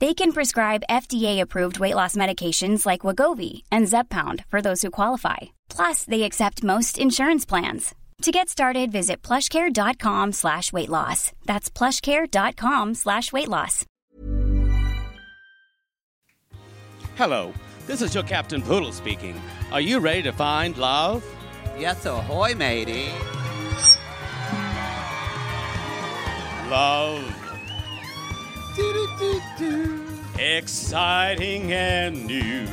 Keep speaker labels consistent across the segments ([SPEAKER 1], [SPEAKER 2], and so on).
[SPEAKER 1] They can prescribe FDA-approved weight loss medications like Wagovi and Zepbound for those who qualify. Plus, they accept most insurance plans. To get started, visit plushcare.com slash weight loss. That's plushcare.com slash weight loss.
[SPEAKER 2] Hello, this is your Captain Poodle speaking. Are you ready to find love?
[SPEAKER 3] Yes, ahoy, matey.
[SPEAKER 2] Love. Exciting and new.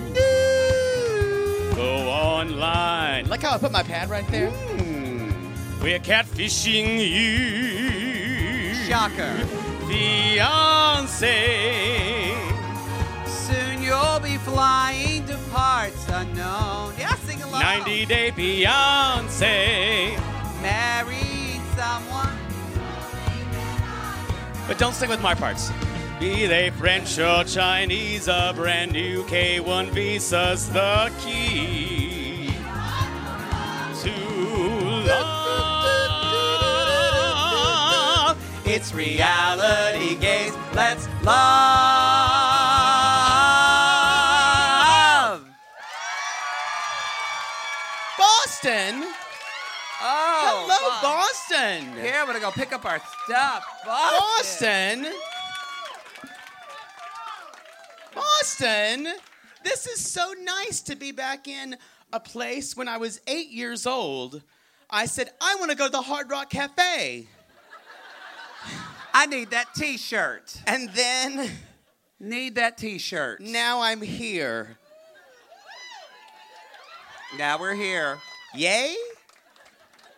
[SPEAKER 2] Go online.
[SPEAKER 4] Like how I put my pad right there?
[SPEAKER 3] Hmm.
[SPEAKER 2] We're catfishing you.
[SPEAKER 3] Shocker.
[SPEAKER 2] Fiance.
[SPEAKER 3] Oh. Soon you'll be flying to parts unknown. Yeah, sing along.
[SPEAKER 2] 90 Day Fiance.
[SPEAKER 3] Married someone.
[SPEAKER 2] But don't stick with my parts. Be they French or Chinese, a brand new K1 visa's the key to love. It's reality gaze.
[SPEAKER 3] Let's love.
[SPEAKER 4] Boston?
[SPEAKER 3] Oh,
[SPEAKER 4] Hello,
[SPEAKER 3] fuck.
[SPEAKER 4] Boston!
[SPEAKER 3] Here, we're gonna go pick up our stuff. Boston.
[SPEAKER 4] Boston? Boston? This is so nice to be back in a place when I was eight years old. I said, I want to go to the Hard Rock Cafe.
[SPEAKER 3] I need that T-shirt.
[SPEAKER 4] And then
[SPEAKER 3] Need that T-shirt.
[SPEAKER 4] now I'm here.
[SPEAKER 3] Now we're here.
[SPEAKER 4] Yay?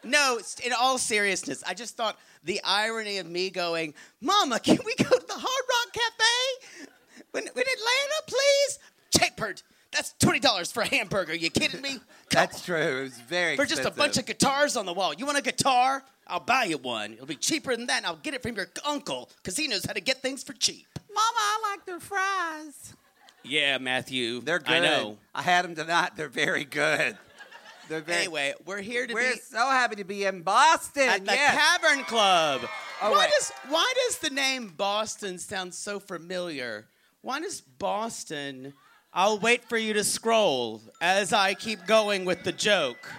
[SPEAKER 4] No, s- in all seriousness, I just thought the irony of me going, Mama, can we go to the Hard Rock Cafe? In, in Atlanta, please? Checkpert, that's $20 for a hamburger. You kidding me? Come
[SPEAKER 3] That's true. It was very
[SPEAKER 4] for just a bunch of guitars on the wall. You want a guitar? I'll buy you one. It'll be cheaper than that, and I'll get it from your uncle because he knows how to get things for cheap.
[SPEAKER 3] Mama, I like their fries.
[SPEAKER 2] Yeah, Matthew.
[SPEAKER 3] They're good.
[SPEAKER 2] I know.
[SPEAKER 3] I had them tonight. They're very good. They're very.
[SPEAKER 4] Anyway, we're here to
[SPEAKER 3] we're
[SPEAKER 4] be
[SPEAKER 3] so happy to be in Boston.
[SPEAKER 4] at the
[SPEAKER 3] yes.
[SPEAKER 4] Cavern Club.
[SPEAKER 3] Oh,
[SPEAKER 4] why
[SPEAKER 3] wait.
[SPEAKER 4] does why does the name Boston sound so familiar? Why does Boston? I'll wait for you to scroll as I keep going with the joke.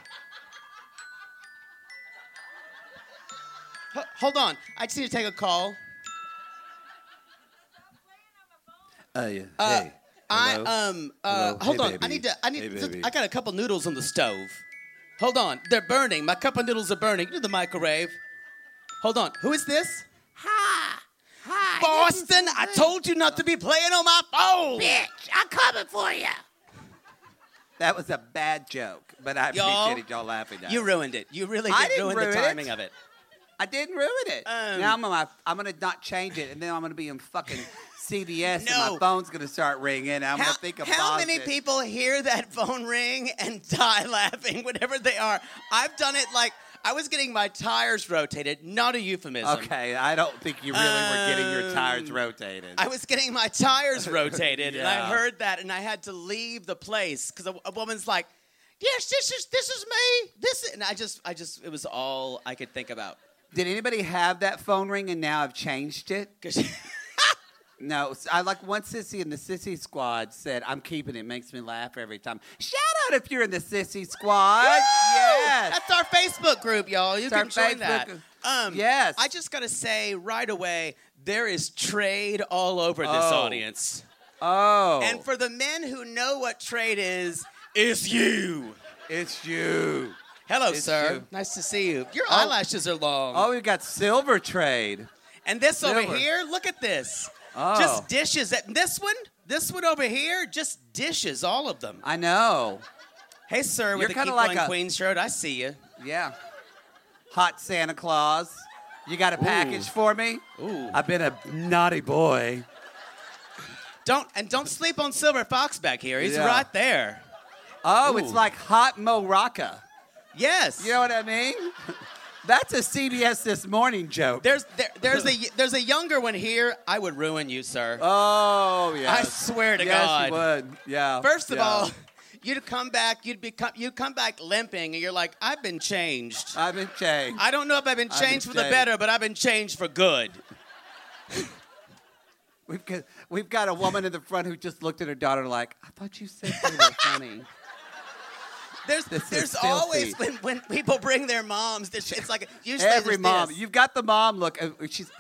[SPEAKER 4] H- hold on, I just need to take a call.
[SPEAKER 3] Oh yeah. hey.
[SPEAKER 4] Uh, I
[SPEAKER 3] Hello?
[SPEAKER 4] um uh,
[SPEAKER 3] Hello?
[SPEAKER 4] hold
[SPEAKER 3] Hey,
[SPEAKER 4] on. I
[SPEAKER 3] baby.
[SPEAKER 4] need to. I need.
[SPEAKER 3] Hey,
[SPEAKER 4] to-
[SPEAKER 3] baby.
[SPEAKER 4] I got a couple noodles on the stove. Hold on, they're burning. My cup of noodles are burning. Do the microwave. Hold on. Who is this?
[SPEAKER 3] Hi. Hi.
[SPEAKER 4] Boston, I told you not to be playing on my phone.
[SPEAKER 3] I'm coming for you. That was a bad joke, but I
[SPEAKER 4] Y'all,
[SPEAKER 3] appreciated y'all laughing at
[SPEAKER 4] You
[SPEAKER 3] it.
[SPEAKER 4] ruined it. You really did
[SPEAKER 3] I didn't
[SPEAKER 4] ruin
[SPEAKER 3] ruin
[SPEAKER 4] the
[SPEAKER 3] it.
[SPEAKER 4] timing of it.
[SPEAKER 3] I didn't ruin it.
[SPEAKER 4] Um,
[SPEAKER 3] now I'm gonna, I'm gonna not change it, and then I'm gonna be in fucking CVS, and
[SPEAKER 4] No.
[SPEAKER 3] my phone's gonna start ringing. and I'm
[SPEAKER 4] How,
[SPEAKER 3] gonna think of
[SPEAKER 4] how many
[SPEAKER 3] Boston.
[SPEAKER 4] people hear that phone ring and die laughing whenever they are? I've done it like I was getting my tires rotated, not a euphemism.
[SPEAKER 3] Okay, I don't think you really were getting your tires
[SPEAKER 4] Um,
[SPEAKER 3] rotated.
[SPEAKER 4] I was getting my tires rotated, and I
[SPEAKER 3] Yeah.
[SPEAKER 4] heard that, and I had to leave the place because a, a woman's like, "Yes, this is this is me. This," is, and I just, I just, it was all I could think about.
[SPEAKER 3] Did anybody have that phone ring, and now I've changed it?
[SPEAKER 4] 'Cause-
[SPEAKER 3] No, s- I like one sissy in the sissy squad said, "I'm keeping it." Makes me laugh every time. Shout out if you're in the sissy squad. Uh, yes.
[SPEAKER 4] That's our Facebook group, y'all. You
[SPEAKER 3] It's
[SPEAKER 4] can
[SPEAKER 3] our
[SPEAKER 4] join that.
[SPEAKER 3] Facebook-
[SPEAKER 4] Um,
[SPEAKER 3] Yes.
[SPEAKER 4] I just got to say right away, there is trade all over this
[SPEAKER 3] Oh.
[SPEAKER 4] audience.
[SPEAKER 3] oh.
[SPEAKER 4] And for the men who know what trade is,
[SPEAKER 2] It's you.
[SPEAKER 3] It's you.
[SPEAKER 4] Hello,
[SPEAKER 3] It's
[SPEAKER 4] sir.
[SPEAKER 3] you.
[SPEAKER 4] Nice to see you. Your eyelashes are long.
[SPEAKER 3] Oh, we've got silver trade.
[SPEAKER 4] And this over
[SPEAKER 3] Never.
[SPEAKER 4] here, look at this.
[SPEAKER 3] Oh.
[SPEAKER 4] Just dishes. And This one, this one over here, just dishes, all of them.
[SPEAKER 3] I know.
[SPEAKER 4] Hey, sir,
[SPEAKER 3] You're
[SPEAKER 4] with the
[SPEAKER 3] kinda
[SPEAKER 4] Keep
[SPEAKER 3] like
[SPEAKER 4] Going
[SPEAKER 3] a-
[SPEAKER 4] Queens shirt, I see you.
[SPEAKER 3] Yeah. Hot Santa Claus. You got a package for me?
[SPEAKER 4] Ooh.
[SPEAKER 3] I've been a naughty boy.
[SPEAKER 4] Don't and don't sleep on Silver Fox back here. He's
[SPEAKER 3] Yeah.
[SPEAKER 4] right there.
[SPEAKER 3] Oh, it's
[SPEAKER 4] Ooh.
[SPEAKER 3] like hot Morocca.
[SPEAKER 4] Yes.
[SPEAKER 3] You know what I mean? That's a CBS This Morning joke.
[SPEAKER 4] there's there, there's a there's a younger one here. I would ruin you, sir.
[SPEAKER 3] oh, yeah.
[SPEAKER 4] I swear to
[SPEAKER 3] yes,
[SPEAKER 4] God.
[SPEAKER 3] you would. Yeah.
[SPEAKER 4] First of
[SPEAKER 3] yeah.
[SPEAKER 4] all, you'd come back, you'd become you'd come back limping, and you're like, I've been changed.
[SPEAKER 3] I've been changed.
[SPEAKER 4] I don't know if I've been
[SPEAKER 3] I've been
[SPEAKER 4] changed for the
[SPEAKER 3] changed.
[SPEAKER 4] better, but I've been changed for good.
[SPEAKER 3] We've got, we've got a woman in the front who just looked at her daughter like, I thought you said they were funny.
[SPEAKER 4] There's
[SPEAKER 3] This is
[SPEAKER 4] there's
[SPEAKER 3] filthy.
[SPEAKER 4] always when, when people bring their moms, this, it's like usually
[SPEAKER 3] Every
[SPEAKER 4] there's
[SPEAKER 3] mom.
[SPEAKER 4] this.
[SPEAKER 3] You've got the mom look. Uh, She's,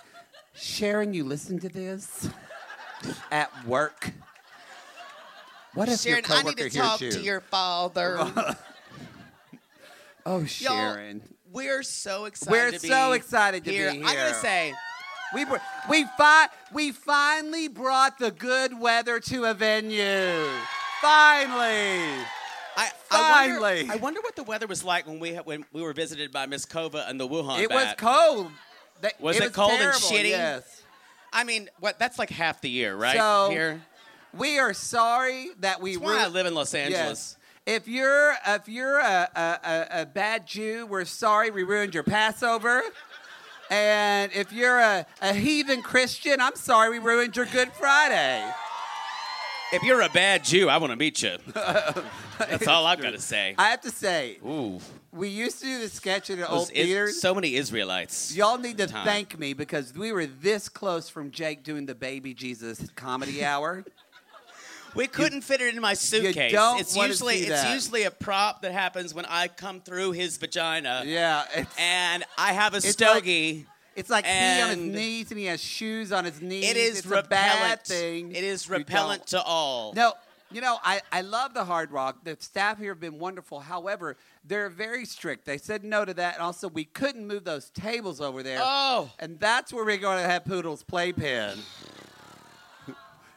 [SPEAKER 3] Sharon, you listen to this at work. What if
[SPEAKER 4] Sharon,
[SPEAKER 3] your
[SPEAKER 4] I
[SPEAKER 3] coworker
[SPEAKER 4] need to
[SPEAKER 3] hears
[SPEAKER 4] talk
[SPEAKER 3] you?
[SPEAKER 4] to your father.
[SPEAKER 3] oh, Sharon.
[SPEAKER 4] We're so excited.
[SPEAKER 3] We're
[SPEAKER 4] to be
[SPEAKER 3] so excited to be
[SPEAKER 4] I'm gonna
[SPEAKER 3] here.
[SPEAKER 4] say,
[SPEAKER 3] We br- we fi- we finally brought the good weather to a venue. Finally.
[SPEAKER 4] I, I wonder- I
[SPEAKER 3] Finally.
[SPEAKER 4] wonder, what the weather was like when we had- when we were visited by Miss Kova and the Wuhan.
[SPEAKER 3] It was
[SPEAKER 4] bat.
[SPEAKER 3] cold. Th-
[SPEAKER 4] Was it cold and
[SPEAKER 3] terrible,
[SPEAKER 4] shitty?
[SPEAKER 3] Yes.
[SPEAKER 4] I mean, what? That's like half the year, right?
[SPEAKER 3] So,
[SPEAKER 4] Here,
[SPEAKER 3] We are sorry that we
[SPEAKER 4] that's why I
[SPEAKER 3] ruined-
[SPEAKER 4] live in Los Angeles.
[SPEAKER 3] Yes. If you're if you're a, a, a, a bad Jew, we're sorry we ruined your Passover. And if you're a, a heathen Christian, I'm sorry we ruined your Good Friday.
[SPEAKER 4] If you're a bad Jew, I want to meet you. that's all I've got to say.
[SPEAKER 3] I have to say,
[SPEAKER 4] Ooh,
[SPEAKER 3] we used to do the sketch at an
[SPEAKER 4] those
[SPEAKER 3] old
[SPEAKER 4] is-
[SPEAKER 3] theaters.
[SPEAKER 4] so many Israelites.
[SPEAKER 3] Y'all need to
[SPEAKER 4] Time.
[SPEAKER 3] thank me because we were this close from Jake doing the Baby Jesus comedy hour.
[SPEAKER 4] We couldn't fit it in my suitcase.
[SPEAKER 3] don't
[SPEAKER 4] it's
[SPEAKER 3] wanna
[SPEAKER 4] usually
[SPEAKER 3] see
[SPEAKER 4] it's
[SPEAKER 3] that.
[SPEAKER 4] usually a prop that happens when I come through his vagina,
[SPEAKER 3] yeah, it's,
[SPEAKER 4] and I have a
[SPEAKER 3] like-
[SPEAKER 4] stogie.
[SPEAKER 3] it's like he on his
[SPEAKER 4] and-
[SPEAKER 3] knees and he has shoes on his knees.
[SPEAKER 4] It is
[SPEAKER 3] it's
[SPEAKER 4] repellent.
[SPEAKER 3] A bad thing.
[SPEAKER 4] It is
[SPEAKER 3] You don't-
[SPEAKER 4] repellent to all.
[SPEAKER 3] No, you know, I, I love the Hard Rock. The staff here have been wonderful. However, they're very strict. They said no to that. And also, we couldn't move those tables over there.
[SPEAKER 4] Oh.
[SPEAKER 3] And that's where we're going to have Poodle's playpen.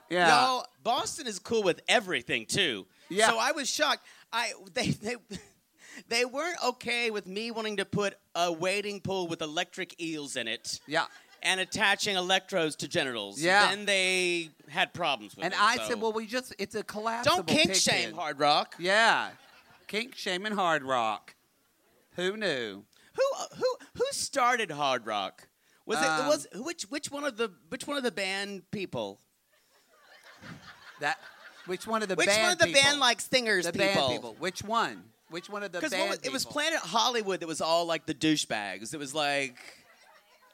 [SPEAKER 3] yeah.
[SPEAKER 4] Y'all, Boston is cool with everything too.
[SPEAKER 3] Yeah.
[SPEAKER 4] So I was shocked. I they they they weren't okay with me wanting to put a wading pool with electric eels in it.
[SPEAKER 3] Yeah.
[SPEAKER 4] And attaching electrodes to genitals.
[SPEAKER 3] Yeah.
[SPEAKER 4] Then they had problems with
[SPEAKER 3] And
[SPEAKER 4] it.
[SPEAKER 3] I
[SPEAKER 4] so-
[SPEAKER 3] said, well, we just, it's a collapsible
[SPEAKER 4] don't kink
[SPEAKER 3] pig
[SPEAKER 4] shame
[SPEAKER 3] pen.
[SPEAKER 4] Hard Rock.
[SPEAKER 3] Yeah. Kink shame and Hard Rock. Who knew?
[SPEAKER 4] Who who who started Hard Rock? Was
[SPEAKER 3] Um,
[SPEAKER 4] it was which which one of the which one of the band people?
[SPEAKER 3] That. Which one of the
[SPEAKER 4] Which
[SPEAKER 3] band
[SPEAKER 4] one of the
[SPEAKER 3] people?
[SPEAKER 4] band like singers
[SPEAKER 3] the band people? Which one? Which one of the
[SPEAKER 4] Because
[SPEAKER 3] band
[SPEAKER 4] it
[SPEAKER 3] people?
[SPEAKER 4] was Planet Hollywood that was all like the douchebags. It was like,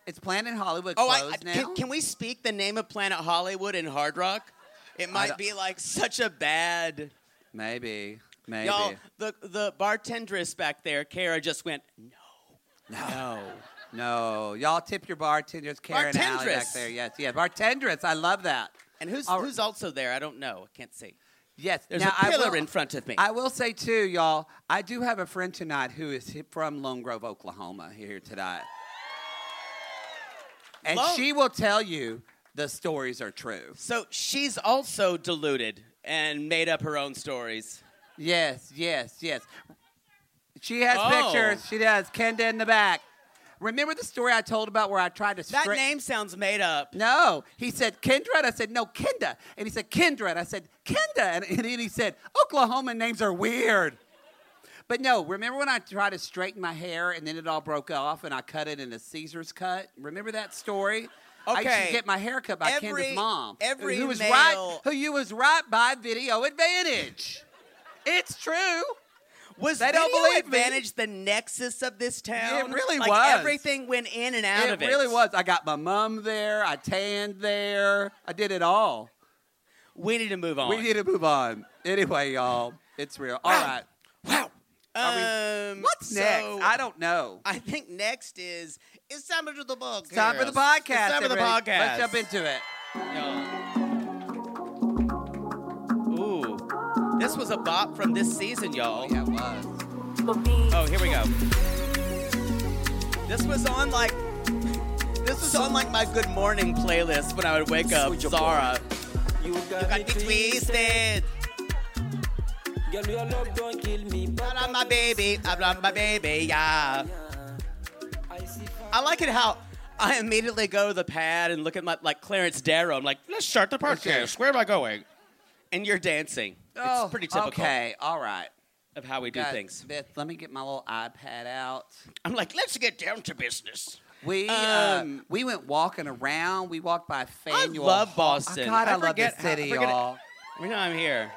[SPEAKER 3] It's Planet Hollywood
[SPEAKER 4] oh, I,
[SPEAKER 3] closed
[SPEAKER 4] I-
[SPEAKER 3] now.
[SPEAKER 4] can, can we speak the name of Planet Hollywood in Hard Rock? It might
[SPEAKER 3] don't-
[SPEAKER 4] be like such a bad.
[SPEAKER 3] Maybe. Maybe.
[SPEAKER 4] Y'all, the the bartendress back there, Kara, just went no, no.
[SPEAKER 3] No. Y'all tip your bartenders. Karen Alley back
[SPEAKER 4] Bartendress.
[SPEAKER 3] there. Yes, yes. Bartendress. I love that.
[SPEAKER 4] And who's
[SPEAKER 3] All right.
[SPEAKER 4] who's also there? I don't know. I can't see.
[SPEAKER 3] Yes.
[SPEAKER 4] There's
[SPEAKER 3] now
[SPEAKER 4] a
[SPEAKER 3] I
[SPEAKER 4] pillar
[SPEAKER 3] will,
[SPEAKER 4] in front of me.
[SPEAKER 3] I will say, too, y'all, I do have a friend tonight who is hi- from Lone Grove, Oklahoma, here tonight. And
[SPEAKER 4] Lone-
[SPEAKER 3] she will tell you the stories are true.
[SPEAKER 4] so she's also deluded and made up her own stories.
[SPEAKER 3] Yes, yes, yes. She has
[SPEAKER 4] Oh.
[SPEAKER 3] pictures. She does. Kenda in the back. Remember the story I told about where I tried to
[SPEAKER 4] That
[SPEAKER 3] stra-
[SPEAKER 4] name sounds made up.
[SPEAKER 3] No, he said Kendra, and I said no, Kenda, and he said Kendra, and I said Kenda, and, and then he said Oklahoma names are weird. But no, remember when I tried to straighten my hair and then it all broke off and I cut it in a Caesar's cut? Remember that story? I used
[SPEAKER 4] Okay.
[SPEAKER 3] to get my hair cut by
[SPEAKER 4] Every-
[SPEAKER 3] Kendra's mom,
[SPEAKER 4] every
[SPEAKER 3] who was
[SPEAKER 4] male-
[SPEAKER 3] right, who you was right by Video Advantage. It's true.
[SPEAKER 4] Was
[SPEAKER 3] They
[SPEAKER 4] Video
[SPEAKER 3] don't believe me.
[SPEAKER 4] Advantage the nexus of this town?
[SPEAKER 3] It really
[SPEAKER 4] like
[SPEAKER 3] was.
[SPEAKER 4] Everything went in and out
[SPEAKER 3] it
[SPEAKER 4] of it.
[SPEAKER 3] really was. I got my mom there. I tanned there. I did it all.
[SPEAKER 4] We need to move on.
[SPEAKER 3] We need to move on. Anyway, y'all, it's real. All
[SPEAKER 4] Wow.
[SPEAKER 3] right.
[SPEAKER 4] Wow.
[SPEAKER 3] Are
[SPEAKER 4] Um,
[SPEAKER 3] What's
[SPEAKER 4] so
[SPEAKER 3] next? I don't know.
[SPEAKER 4] I think next is it's time to do the book.
[SPEAKER 3] It's time for the podcast.
[SPEAKER 4] It's time for the
[SPEAKER 3] everybody.
[SPEAKER 4] podcast.
[SPEAKER 3] Let's jump into it.
[SPEAKER 4] Y'all. Ooh, This was a bop from this season, y'all.
[SPEAKER 3] Yeah, it was.
[SPEAKER 4] Oh, here we go. This was on like this was on like my good morning playlist when I would wake up.
[SPEAKER 5] Switch your
[SPEAKER 4] Zara,
[SPEAKER 5] You got,
[SPEAKER 4] you got me twisted.
[SPEAKER 5] Girl, your love don't kill me, but
[SPEAKER 4] I love my baby. I love my baby. Yeah.
[SPEAKER 5] I see fire.
[SPEAKER 4] I like it how I immediately go to the pad and look at my like Clarence Darrow. I'm like, let's start the podcast. Where am I going? And you're dancing.
[SPEAKER 3] Oh,
[SPEAKER 4] it's pretty typical
[SPEAKER 3] Okay, all right.
[SPEAKER 4] of how we do
[SPEAKER 3] Guys,
[SPEAKER 4] things.
[SPEAKER 3] Beth, let me get my little iPad out.
[SPEAKER 4] I'm like, let's get down to business.
[SPEAKER 3] We uh,
[SPEAKER 4] Um,
[SPEAKER 3] we went walking around. We walked by Faneuil.
[SPEAKER 4] love
[SPEAKER 3] Hall. Oh,
[SPEAKER 4] Boston.
[SPEAKER 3] God, I,
[SPEAKER 4] I
[SPEAKER 3] love
[SPEAKER 4] forget
[SPEAKER 3] this
[SPEAKER 4] how- I
[SPEAKER 3] city,
[SPEAKER 4] forget it.
[SPEAKER 3] y'all.
[SPEAKER 4] We know I'm here.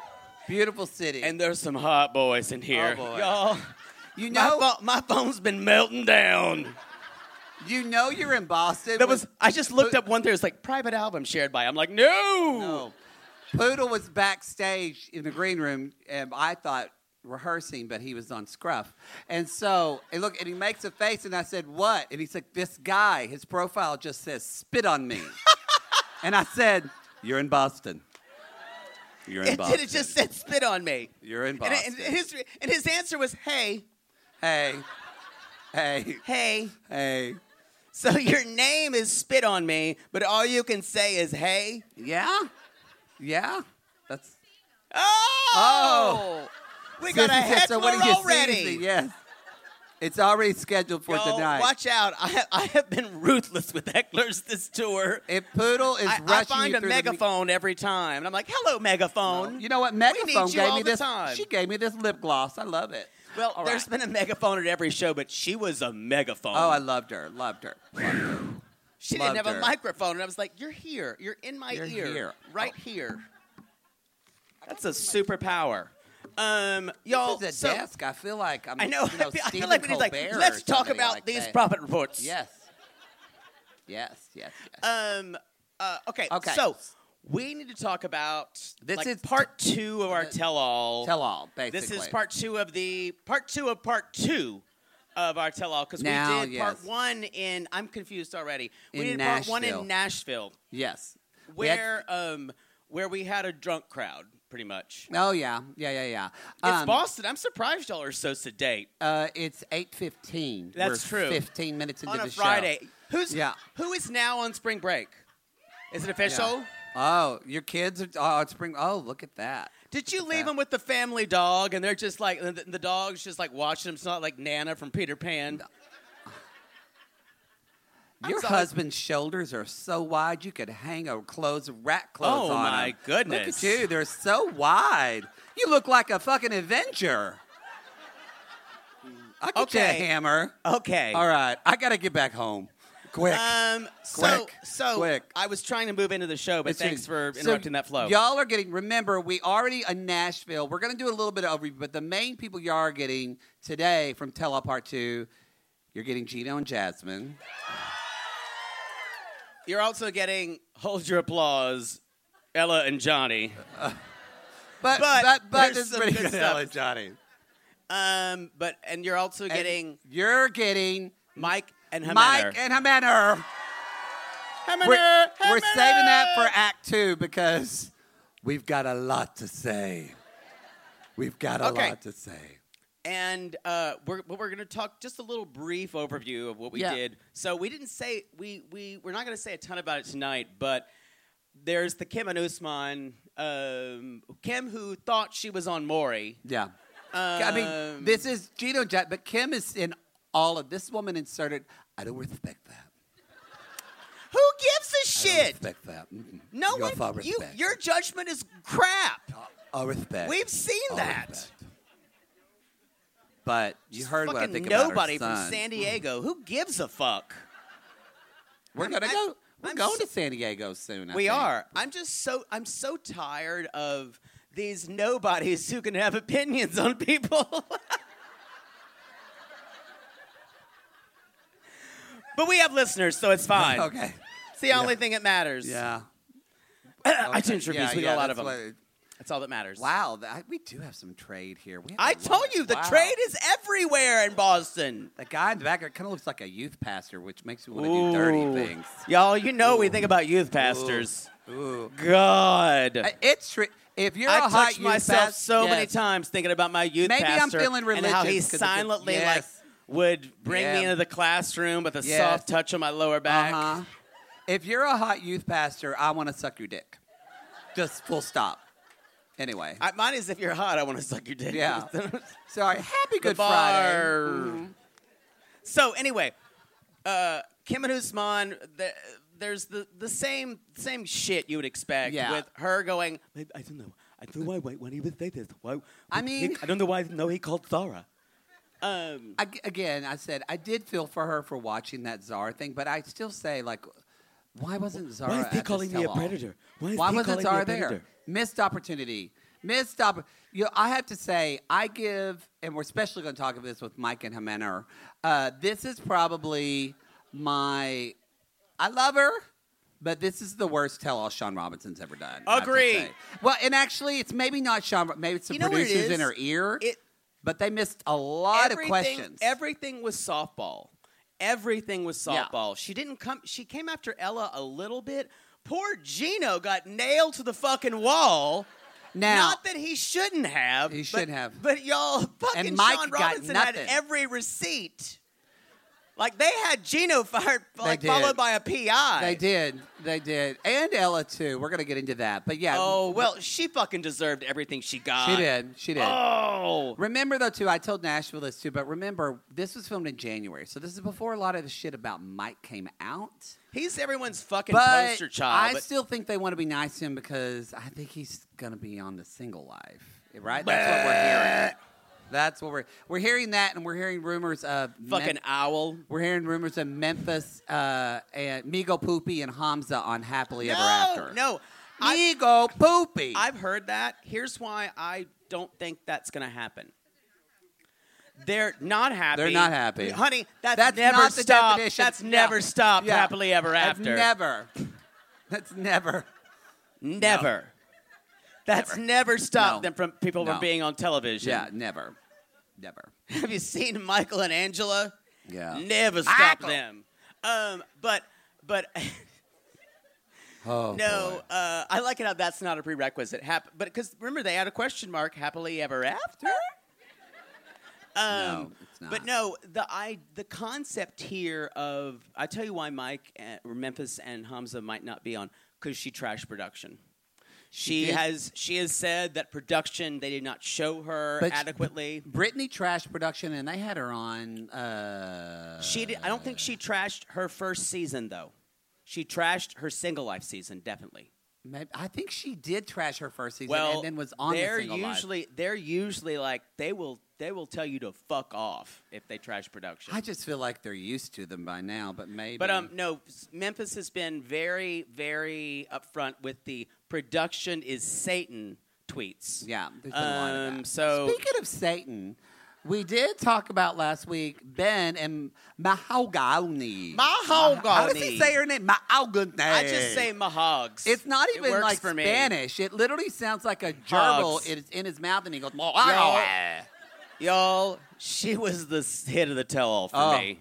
[SPEAKER 3] Beautiful city.
[SPEAKER 4] And there's some hot boys in here.
[SPEAKER 3] Oh, boy.
[SPEAKER 4] Y'all,
[SPEAKER 3] you
[SPEAKER 4] my,
[SPEAKER 3] know,
[SPEAKER 4] pho- my phone's been melting down.
[SPEAKER 3] you know, you're in Boston.
[SPEAKER 4] That
[SPEAKER 3] when
[SPEAKER 4] was I just looked up one thing. It was like private album shared by. I'm like, no.
[SPEAKER 3] No. Poodle was backstage in the green room, and I thought rehearsing, but he was on scruff. And so, and look, and he makes a face, and I said, "What?" And he said, "This guy. His profile just says spit on me." and I said, "You're in Boston. You're in
[SPEAKER 4] It,
[SPEAKER 3] Boston.
[SPEAKER 4] did, it just said spit on me.
[SPEAKER 3] You're in
[SPEAKER 4] And,
[SPEAKER 3] Boston.
[SPEAKER 4] and his, and his answer was, hey,
[SPEAKER 3] hey, hey,
[SPEAKER 4] hey.
[SPEAKER 3] hey.
[SPEAKER 4] So your name is spit on me, but all you can say is hey.
[SPEAKER 3] Yeah, yeah. That's
[SPEAKER 4] Oh, we got a
[SPEAKER 3] Sissy said,
[SPEAKER 4] heckler
[SPEAKER 3] so what did you see?
[SPEAKER 4] already.
[SPEAKER 3] Yes, it's already scheduled for
[SPEAKER 4] Y'all,
[SPEAKER 3] tonight.
[SPEAKER 4] watch out! I have, I have been ruthless with hecklers this tour.
[SPEAKER 3] If Poodle is
[SPEAKER 4] I,
[SPEAKER 3] rushing
[SPEAKER 4] I find
[SPEAKER 3] you
[SPEAKER 4] a
[SPEAKER 3] through the mic-
[SPEAKER 4] megaphone every time, and I'm like, "Hello, megaphone."
[SPEAKER 3] You know what?
[SPEAKER 4] need
[SPEAKER 3] Megaphone
[SPEAKER 4] you
[SPEAKER 3] gave
[SPEAKER 4] all
[SPEAKER 3] me
[SPEAKER 4] the
[SPEAKER 3] this.
[SPEAKER 4] time.
[SPEAKER 3] She gave me this lip gloss. I love it.
[SPEAKER 4] Well,
[SPEAKER 3] All
[SPEAKER 4] there's
[SPEAKER 3] right.
[SPEAKER 4] been a megaphone at every show, but she was a megaphone.
[SPEAKER 3] Oh, I loved her. Loved her.
[SPEAKER 4] she didn't have
[SPEAKER 3] loved
[SPEAKER 4] a
[SPEAKER 3] her.
[SPEAKER 4] microphone, and I was like, "You're here. You're in my
[SPEAKER 3] You're
[SPEAKER 4] ear,
[SPEAKER 3] here.
[SPEAKER 4] right here." That's a superpower, um, y'all.
[SPEAKER 3] this is a
[SPEAKER 4] so,
[SPEAKER 3] desk. I feel like I'm.
[SPEAKER 4] I know.
[SPEAKER 3] You know
[SPEAKER 4] I feel- I feel
[SPEAKER 3] Stephen
[SPEAKER 4] like we need like
[SPEAKER 3] Colbert or
[SPEAKER 4] let's talk
[SPEAKER 3] somebody
[SPEAKER 4] about
[SPEAKER 3] like
[SPEAKER 4] these
[SPEAKER 3] that.
[SPEAKER 4] profit reports.
[SPEAKER 3] Yes. Yes. Yes. yes.
[SPEAKER 4] Um. Uh, okay.
[SPEAKER 3] Okay.
[SPEAKER 4] So we need to talk about
[SPEAKER 3] This
[SPEAKER 4] like,
[SPEAKER 3] is-
[SPEAKER 4] part two of our
[SPEAKER 3] the-
[SPEAKER 4] tell-all.
[SPEAKER 3] Tell all. Basically.
[SPEAKER 4] This is part two of the part two of part two of our tell-all because we
[SPEAKER 3] Now,
[SPEAKER 4] did part
[SPEAKER 3] yes.
[SPEAKER 4] one in. I'm confused already. we
[SPEAKER 3] In
[SPEAKER 4] did part one
[SPEAKER 3] Nashville.
[SPEAKER 4] in Nashville
[SPEAKER 3] Yes. We had-
[SPEAKER 4] where um where we had a drunk crowd pretty much.
[SPEAKER 3] Oh yeah. Yeah. Yeah. Yeah.
[SPEAKER 4] It's
[SPEAKER 3] Um,
[SPEAKER 4] Boston. I'm surprised y'all are so sedate
[SPEAKER 3] Uh, it's eight fifteen.
[SPEAKER 4] That's
[SPEAKER 3] We're
[SPEAKER 4] true.
[SPEAKER 3] Fifteen minutes into
[SPEAKER 4] on
[SPEAKER 3] the
[SPEAKER 4] a Friday.
[SPEAKER 3] show.
[SPEAKER 4] Who's
[SPEAKER 3] Yeah.
[SPEAKER 4] who is now on spring break? Is it official?
[SPEAKER 3] Oh, your kids are oh, it's spring. Oh, look at that.
[SPEAKER 4] Did you leave
[SPEAKER 3] that.
[SPEAKER 4] them with the family dog, and they're just like the, the dog's just like watching them? It's not like Nana from Peter Pan. I'm
[SPEAKER 3] Your
[SPEAKER 4] sorry.
[SPEAKER 3] husband's shoulders are so wide you could hang a clothes rat clothes
[SPEAKER 4] Oh,
[SPEAKER 3] on.
[SPEAKER 4] my
[SPEAKER 3] him.
[SPEAKER 4] goodness.
[SPEAKER 3] Look at you, they're so wide. You look like a fucking Avenger. I get you
[SPEAKER 4] Okay.
[SPEAKER 3] a hammer.
[SPEAKER 4] Okay.
[SPEAKER 3] All right, I gotta get back home, quick.
[SPEAKER 4] Um. So
[SPEAKER 3] Quick.
[SPEAKER 4] so
[SPEAKER 3] Quick.
[SPEAKER 4] I was trying to move into the show, but
[SPEAKER 3] It's
[SPEAKER 4] thanks
[SPEAKER 3] in-
[SPEAKER 4] for
[SPEAKER 3] so
[SPEAKER 4] interrupting that flow.
[SPEAKER 3] Y'all are getting. Remember, we already in Nashville. We're gonna do a little bit of overview, but the main people y'all are getting today from Tell All Part Two, you're getting Gino and Jasmine.
[SPEAKER 4] You're also getting hold your applause, Ella and Johnny.
[SPEAKER 3] But
[SPEAKER 4] But
[SPEAKER 3] but but
[SPEAKER 4] there's
[SPEAKER 3] this is
[SPEAKER 4] some
[SPEAKER 3] pretty
[SPEAKER 4] good
[SPEAKER 3] good
[SPEAKER 4] stuff.
[SPEAKER 3] Ellen Johnny.
[SPEAKER 4] Um. But and you're also
[SPEAKER 3] And
[SPEAKER 4] getting
[SPEAKER 3] You're getting
[SPEAKER 4] Mike and Jimena.
[SPEAKER 3] Mike and Jimenez.
[SPEAKER 4] Jimena,
[SPEAKER 3] We're, we're
[SPEAKER 4] Jimena!
[SPEAKER 3] saving that for Act Two because we've got a lot to say. We've got a
[SPEAKER 4] Okay.
[SPEAKER 3] lot to say.
[SPEAKER 4] and uh, we're but we're going to talk just a little brief overview of what we
[SPEAKER 3] Yeah.
[SPEAKER 4] did. So we didn't say we we we're not going to say a ton about it tonight, but there's the Kim and Usman um, Kim who thought she was on Maury.
[SPEAKER 3] Yeah. I mean,
[SPEAKER 4] Um,
[SPEAKER 3] this is Gino Jack, but Kim is in all of this woman inserted. I don't respect that.
[SPEAKER 4] Who gives a
[SPEAKER 3] I don't
[SPEAKER 4] shit?
[SPEAKER 3] respect that. Mm-mm.
[SPEAKER 4] No
[SPEAKER 3] you
[SPEAKER 4] one.
[SPEAKER 3] Have all
[SPEAKER 4] you
[SPEAKER 3] respect.
[SPEAKER 4] your judgment is crap.
[SPEAKER 3] all respect.
[SPEAKER 4] We've seen
[SPEAKER 3] All
[SPEAKER 4] that.
[SPEAKER 3] respect. But you heard what I
[SPEAKER 4] Fucking
[SPEAKER 3] think about her
[SPEAKER 4] nobody from
[SPEAKER 3] son.
[SPEAKER 4] San Diego. Who gives a fuck?
[SPEAKER 3] We're gonna
[SPEAKER 4] I-
[SPEAKER 3] go. We're
[SPEAKER 4] I'm
[SPEAKER 3] going
[SPEAKER 4] so-
[SPEAKER 3] to San Diego soon. I
[SPEAKER 4] We
[SPEAKER 3] think.
[SPEAKER 4] are. I'm just so I'm so tired of these nobodies who can have opinions on people. but we have listeners, so it's fine.
[SPEAKER 3] Okay.
[SPEAKER 4] It's the only thing that matters.
[SPEAKER 3] Yeah.
[SPEAKER 4] iTunes reviews.
[SPEAKER 3] Yeah,
[SPEAKER 4] we got
[SPEAKER 3] yeah,
[SPEAKER 4] a lot of
[SPEAKER 3] that's
[SPEAKER 4] them.
[SPEAKER 3] what-
[SPEAKER 4] That's all that matters.
[SPEAKER 3] wow, that, we do have some trade here. We have
[SPEAKER 4] I
[SPEAKER 3] a lot.
[SPEAKER 4] told you the
[SPEAKER 3] Wow.
[SPEAKER 4] trade is everywhere in Boston.
[SPEAKER 3] The guy in the back kind of looks like a youth pastor, which makes me want to do dirty things.
[SPEAKER 4] Y'all, you know we think about youth pastors.
[SPEAKER 3] Ooh.
[SPEAKER 4] God.
[SPEAKER 3] Uh, It's tri- If you're a
[SPEAKER 4] I
[SPEAKER 3] hot
[SPEAKER 4] touched
[SPEAKER 3] youth
[SPEAKER 4] myself
[SPEAKER 3] past-
[SPEAKER 4] so many
[SPEAKER 3] yes.
[SPEAKER 4] times thinking about my youth
[SPEAKER 3] Maybe I'm
[SPEAKER 4] pastor
[SPEAKER 3] feeling
[SPEAKER 4] and how he
[SPEAKER 3] religious 'cause of the-
[SPEAKER 4] silently like
[SPEAKER 3] yes.
[SPEAKER 4] would bring
[SPEAKER 3] Yeah.
[SPEAKER 4] me into the classroom with a
[SPEAKER 3] Yes.
[SPEAKER 4] soft touch on my lower back.
[SPEAKER 3] Uh-huh. If you're a hot youth pastor, I want to suck your dick. Just full stop. Anyway.
[SPEAKER 4] I, mine is if you're hot, I want to suck your dick.
[SPEAKER 3] yeah. Sorry. Happy
[SPEAKER 4] the
[SPEAKER 3] Good Friday. Mm-hmm.
[SPEAKER 4] bar. So anyway, uh, Kim and Usman, the, there's the, the same same shit you would expect
[SPEAKER 3] Yeah.
[SPEAKER 4] with her going. "I- I don't know. I don't know why why he would say this. Why?
[SPEAKER 3] I mean-
[SPEAKER 4] I don't know why. No, he called Zara. Um,
[SPEAKER 3] I, again, I said I did feel for her for watching that czar thing, but I still say like, why wasn't Zara?
[SPEAKER 4] is
[SPEAKER 3] at
[SPEAKER 4] he
[SPEAKER 3] this
[SPEAKER 4] calling me a
[SPEAKER 3] tell-all?
[SPEAKER 4] predator? Why is he
[SPEAKER 3] wasn't
[SPEAKER 4] calling me
[SPEAKER 3] Zara
[SPEAKER 4] a
[SPEAKER 3] there?
[SPEAKER 4] predator?
[SPEAKER 3] Missed opportunity. Missed opp- you know, I have to say, I give, and we're especially going to talk about this with Mike and Jimenez. Uh, this is probably my. I love her, but this is the worst tell-all Sean Robinson's ever done. I have to
[SPEAKER 4] Agree.
[SPEAKER 3] say. Well, and actually, it's maybe not Sean. Maybe it's the
[SPEAKER 4] You know what it
[SPEAKER 3] producers in
[SPEAKER 4] is?
[SPEAKER 3] her ear.
[SPEAKER 4] It-
[SPEAKER 3] but they missed a lot of
[SPEAKER 4] everything-
[SPEAKER 3] questions.
[SPEAKER 4] Everything was softball. Everything was
[SPEAKER 3] Yeah.
[SPEAKER 4] softball. She didn't come. She came after Ella a little bit. Poor Gino got nailed to the fucking wall.
[SPEAKER 3] now,
[SPEAKER 4] Not that he shouldn't have.
[SPEAKER 3] He
[SPEAKER 4] but-
[SPEAKER 3] should have.
[SPEAKER 4] But y'all, fucking
[SPEAKER 3] Mike
[SPEAKER 4] Sean
[SPEAKER 3] got
[SPEAKER 4] Robinson had
[SPEAKER 3] nothing.
[SPEAKER 4] every receipt. Like they had Gino fired, like
[SPEAKER 3] did.
[SPEAKER 4] followed by a PI.
[SPEAKER 3] They did. They did. And Ella too. We're gonna get into that. But yeah.
[SPEAKER 4] Oh well, she fucking deserved everything she got.
[SPEAKER 3] She did. She did.
[SPEAKER 4] Oh,
[SPEAKER 3] Remember though too, I told Nashville this too, but remember this was filmed in January. So this is before a lot of the shit about Mike came out.
[SPEAKER 4] he's everyone's fucking
[SPEAKER 3] But
[SPEAKER 4] poster child.
[SPEAKER 3] I
[SPEAKER 4] but
[SPEAKER 3] still think they want to be nice to him because I think he's gonna be on the single life. Right? That's what we're hearing. That's what we're we're hearing that and we're hearing rumors of
[SPEAKER 4] fucking
[SPEAKER 3] Mem-
[SPEAKER 4] owl.
[SPEAKER 3] we're hearing rumors of Memphis uh, and Migo Poopy and Hamza on Happily Ever
[SPEAKER 4] No,
[SPEAKER 3] After.
[SPEAKER 4] no. I-
[SPEAKER 3] Migo Poopy.
[SPEAKER 4] I've heard that. Here's why I don't think that's going to happen. They're not happy.
[SPEAKER 3] They're not happy.
[SPEAKER 4] honey. That's,
[SPEAKER 3] That's
[SPEAKER 4] never
[SPEAKER 3] not the
[SPEAKER 4] stopped.
[SPEAKER 3] definition.
[SPEAKER 4] That's
[SPEAKER 3] Yeah.
[SPEAKER 4] never stopped.
[SPEAKER 3] Yeah.
[SPEAKER 4] Happily ever
[SPEAKER 3] That's
[SPEAKER 4] after.
[SPEAKER 3] Never. That's never.
[SPEAKER 4] Never. That's never, stopped
[SPEAKER 3] No.
[SPEAKER 4] them from people
[SPEAKER 3] No.
[SPEAKER 4] from being on television.
[SPEAKER 3] Yeah, never. Never.
[SPEAKER 4] Have you seen Michael and Angela?
[SPEAKER 3] Yeah.
[SPEAKER 4] Never stopped
[SPEAKER 3] Michael.
[SPEAKER 4] them. Um, but but
[SPEAKER 3] Oh
[SPEAKER 4] no, uh, I like it how that's not a prerequisite. Hap- but because remember they had a question mark. Happily ever after.
[SPEAKER 3] No,
[SPEAKER 4] Um,
[SPEAKER 3] it's not.
[SPEAKER 4] But no, the I the concept here of I tell you why Mike uh, or Memphis and Hamza might not be on because she trashed production. She
[SPEAKER 3] did.
[SPEAKER 4] has she has said that production they did not show her
[SPEAKER 3] But-
[SPEAKER 4] adequately.
[SPEAKER 3] Brittany Trash Production, and they had her on. Uh,
[SPEAKER 4] she did, I don't think she trashed her first season though. She trashed her single life season definitely.
[SPEAKER 3] maybe, I think she did trash her first season,
[SPEAKER 4] Well,
[SPEAKER 3] and then was on. the
[SPEAKER 4] they're
[SPEAKER 3] Single Life.
[SPEAKER 4] usually they're usually like they will they will tell you to fuck off if they trash production.
[SPEAKER 3] I just feel like they're used to them by now, but maybe.
[SPEAKER 4] But um, no, s- Memphis has been very, very upfront with the production is Satan tweets.
[SPEAKER 3] Yeah, there's been a lot of
[SPEAKER 4] Um,
[SPEAKER 3] that.
[SPEAKER 4] so-
[SPEAKER 3] speaking of Satan, we did talk about last week Ben and Mahogany.
[SPEAKER 4] Mahogany.
[SPEAKER 3] How does he say her name? Mahogany.
[SPEAKER 4] I just say Mahogs.
[SPEAKER 3] It's not
[SPEAKER 4] It
[SPEAKER 3] even
[SPEAKER 4] works
[SPEAKER 3] like
[SPEAKER 4] for me.
[SPEAKER 3] Spanish. It literally sounds like a gerbil
[SPEAKER 4] Hogs.
[SPEAKER 3] in, in his mouth, and he goes,
[SPEAKER 4] Y'all, y'all, she was the s- hit of the tell-all for
[SPEAKER 3] Oh.
[SPEAKER 4] me.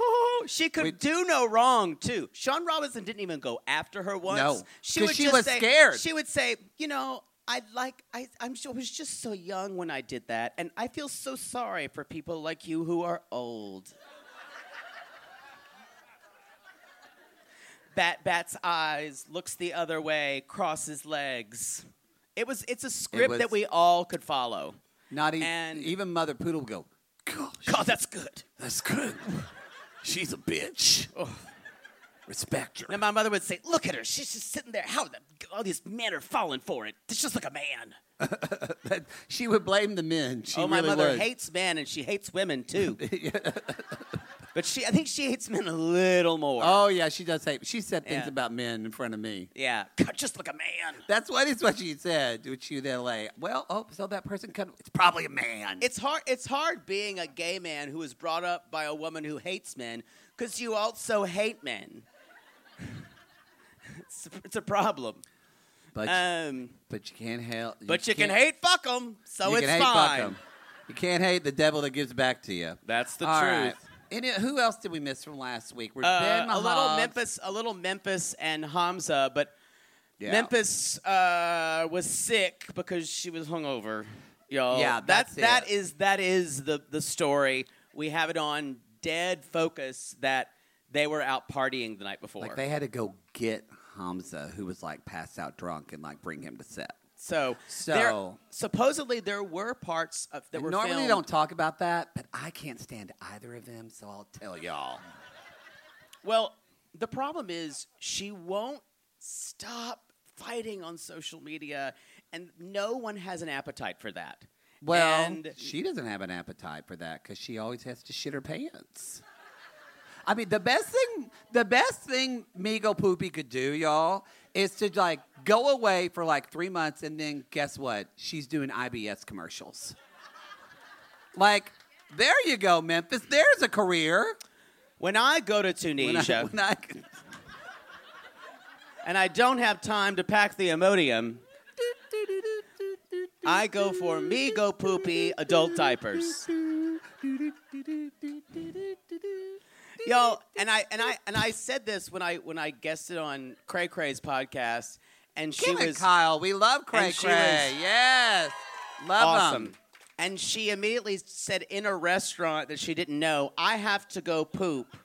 [SPEAKER 4] Oh, she could do no wrong too. Sean Robinson didn't even go after her once.
[SPEAKER 3] No,
[SPEAKER 4] she
[SPEAKER 3] 'cause
[SPEAKER 4] would
[SPEAKER 3] she
[SPEAKER 4] just
[SPEAKER 3] was
[SPEAKER 4] say,
[SPEAKER 3] scared.
[SPEAKER 4] She would say, you know. I like I I'm sure I was just so young when I did that and I feel so sorry for people like you who are old. Bat Bat's eyes looks the other way, crosses legs. It was it's a script
[SPEAKER 3] was-
[SPEAKER 4] that we all could follow.
[SPEAKER 3] Not even
[SPEAKER 4] And-
[SPEAKER 3] even Mother Poodle would go.
[SPEAKER 4] God, that's good.
[SPEAKER 3] That's good. She's a bitch. Respect her.
[SPEAKER 4] And my mother would say, "Look at her. She's just sitting there. How the, all these men are falling for it. It's just like a man."
[SPEAKER 3] But she would blame the men. She
[SPEAKER 4] oh, my
[SPEAKER 3] really
[SPEAKER 4] mother
[SPEAKER 3] would.
[SPEAKER 4] hates men, and she hates women too. but she, I think she hates men a little more.
[SPEAKER 3] Oh yeah, she does hate. She said things
[SPEAKER 4] Yeah.
[SPEAKER 3] about men in front of me.
[SPEAKER 4] yeah, God, just like a man.
[SPEAKER 3] That's what is what she said. Which you then like, well, oh, so that person could. It's probably a man.
[SPEAKER 4] It's hard. It's hard being a gay man who is brought up by a woman who hates men, because you also hate men. it's, it's a problem.
[SPEAKER 3] but
[SPEAKER 4] Um,
[SPEAKER 3] but you can't help.
[SPEAKER 4] but you can
[SPEAKER 3] can't-
[SPEAKER 4] hate fuck them, so
[SPEAKER 3] you
[SPEAKER 4] it's
[SPEAKER 3] can hate fuck
[SPEAKER 4] fine.
[SPEAKER 3] 'em. You can't hate the devil that gives back to you.
[SPEAKER 4] That's the
[SPEAKER 3] All
[SPEAKER 4] truth.
[SPEAKER 3] right. Any, who else did we miss from last week? We're
[SPEAKER 4] Uh,
[SPEAKER 3] Ben
[SPEAKER 4] a little
[SPEAKER 3] Mahomes.
[SPEAKER 4] Memphis, a little Memphis and Hamza, but
[SPEAKER 3] Yeah.
[SPEAKER 4] Memphis uh, was sick because she was hungover. Y'all.
[SPEAKER 3] Yeah, that's it.
[SPEAKER 4] that is that is the the story. We have it on dead focus that they were out partying the night before.
[SPEAKER 3] Like they had to go get Hamza, who was like passed out drunk, and like bring him to set.
[SPEAKER 4] so
[SPEAKER 3] So-
[SPEAKER 4] there- supposedly there were parts of that were
[SPEAKER 3] Normally
[SPEAKER 4] filmed.
[SPEAKER 3] don't talk about that, but I can't stand either of them, so I'll tell y'all.
[SPEAKER 4] Well, the problem is she won't stop fighting on social media, and no one has an appetite for that.
[SPEAKER 3] Well,
[SPEAKER 4] and
[SPEAKER 3] she doesn't have an appetite for that because she always has to shit her pants. I mean, the best thing, the best thing Migo Poopy could do, y'all, is to like go away for like three months and then guess what? She's doing IBS commercials. like, there you go, Memphis. There's a career.
[SPEAKER 4] when I go to
[SPEAKER 3] When I-
[SPEAKER 4] Tunisia
[SPEAKER 3] when I-
[SPEAKER 4] and I don't have time to pack the Imodium, I go for me go poopy adult diapers. Yo, and I and I and I said this when I when I guested on Cray Cray's podcast, and she
[SPEAKER 3] Kim and
[SPEAKER 4] was
[SPEAKER 3] Kyle, we love Cray
[SPEAKER 4] and she
[SPEAKER 3] Cray.
[SPEAKER 4] was-
[SPEAKER 3] Yes, love 'em.
[SPEAKER 4] awesome. And she immediately said in a restaurant that she didn't know, I have to go poop.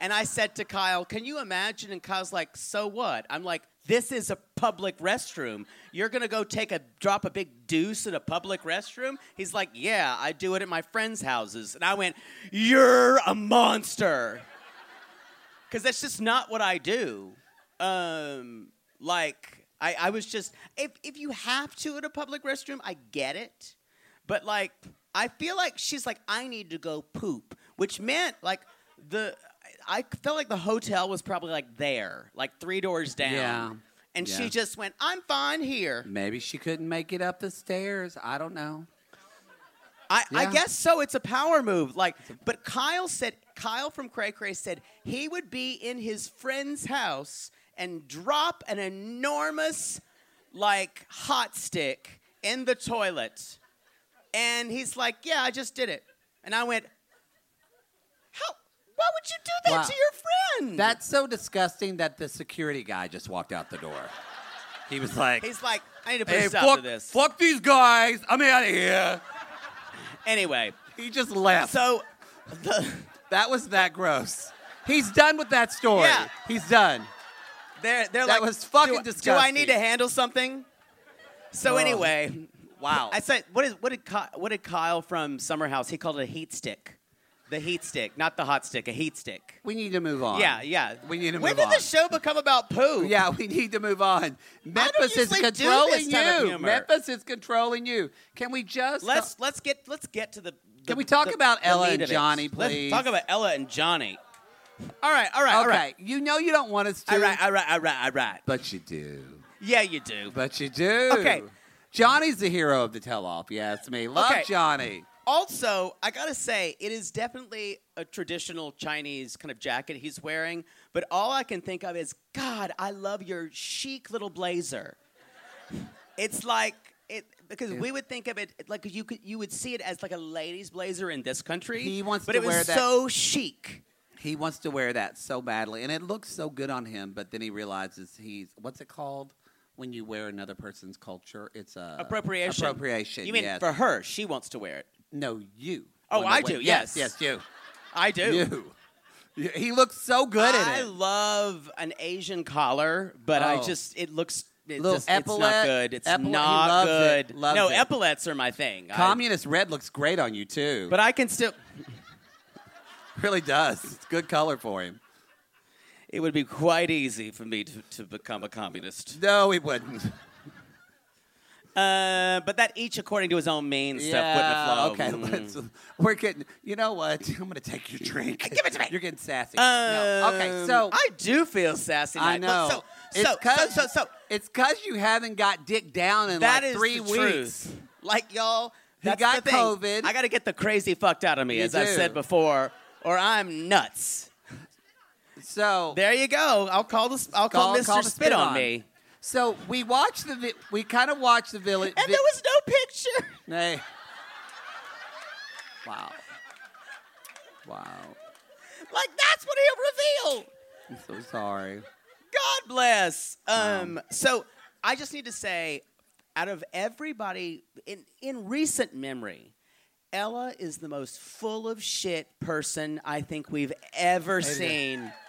[SPEAKER 4] And I said to Kyle, Can you imagine? And Kyle's like, So what? I'm like, This is a public restroom. You're gonna go take a drop a big deuce in a public restroom? He's like, Yeah, I do it at my friends' houses. And I went, You're a monster. Cause that's just not what I do. Um, like I, I was just if if you have to at a public restroom, I get it. But like I feel like she's like I need to go poop, which meant like the I felt like the hotel was probably like there, like three doors down.
[SPEAKER 3] Yeah.
[SPEAKER 4] And
[SPEAKER 3] Yeah.
[SPEAKER 4] she just went, "I'm fine here."
[SPEAKER 3] Maybe she couldn't make it up the stairs. I don't know.
[SPEAKER 4] I, I
[SPEAKER 3] Yeah.
[SPEAKER 4] guess so. It's a power move. Like, but Kyle said, Kyle from Cray Cray said he would be in his friend's house and drop an enormous, like, hot stick in the toilet, and he's like, "Yeah, I just did it," and I went, "How? Why would you do that
[SPEAKER 3] Wow.
[SPEAKER 4] to your friend?"
[SPEAKER 3] That's so disgusting that the security guy just walked out the door. He was like,
[SPEAKER 4] he's like, "I need to put a
[SPEAKER 3] "Hey,
[SPEAKER 4] stop
[SPEAKER 3] fuck,
[SPEAKER 4] to this."
[SPEAKER 3] fuck these guys. I'm out of here."
[SPEAKER 4] Anyway,
[SPEAKER 3] He just left.
[SPEAKER 4] so the.
[SPEAKER 3] that was that gross. He's done with that story.
[SPEAKER 4] Yeah.
[SPEAKER 3] He's done.
[SPEAKER 4] They're, they're
[SPEAKER 3] That
[SPEAKER 4] like,
[SPEAKER 3] was fucking
[SPEAKER 4] do, Do I
[SPEAKER 3] disgusting.
[SPEAKER 4] need to handle something? So anyway,
[SPEAKER 3] Wow.
[SPEAKER 4] I said, what is what did Ky- what did Kyle from Summer House? He called it a heat stick, the heat stick, not the hot stick, a heat stick.
[SPEAKER 3] we need to move on.
[SPEAKER 4] Yeah, yeah.
[SPEAKER 3] We need to
[SPEAKER 4] When
[SPEAKER 3] move
[SPEAKER 4] did
[SPEAKER 3] on.
[SPEAKER 4] the show become about poo?
[SPEAKER 3] Yeah, we need to move on. Memphis is
[SPEAKER 4] usually do
[SPEAKER 3] controlling
[SPEAKER 4] this type of
[SPEAKER 3] you.
[SPEAKER 4] humor.
[SPEAKER 3] Memphis is controlling you. Can we just
[SPEAKER 4] Let's let's get let's get to the. the
[SPEAKER 3] Can we talk
[SPEAKER 4] the-
[SPEAKER 3] about
[SPEAKER 4] the
[SPEAKER 3] Ella
[SPEAKER 4] meat
[SPEAKER 3] and
[SPEAKER 4] of it.
[SPEAKER 3] Johnny, please?
[SPEAKER 4] Let's talk about Ella and Johnny. All right, all right,
[SPEAKER 3] Okay,
[SPEAKER 4] all right,
[SPEAKER 3] you know you don't want us to.
[SPEAKER 4] all right, all right, all right, all right.
[SPEAKER 3] But you do.
[SPEAKER 4] Yeah, you do.
[SPEAKER 3] But you do.
[SPEAKER 4] Okay.
[SPEAKER 3] Johnny's the hero of the tell off, you ask me. Love
[SPEAKER 4] Okay.
[SPEAKER 3] Johnny.
[SPEAKER 4] Also, I gotta say, it is definitely a traditional Chinese kind of jacket he's wearing, but all I can think of is, God, I love your chic little blazer. it's like it because we would think of it like you could you would see it as like a lady's blazer in this country.
[SPEAKER 3] He wants
[SPEAKER 4] but
[SPEAKER 3] to
[SPEAKER 4] it was
[SPEAKER 3] wear that-
[SPEAKER 4] so chic.
[SPEAKER 3] He wants to wear that so badly, and it looks so good on him, but then he realizes he's what's it called? When you wear another person's culture, it's a
[SPEAKER 4] Appropriation.
[SPEAKER 3] Appropriation.
[SPEAKER 4] You mean
[SPEAKER 3] yes.
[SPEAKER 4] for her? She wants to wear it.
[SPEAKER 3] No, you.
[SPEAKER 4] Oh,
[SPEAKER 3] wanna
[SPEAKER 4] I
[SPEAKER 3] wear-
[SPEAKER 4] do,
[SPEAKER 3] Yes, yes,
[SPEAKER 4] yes.
[SPEAKER 3] you.
[SPEAKER 4] I do.
[SPEAKER 3] You. You- He looks so good
[SPEAKER 4] I
[SPEAKER 3] in it.
[SPEAKER 4] love an Asian collar, but I
[SPEAKER 3] Oh.
[SPEAKER 4] just it looks it
[SPEAKER 3] Little
[SPEAKER 4] just, it's
[SPEAKER 3] epaulette,
[SPEAKER 4] not good. It's
[SPEAKER 3] epaulette, he
[SPEAKER 4] not
[SPEAKER 3] loves it,
[SPEAKER 4] good.
[SPEAKER 3] loves
[SPEAKER 4] no,
[SPEAKER 3] it.
[SPEAKER 4] epaulettes are my thing. I-
[SPEAKER 3] Communist red looks great on you too.
[SPEAKER 4] but I can still.
[SPEAKER 3] really does. It's good color for him.
[SPEAKER 4] It would be quite easy for me to, to become a communist.
[SPEAKER 3] No, he wouldn't.
[SPEAKER 4] Uh, but that each according to his own means
[SPEAKER 3] Yeah,
[SPEAKER 4] stuff wouldn't Mm. have
[SPEAKER 3] Okay,
[SPEAKER 4] flown.
[SPEAKER 3] let's, we're getting. You know what? I'm gonna take your drink. Give it to me. You're getting sassy. No, Okay, so
[SPEAKER 4] Um, I do feel sassy.
[SPEAKER 3] I
[SPEAKER 4] tonight. Well,
[SPEAKER 3] know.
[SPEAKER 4] So so, so so so
[SPEAKER 3] it's cause you haven't got dick down in
[SPEAKER 4] that
[SPEAKER 3] like
[SPEAKER 4] is
[SPEAKER 3] three
[SPEAKER 4] the
[SPEAKER 3] weeks.
[SPEAKER 4] Truth. Like y'all,
[SPEAKER 3] He
[SPEAKER 4] that's
[SPEAKER 3] got
[SPEAKER 4] the thing.
[SPEAKER 3] COVID.
[SPEAKER 4] I got to get the crazy fucked out of me,
[SPEAKER 3] You
[SPEAKER 4] as I've
[SPEAKER 3] do.
[SPEAKER 4] said before, or I'm nuts.
[SPEAKER 3] So
[SPEAKER 4] There you go. I'll call the I'll call,
[SPEAKER 3] Call-
[SPEAKER 4] Mr.
[SPEAKER 3] call the
[SPEAKER 4] Spit,
[SPEAKER 3] spit
[SPEAKER 4] on,
[SPEAKER 3] on.
[SPEAKER 4] me.
[SPEAKER 3] so we watched the vi- we kind of watched the village.
[SPEAKER 4] And there was no picture.
[SPEAKER 3] Hey. Wow. Wow.
[SPEAKER 4] Like that's what he'll reveal.
[SPEAKER 3] I'm so sorry.
[SPEAKER 4] God bless. Um. So I just need to say, out of everybody in in recent memory, Ella is the most full of shit person I think we've ever seen.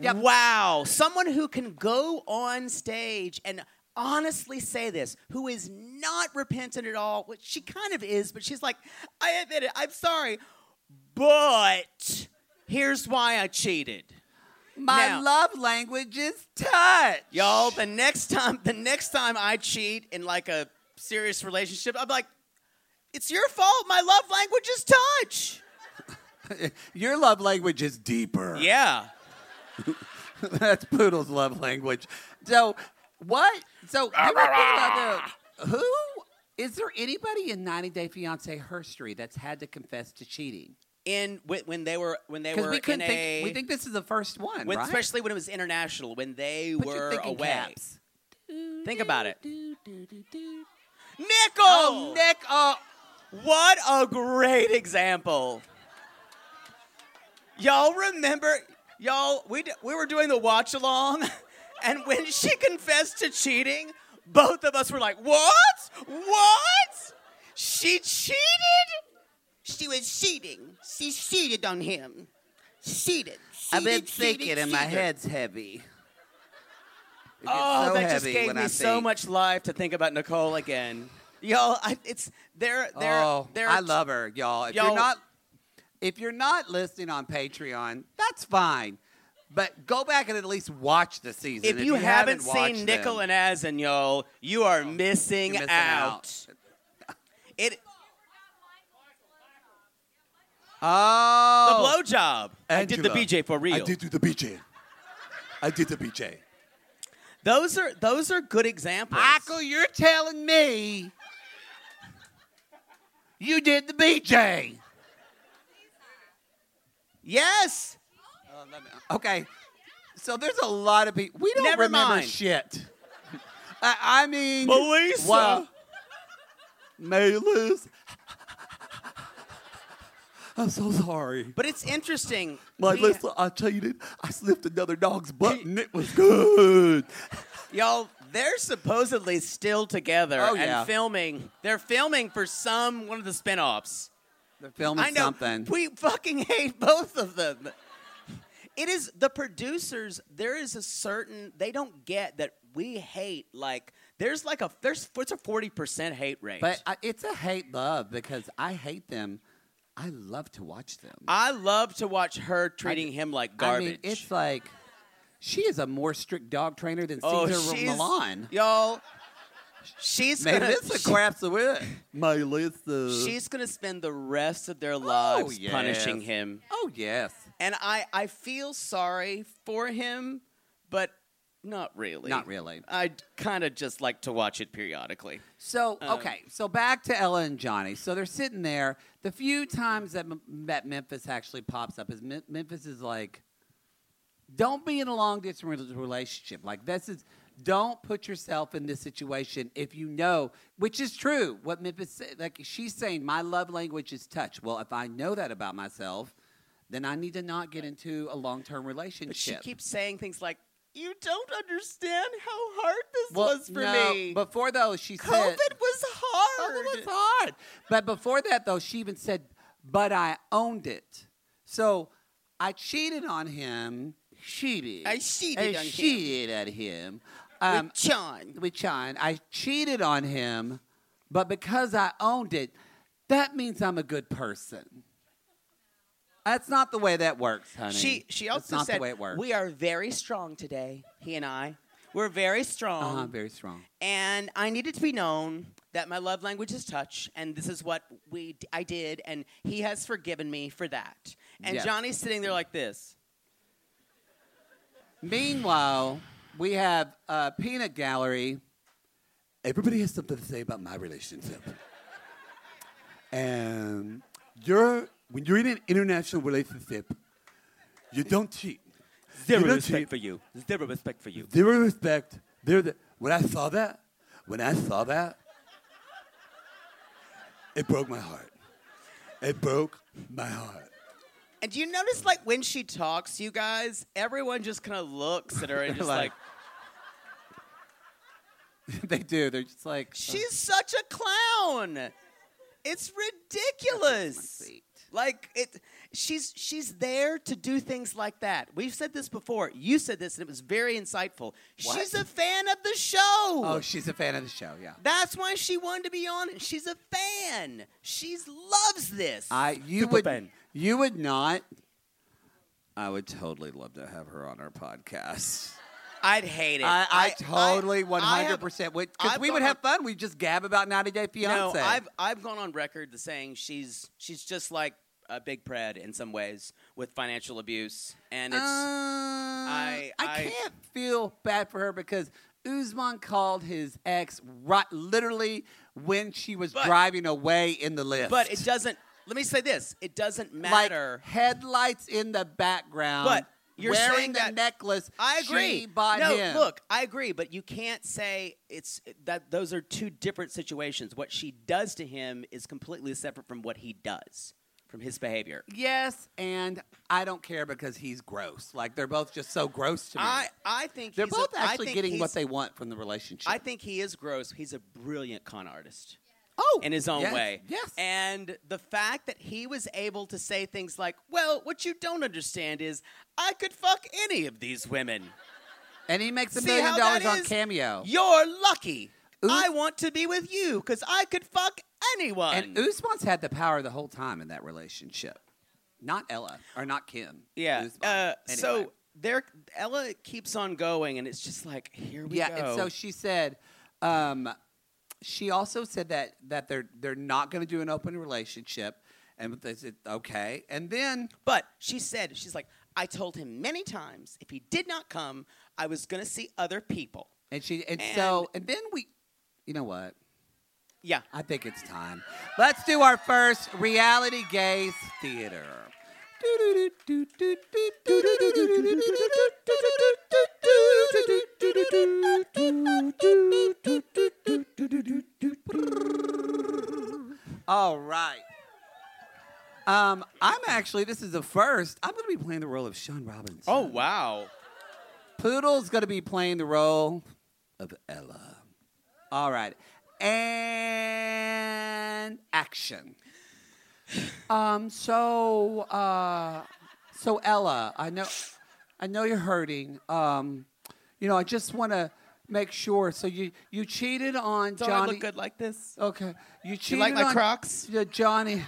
[SPEAKER 3] Yep.
[SPEAKER 4] Wow, someone who can go on stage and honestly say this, who is not repentant at all, which she kind of is, but she's like, I admit it, I'm sorry, but here's why I cheated.
[SPEAKER 3] My
[SPEAKER 4] Now-
[SPEAKER 3] love language is touch.
[SPEAKER 4] Y'all, the next time, the next time I cheat in like a serious relationship, I'm like, it's your fault. My love language is touch.
[SPEAKER 3] Your love language is deeper.
[SPEAKER 4] Yeah.
[SPEAKER 3] That's Poodle's love language. So what? So
[SPEAKER 4] Ah,
[SPEAKER 3] give me another- who is there anybody in 90 Day Fiance history that's had to confess to cheating?
[SPEAKER 4] In whe- when they were when they
[SPEAKER 3] Because
[SPEAKER 4] were
[SPEAKER 3] we couldn't
[SPEAKER 4] in
[SPEAKER 3] think.
[SPEAKER 4] a
[SPEAKER 3] we think this is the first one,
[SPEAKER 4] when-
[SPEAKER 3] right?
[SPEAKER 4] especially when it was international when they
[SPEAKER 3] Put your
[SPEAKER 4] were
[SPEAKER 3] thinking
[SPEAKER 4] away.
[SPEAKER 3] caps.
[SPEAKER 4] Think about it. Nickel.
[SPEAKER 3] Oh, Nick! Oh,
[SPEAKER 4] What a great example. Y'all remember, y'all, we, d- we were doing the watch along, and when she confessed to cheating, both of us were like, What? What? She cheated? She was cheating. She cheated on him. Cheated.
[SPEAKER 3] I've been thinking, and my head's heavy. It gets
[SPEAKER 4] Oh,
[SPEAKER 3] so
[SPEAKER 4] that just
[SPEAKER 3] heavy
[SPEAKER 4] gave
[SPEAKER 3] when
[SPEAKER 4] me
[SPEAKER 3] I
[SPEAKER 4] so
[SPEAKER 3] think.
[SPEAKER 4] much life to think about Nicole again. Y'all, I, it's there. There.
[SPEAKER 3] oh,
[SPEAKER 4] there.
[SPEAKER 3] I love her, y'all. If
[SPEAKER 4] Y'all-
[SPEAKER 3] you're not if you're not listening on Patreon, that's fine. But go back and at least watch the season.
[SPEAKER 4] if, you, haven't,
[SPEAKER 3] watched
[SPEAKER 4] seen Nickel
[SPEAKER 3] them,
[SPEAKER 4] and Azin, y'all, you are missing,
[SPEAKER 3] you're missing
[SPEAKER 4] out. It
[SPEAKER 3] Oh,
[SPEAKER 4] the blowjob. I did the BJ for real.
[SPEAKER 6] do the BJ. I did the BJ.
[SPEAKER 4] Those are those are good examples.
[SPEAKER 3] Michael, you're telling me you did the BJ.
[SPEAKER 4] Yes.
[SPEAKER 3] Okay. So there's a lot of people. We don't
[SPEAKER 4] Never
[SPEAKER 3] remember
[SPEAKER 4] mind.
[SPEAKER 3] shit. I, I mean,
[SPEAKER 4] Melissa.
[SPEAKER 3] Wow. Melissa.
[SPEAKER 6] I'm so sorry.
[SPEAKER 4] But it's interesting.
[SPEAKER 6] Like,
[SPEAKER 4] We-
[SPEAKER 6] listen, I cheated. I slipped another dog's butt, and it was good.
[SPEAKER 4] y'all, they're supposedly still together
[SPEAKER 3] Oh, yeah.
[SPEAKER 4] and filming. They're filming for some one of the spinoffs.
[SPEAKER 3] They're filming
[SPEAKER 4] I know.
[SPEAKER 3] something.
[SPEAKER 4] We fucking hate both of them. It is the producers. There is a certain they don't get that we hate. Like there's like a there's it's a forty percent hate rate.
[SPEAKER 3] But I, it's a hate love because I hate them. I love to watch them.
[SPEAKER 4] I love to watch her treating him like garbage.
[SPEAKER 3] I mean, it's like she is a more strict dog trainer than
[SPEAKER 4] oh,
[SPEAKER 3] Caesar
[SPEAKER 4] she's
[SPEAKER 3] Milan.
[SPEAKER 4] y'all. She's
[SPEAKER 3] Maybe
[SPEAKER 4] gonna,
[SPEAKER 3] it's a crap's the wit.
[SPEAKER 6] Melissa.
[SPEAKER 4] She's gonna spend the rest of their lives
[SPEAKER 3] Oh, yes.
[SPEAKER 4] punishing him.
[SPEAKER 3] Oh yes,
[SPEAKER 4] And I, I feel sorry for him, but not really.
[SPEAKER 3] not really.
[SPEAKER 4] I kind of just like to watch it periodically.
[SPEAKER 3] So
[SPEAKER 4] Um,
[SPEAKER 3] okay, so back to Ella and Johnny. So they're sitting there. The few times that, M- that Memphis actually pops up is Mem- Memphis is like, "Don't be in a long distance relationship. Like this is, don't put yourself in this situation if you know, which is true. What Memphis said, like she's saying, my love language is touch. Well, if I know that about myself, then I need to not get into a long term relationship.
[SPEAKER 4] But she keeps saying things like, "You don't understand how hard this
[SPEAKER 3] Well,
[SPEAKER 4] was for
[SPEAKER 3] no,
[SPEAKER 4] me.
[SPEAKER 3] Before though, she said,
[SPEAKER 4] COVID was hard.
[SPEAKER 3] Oh, that was hard. But before that, though, she even said, "But I owned it." So I cheated on him. Cheated.
[SPEAKER 4] I cheated
[SPEAKER 3] I
[SPEAKER 4] on him.
[SPEAKER 3] cheated at him. Um,
[SPEAKER 4] With John.
[SPEAKER 3] with Chon. I cheated on him, but because I owned it, that means I'm a good person. That's not the way that works, honey.
[SPEAKER 4] She she
[SPEAKER 3] That's
[SPEAKER 4] also
[SPEAKER 3] not
[SPEAKER 4] said,
[SPEAKER 3] the way it works.
[SPEAKER 4] "We are very strong today. He and I, we're very strong.
[SPEAKER 3] uh very strong.
[SPEAKER 4] and I needed to be known that my love language is touch, and this is what we d- I did, and he has forgiven me for that. And
[SPEAKER 3] Yes.
[SPEAKER 4] Johnny's sitting there like this.
[SPEAKER 3] Meanwhile, we have uh, Peanut Gallery.
[SPEAKER 6] Everybody has something to say about my relationship. and you're when you're in an international relationship, you don't cheat.
[SPEAKER 4] Zero
[SPEAKER 6] You know,
[SPEAKER 4] respect
[SPEAKER 6] she-
[SPEAKER 4] for you. Zero respect for you.
[SPEAKER 6] Zero respect. They're the, when I saw that, when I saw that, it broke my heart. It broke my heart.
[SPEAKER 4] And do you notice, like, when she talks, you guys, everyone just kind of looks at her and just like,
[SPEAKER 3] Like- they do. They're just like oh,
[SPEAKER 4] She's such a clown. It's ridiculous.
[SPEAKER 3] sweet.
[SPEAKER 4] Like it she's she's there to do things like that. We've said this before. You said this and it was very insightful. She's a fan of the show.
[SPEAKER 3] Oh, she's a fan of the show. Yeah.
[SPEAKER 4] That's why she wanted to be on it. She's a fan. She loves this.
[SPEAKER 3] I you would you would not. I would totally love to have her on our podcast.
[SPEAKER 4] I'd hate it.
[SPEAKER 3] I, I, totally one
[SPEAKER 4] I
[SPEAKER 3] hundred
[SPEAKER 4] have-
[SPEAKER 3] percent would because
[SPEAKER 4] I've
[SPEAKER 3] we would
[SPEAKER 4] gone
[SPEAKER 3] have fun. We just gab about ninety day
[SPEAKER 4] No,
[SPEAKER 3] fiance.
[SPEAKER 4] I've I've gone on record to saying she's she's just like a big pred in some ways with financial abuse, and it's
[SPEAKER 3] Uh, I,
[SPEAKER 4] I-
[SPEAKER 3] can't feel bad for her because Uzman called his ex right, literally when she was
[SPEAKER 4] But-
[SPEAKER 3] driving away in the lift.
[SPEAKER 4] but it doesn't. Let me say this: it doesn't
[SPEAKER 3] like
[SPEAKER 4] matter.
[SPEAKER 3] headlights in the background.
[SPEAKER 4] But you're
[SPEAKER 3] wearing
[SPEAKER 4] saying
[SPEAKER 3] the
[SPEAKER 4] that-
[SPEAKER 3] necklace.
[SPEAKER 4] I agree.
[SPEAKER 3] She bought
[SPEAKER 4] no,
[SPEAKER 3] him.
[SPEAKER 4] look, I agree, but you can't say it's that those are two different situations. What she does to him is completely separate from what he does, from his behavior.
[SPEAKER 3] Yes, and I don't care because he's gross. Like they're both just so gross to me.
[SPEAKER 4] I I think
[SPEAKER 3] they're
[SPEAKER 4] he's a-
[SPEAKER 3] both
[SPEAKER 4] I
[SPEAKER 3] actually
[SPEAKER 4] think
[SPEAKER 3] getting what
[SPEAKER 4] he's-
[SPEAKER 3] they want from the relationship.
[SPEAKER 4] I think he is gross. He's a brilliant con artist.
[SPEAKER 3] oh,
[SPEAKER 4] in his own
[SPEAKER 3] yes,
[SPEAKER 4] way.
[SPEAKER 3] Yes.
[SPEAKER 4] And the fact that he was able to say things like, well, what you don't understand is I could fuck any of these women.
[SPEAKER 3] And he makes a
[SPEAKER 4] See
[SPEAKER 3] million
[SPEAKER 4] how
[SPEAKER 3] dollars
[SPEAKER 4] that
[SPEAKER 3] on
[SPEAKER 4] is?
[SPEAKER 3] Cameo.
[SPEAKER 4] You're lucky.
[SPEAKER 3] Oos-
[SPEAKER 4] I want to be with you because I could fuck anyone.
[SPEAKER 3] and Usman's had the power the whole time in that relationship. Not Ella or not Kim.
[SPEAKER 4] yeah.
[SPEAKER 3] Usman.
[SPEAKER 4] Uh,
[SPEAKER 3] Anyway.
[SPEAKER 4] So there, Ella keeps on going, and it's just like, here we
[SPEAKER 3] yeah,
[SPEAKER 4] go.
[SPEAKER 3] and so she said, um, she also said that that they're they're not going to do an open relationship, and they said okay, and then
[SPEAKER 4] But she said, she's like, I told him many times if he did not come, I was going to see other people.
[SPEAKER 3] and she and, so and then we, you know what?
[SPEAKER 4] Yeah.
[SPEAKER 3] I think it's time. Let's do our first reality gaze theater. All right. Um, I'm actually, this is the first. I'm going to be playing the role of Sean Robbins.
[SPEAKER 4] Oh, wow.
[SPEAKER 3] Poodle's going to be playing the role of Ella. All right. And action. Um, so uh, so Ella, I know I know you're hurting. Um, you know, I just want to make sure so you you cheated on
[SPEAKER 4] Don't
[SPEAKER 3] Johnny
[SPEAKER 4] I look good like this?
[SPEAKER 3] Okay. You cheated
[SPEAKER 4] like my
[SPEAKER 3] on
[SPEAKER 4] Crocs?
[SPEAKER 3] Yeah, Johnny.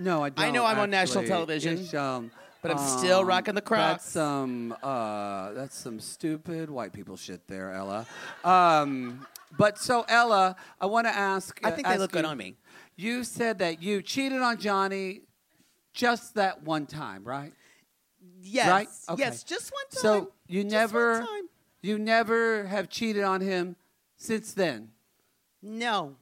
[SPEAKER 3] No, I don't.
[SPEAKER 4] I know I'm on national
[SPEAKER 3] actually.
[SPEAKER 4] television,
[SPEAKER 3] It's, um,
[SPEAKER 4] but I'm still rocking the Crocs.
[SPEAKER 3] That's some uh, that's some stupid white people shit there, Ella. Um, but so Ella, I want to ask.
[SPEAKER 4] I think they
[SPEAKER 3] ask
[SPEAKER 4] look good
[SPEAKER 3] you-
[SPEAKER 4] on me.
[SPEAKER 3] You said that you cheated on Johnny just that one time, right?
[SPEAKER 4] Yes.
[SPEAKER 3] Right? Okay.
[SPEAKER 4] Yes, just one time.
[SPEAKER 3] So you
[SPEAKER 4] Just
[SPEAKER 3] never
[SPEAKER 4] one time.
[SPEAKER 3] you never have cheated on him since then.
[SPEAKER 4] No,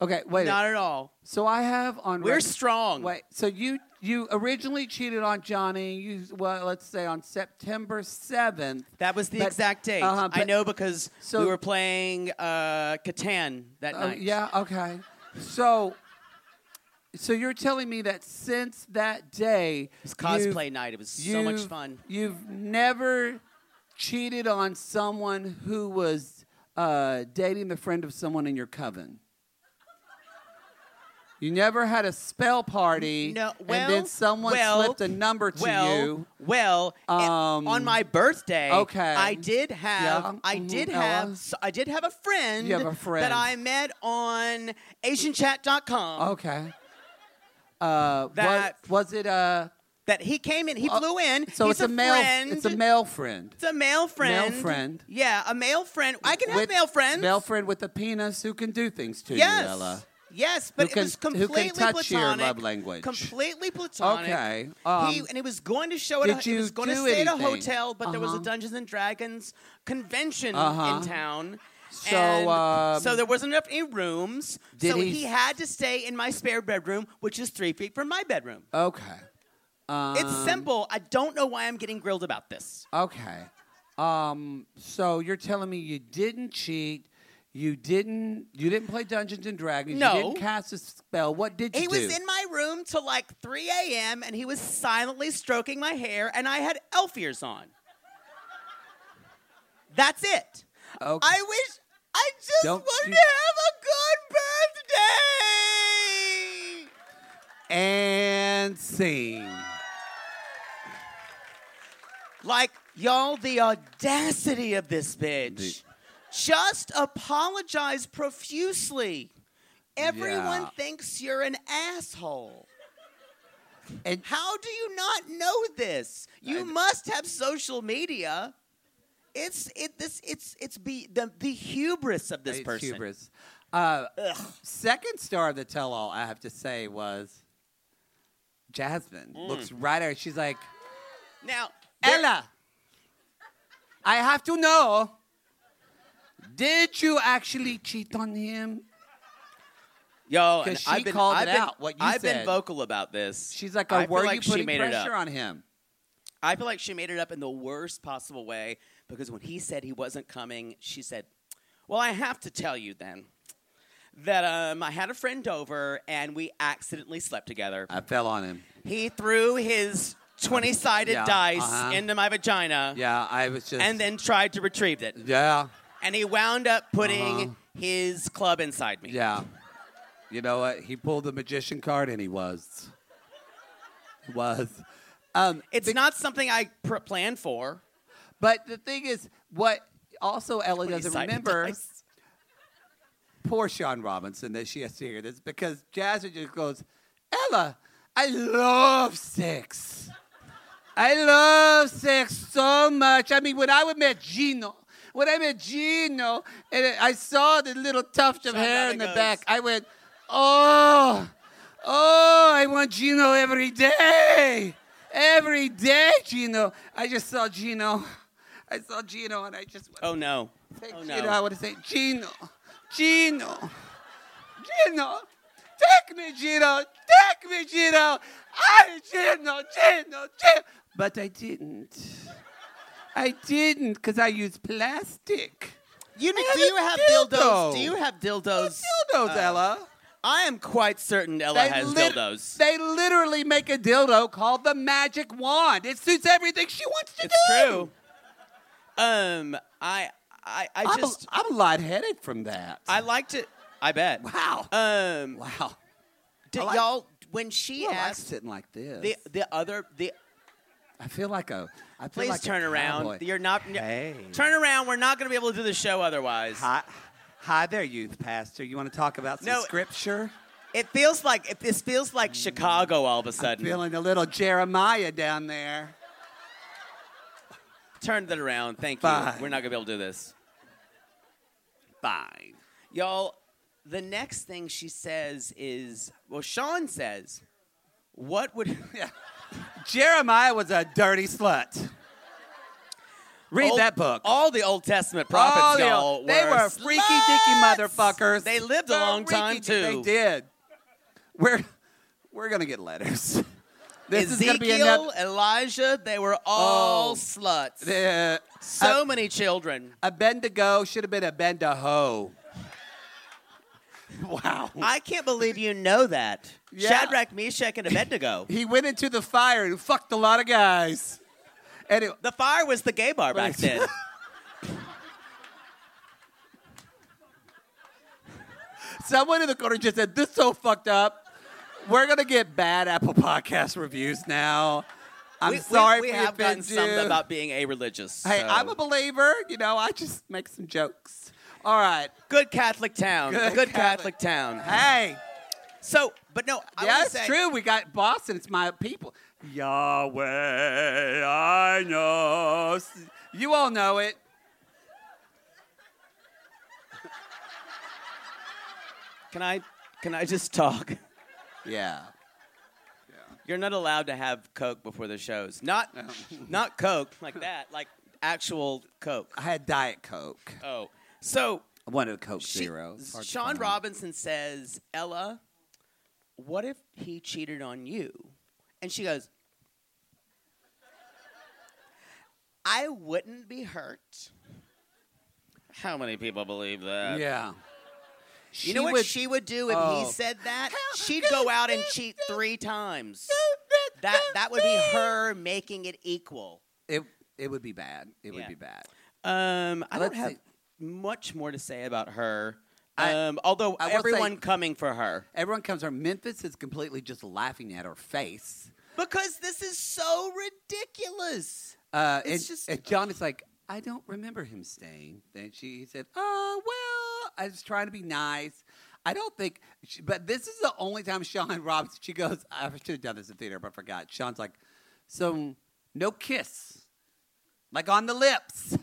[SPEAKER 3] Okay, wait.
[SPEAKER 4] not at all.
[SPEAKER 3] So I have on.
[SPEAKER 4] We're
[SPEAKER 3] rec-
[SPEAKER 4] strong.
[SPEAKER 3] Wait. So you you originally cheated on Johnny. You well, let's say on September seventh.
[SPEAKER 4] That was the
[SPEAKER 3] But-
[SPEAKER 4] exact date.
[SPEAKER 3] uh-huh,
[SPEAKER 4] I
[SPEAKER 3] but-
[SPEAKER 4] know because
[SPEAKER 3] So-
[SPEAKER 4] we were playing uh, Catan that
[SPEAKER 3] Oh,
[SPEAKER 4] night.
[SPEAKER 3] yeah. Okay. So. So you're telling me that since that day,
[SPEAKER 4] It was cosplay night. It was so much fun.
[SPEAKER 3] You've never cheated on someone who was uh, dating the friend of someone in your coven. You never had a spell party,
[SPEAKER 4] No, well,
[SPEAKER 3] and then someone
[SPEAKER 4] well,
[SPEAKER 3] slipped a number to
[SPEAKER 4] well,
[SPEAKER 3] you.
[SPEAKER 4] Well, a-
[SPEAKER 3] Um,
[SPEAKER 4] on my birthday,
[SPEAKER 3] okay.
[SPEAKER 4] I did have,
[SPEAKER 3] Yeah,
[SPEAKER 4] I
[SPEAKER 3] mhm,
[SPEAKER 4] did
[SPEAKER 3] Ella.
[SPEAKER 4] have, so I did have a friend,
[SPEAKER 3] You have a friend. Oh.
[SPEAKER 4] that I met on AsianChat.com.
[SPEAKER 3] Okay. Uh,
[SPEAKER 4] That-
[SPEAKER 3] was, was it a?
[SPEAKER 4] That he came in, he flew in.
[SPEAKER 3] Oh, So
[SPEAKER 4] He's
[SPEAKER 3] it's a, male.
[SPEAKER 4] Friend.
[SPEAKER 3] It's a male friend.
[SPEAKER 4] It's a male friend.
[SPEAKER 3] friend.
[SPEAKER 4] Yeah, a male friend. I can have
[SPEAKER 3] With-
[SPEAKER 4] male friends.
[SPEAKER 3] Male friend with a penis who can do things to
[SPEAKER 4] Yes.
[SPEAKER 3] you, Ella.
[SPEAKER 4] Yes, but
[SPEAKER 3] Who
[SPEAKER 4] it
[SPEAKER 3] can-
[SPEAKER 4] was
[SPEAKER 3] who can
[SPEAKER 4] completely
[SPEAKER 3] touch your
[SPEAKER 4] platonic.
[SPEAKER 3] love language.
[SPEAKER 4] Completely platonic.
[SPEAKER 3] Okay, um,
[SPEAKER 4] he, and it was going to show it.
[SPEAKER 3] did
[SPEAKER 4] It
[SPEAKER 3] you
[SPEAKER 4] was going to
[SPEAKER 3] do
[SPEAKER 4] stay at a
[SPEAKER 3] anything?
[SPEAKER 4] hotel, but there was a
[SPEAKER 3] Uh-huh.
[SPEAKER 4] Dungeons and Dragons convention
[SPEAKER 3] Uh-huh.
[SPEAKER 4] in town.
[SPEAKER 3] So,
[SPEAKER 4] and
[SPEAKER 3] um,
[SPEAKER 4] so there wasn't enough any rooms.
[SPEAKER 3] did
[SPEAKER 4] so
[SPEAKER 3] he-
[SPEAKER 4] he, had to stay in my spare bedroom, which is three feet from my bedroom.
[SPEAKER 3] Okay. Um,
[SPEAKER 4] it's simple. I don't know why I'm getting grilled about this.
[SPEAKER 3] Okay. Um, so you're telling me you didn't cheat. You didn't. You didn't play Dungeons and Dragons.
[SPEAKER 4] No.
[SPEAKER 3] You didn't cast a spell. What did you
[SPEAKER 4] He
[SPEAKER 3] do?
[SPEAKER 4] was in my room till like 3 a.m. and he was silently stroking my hair, and I had elf ears on. That's it.
[SPEAKER 3] Okay.
[SPEAKER 4] I wish. I just
[SPEAKER 3] Don't
[SPEAKER 4] wanted
[SPEAKER 3] you-
[SPEAKER 4] to have a good birthday.
[SPEAKER 3] and sing.
[SPEAKER 4] Like, y'all, the audacity of this bitch. Just apologize profusely. Everyone
[SPEAKER 3] Yeah.
[SPEAKER 4] thinks you're an asshole.
[SPEAKER 3] And
[SPEAKER 4] How do you not know this? You must have social media. It's it this it's it's be the the hubris of this
[SPEAKER 3] it's
[SPEAKER 4] person.
[SPEAKER 3] hubris. Uh, second star of the tell-all, I have to say, was Jasmine. Looks right at her. She's like,
[SPEAKER 4] Now, Mm. there-
[SPEAKER 3] Ella, I have to know. Did you actually cheat on him?
[SPEAKER 4] yo, and
[SPEAKER 3] 'Cause she
[SPEAKER 4] I've been
[SPEAKER 3] called
[SPEAKER 4] I've
[SPEAKER 3] it
[SPEAKER 4] been,
[SPEAKER 3] out, what you
[SPEAKER 4] I've
[SPEAKER 3] said.
[SPEAKER 4] been vocal about this.
[SPEAKER 3] She's like,
[SPEAKER 4] I
[SPEAKER 3] oh,
[SPEAKER 4] feel
[SPEAKER 3] were
[SPEAKER 4] like
[SPEAKER 3] you
[SPEAKER 4] she
[SPEAKER 3] putting
[SPEAKER 4] made it up.
[SPEAKER 3] pressure on him?
[SPEAKER 4] I feel like she made it up in the worst possible way because when he said he wasn't coming, she said, Well, I have to tell you then that um, I had a friend over and we accidentally slept together.
[SPEAKER 3] I fell on him.
[SPEAKER 4] He threw his 20 sided
[SPEAKER 3] Yeah,
[SPEAKER 4] dice
[SPEAKER 3] uh-huh.
[SPEAKER 4] into my vagina
[SPEAKER 3] Yeah, I was just.
[SPEAKER 4] and then tried to retrieve it.
[SPEAKER 3] Yeah,
[SPEAKER 4] And he wound up putting his club inside me.
[SPEAKER 3] Uh-huh. yeah. You know what? He pulled the magician card and he was. He was. Um,
[SPEAKER 4] It's not something I pr- planned for.
[SPEAKER 3] But the thing is, what also Ella doesn't
[SPEAKER 4] 20-sided
[SPEAKER 3] remember,
[SPEAKER 4] dice.
[SPEAKER 3] poor Sean Robinson, that she has to hear this because Jasmine just goes, Ella, I love sex. I love sex so much. I mean, when I met Gino, when I met Gino, and I saw the little tuft of
[SPEAKER 4] Sean
[SPEAKER 3] hair in the
[SPEAKER 4] Robinson
[SPEAKER 3] back,
[SPEAKER 4] goes,
[SPEAKER 3] I went, oh, oh, I want Gino every day. Every day, Gino. I just saw Gino. I saw Gino, and I just went,
[SPEAKER 4] Oh, no.
[SPEAKER 3] Say
[SPEAKER 4] Oh,
[SPEAKER 3] Gino, I
[SPEAKER 4] no.
[SPEAKER 3] want to say Gino, Gino, Gino. Take me, Gino. Take me, Gino. I, Gino, Gino, Gino. But I didn't. I didn't because I used plastic.
[SPEAKER 4] You, do
[SPEAKER 3] have a
[SPEAKER 4] you have
[SPEAKER 3] dildo.
[SPEAKER 4] dildos? Do you have dildos?
[SPEAKER 3] Dildos,
[SPEAKER 4] uh,
[SPEAKER 3] Ella.
[SPEAKER 4] I am quite certain Ella has
[SPEAKER 3] lit-
[SPEAKER 4] dildos.
[SPEAKER 3] They literally make a dildo called the magic wand. It suits everything she wants to
[SPEAKER 4] it's
[SPEAKER 3] do.
[SPEAKER 4] true. Um, I, I, I
[SPEAKER 3] I'm,
[SPEAKER 4] just,
[SPEAKER 3] a, I'm lightheaded from that.
[SPEAKER 4] I liked it. I bet.
[SPEAKER 3] wow.
[SPEAKER 4] Um,
[SPEAKER 3] wow.
[SPEAKER 4] did
[SPEAKER 3] I like-
[SPEAKER 4] y'all when she
[SPEAKER 3] Well, I'm
[SPEAKER 4] asked
[SPEAKER 3] sitting like this.
[SPEAKER 4] the the other the
[SPEAKER 3] I feel like a. I feel
[SPEAKER 4] please
[SPEAKER 3] like a
[SPEAKER 4] turn around.
[SPEAKER 3] cowboy.
[SPEAKER 4] You're not
[SPEAKER 3] Hey.
[SPEAKER 4] turn around. We're not going to be able to do the show otherwise.
[SPEAKER 3] Hi, hi there, youth pastor. You want to talk about some
[SPEAKER 4] No.
[SPEAKER 3] scripture?
[SPEAKER 4] It feels like it, this feels like
[SPEAKER 3] Mm.
[SPEAKER 4] Chicago all of a sudden.
[SPEAKER 3] Feeling a little Jeremiah down there.
[SPEAKER 4] turn that around. Thank
[SPEAKER 3] Fine.
[SPEAKER 4] you. We're not going to be able to do this.
[SPEAKER 3] Fine.
[SPEAKER 4] Y'all, the next thing she says is, well, Sean says, what would
[SPEAKER 3] Jeremiah was a dirty slut. Read
[SPEAKER 4] Old-
[SPEAKER 3] that book.
[SPEAKER 4] All the Old Testament prophets,
[SPEAKER 3] All the-
[SPEAKER 4] y'all, were
[SPEAKER 3] Oh, they were freaky deaky
[SPEAKER 4] sluts.
[SPEAKER 3] motherfuckers.
[SPEAKER 4] They lived a
[SPEAKER 3] They're
[SPEAKER 4] long
[SPEAKER 3] freaky
[SPEAKER 4] time,
[SPEAKER 3] deaky. They
[SPEAKER 4] too.
[SPEAKER 3] did. We're we're gonna get letters. This is
[SPEAKER 4] Ezekiel,
[SPEAKER 3] gonna be another.
[SPEAKER 4] Elijah, they were all
[SPEAKER 3] Oh.
[SPEAKER 4] sluts.
[SPEAKER 3] Uh,
[SPEAKER 4] so many children.
[SPEAKER 3] a Bendigo should have been a Bendaho. Wow.
[SPEAKER 4] I can't believe you know that.
[SPEAKER 3] Yeah.
[SPEAKER 4] Shadrach, Meshach, and Abednego.
[SPEAKER 3] He went into the fire and fucked a lot of guys. And it,
[SPEAKER 4] the fire was the gay bar back
[SPEAKER 3] Right.
[SPEAKER 4] then.
[SPEAKER 3] someone in the corner just said, This is so fucked up. We're going to get bad Apple Podcast reviews now. I'm
[SPEAKER 4] we, we-
[SPEAKER 3] sorry
[SPEAKER 4] we,
[SPEAKER 3] if we
[SPEAKER 4] have gotten
[SPEAKER 3] offend
[SPEAKER 4] some
[SPEAKER 3] you.
[SPEAKER 4] about being a religious.
[SPEAKER 3] hey,
[SPEAKER 4] so.
[SPEAKER 3] I'm a believer. You know, I just make some jokes. All right.
[SPEAKER 4] good Catholic town.
[SPEAKER 3] Good
[SPEAKER 4] a good Catholic, town.
[SPEAKER 3] Hey,
[SPEAKER 4] So, but no, I
[SPEAKER 3] yeah,
[SPEAKER 4] wanna
[SPEAKER 3] it's
[SPEAKER 4] say,
[SPEAKER 3] true. We got Boston. It's my people. Yahweh, I know. You all know it.
[SPEAKER 4] Can I? Can I just talk?
[SPEAKER 3] Yeah.
[SPEAKER 4] You're not allowed to have Coke before the shows. Not not Coke like that, like actual Coke.
[SPEAKER 3] I had Diet Coke.
[SPEAKER 4] Oh. So
[SPEAKER 3] I wanted a Coke
[SPEAKER 4] she-
[SPEAKER 3] Zero. It's hard to
[SPEAKER 4] Sean
[SPEAKER 3] find.
[SPEAKER 4] Robinson says, Ella, what if he cheated on you? And she goes, I wouldn't be hurt. How many people believe that?
[SPEAKER 3] Yeah.
[SPEAKER 4] You know what she would do if
[SPEAKER 3] Oh.
[SPEAKER 4] he said that? She'd go out and cheat three times. That that would be her making it equal.
[SPEAKER 3] It it would be bad. It would
[SPEAKER 4] Yeah.
[SPEAKER 3] be bad.
[SPEAKER 4] Um, I
[SPEAKER 3] Let's
[SPEAKER 4] don't have
[SPEAKER 3] see.
[SPEAKER 4] much more to say about her.
[SPEAKER 3] I-
[SPEAKER 4] um, although
[SPEAKER 3] I will say-
[SPEAKER 4] everyone coming for her
[SPEAKER 3] Everyone comes from Memphis is completely just laughing at her face.
[SPEAKER 4] because this is so ridiculous.
[SPEAKER 3] Uh,
[SPEAKER 4] It's
[SPEAKER 3] and,
[SPEAKER 4] just-
[SPEAKER 3] and John is like, I don't remember him staying. And she said, Oh, well, I was trying to be nice. I don't think, she, but this is the only time Sean Robinson, she goes, I should have done this in theater, but I forgot. Sean's like, So, no kiss, like on the lips.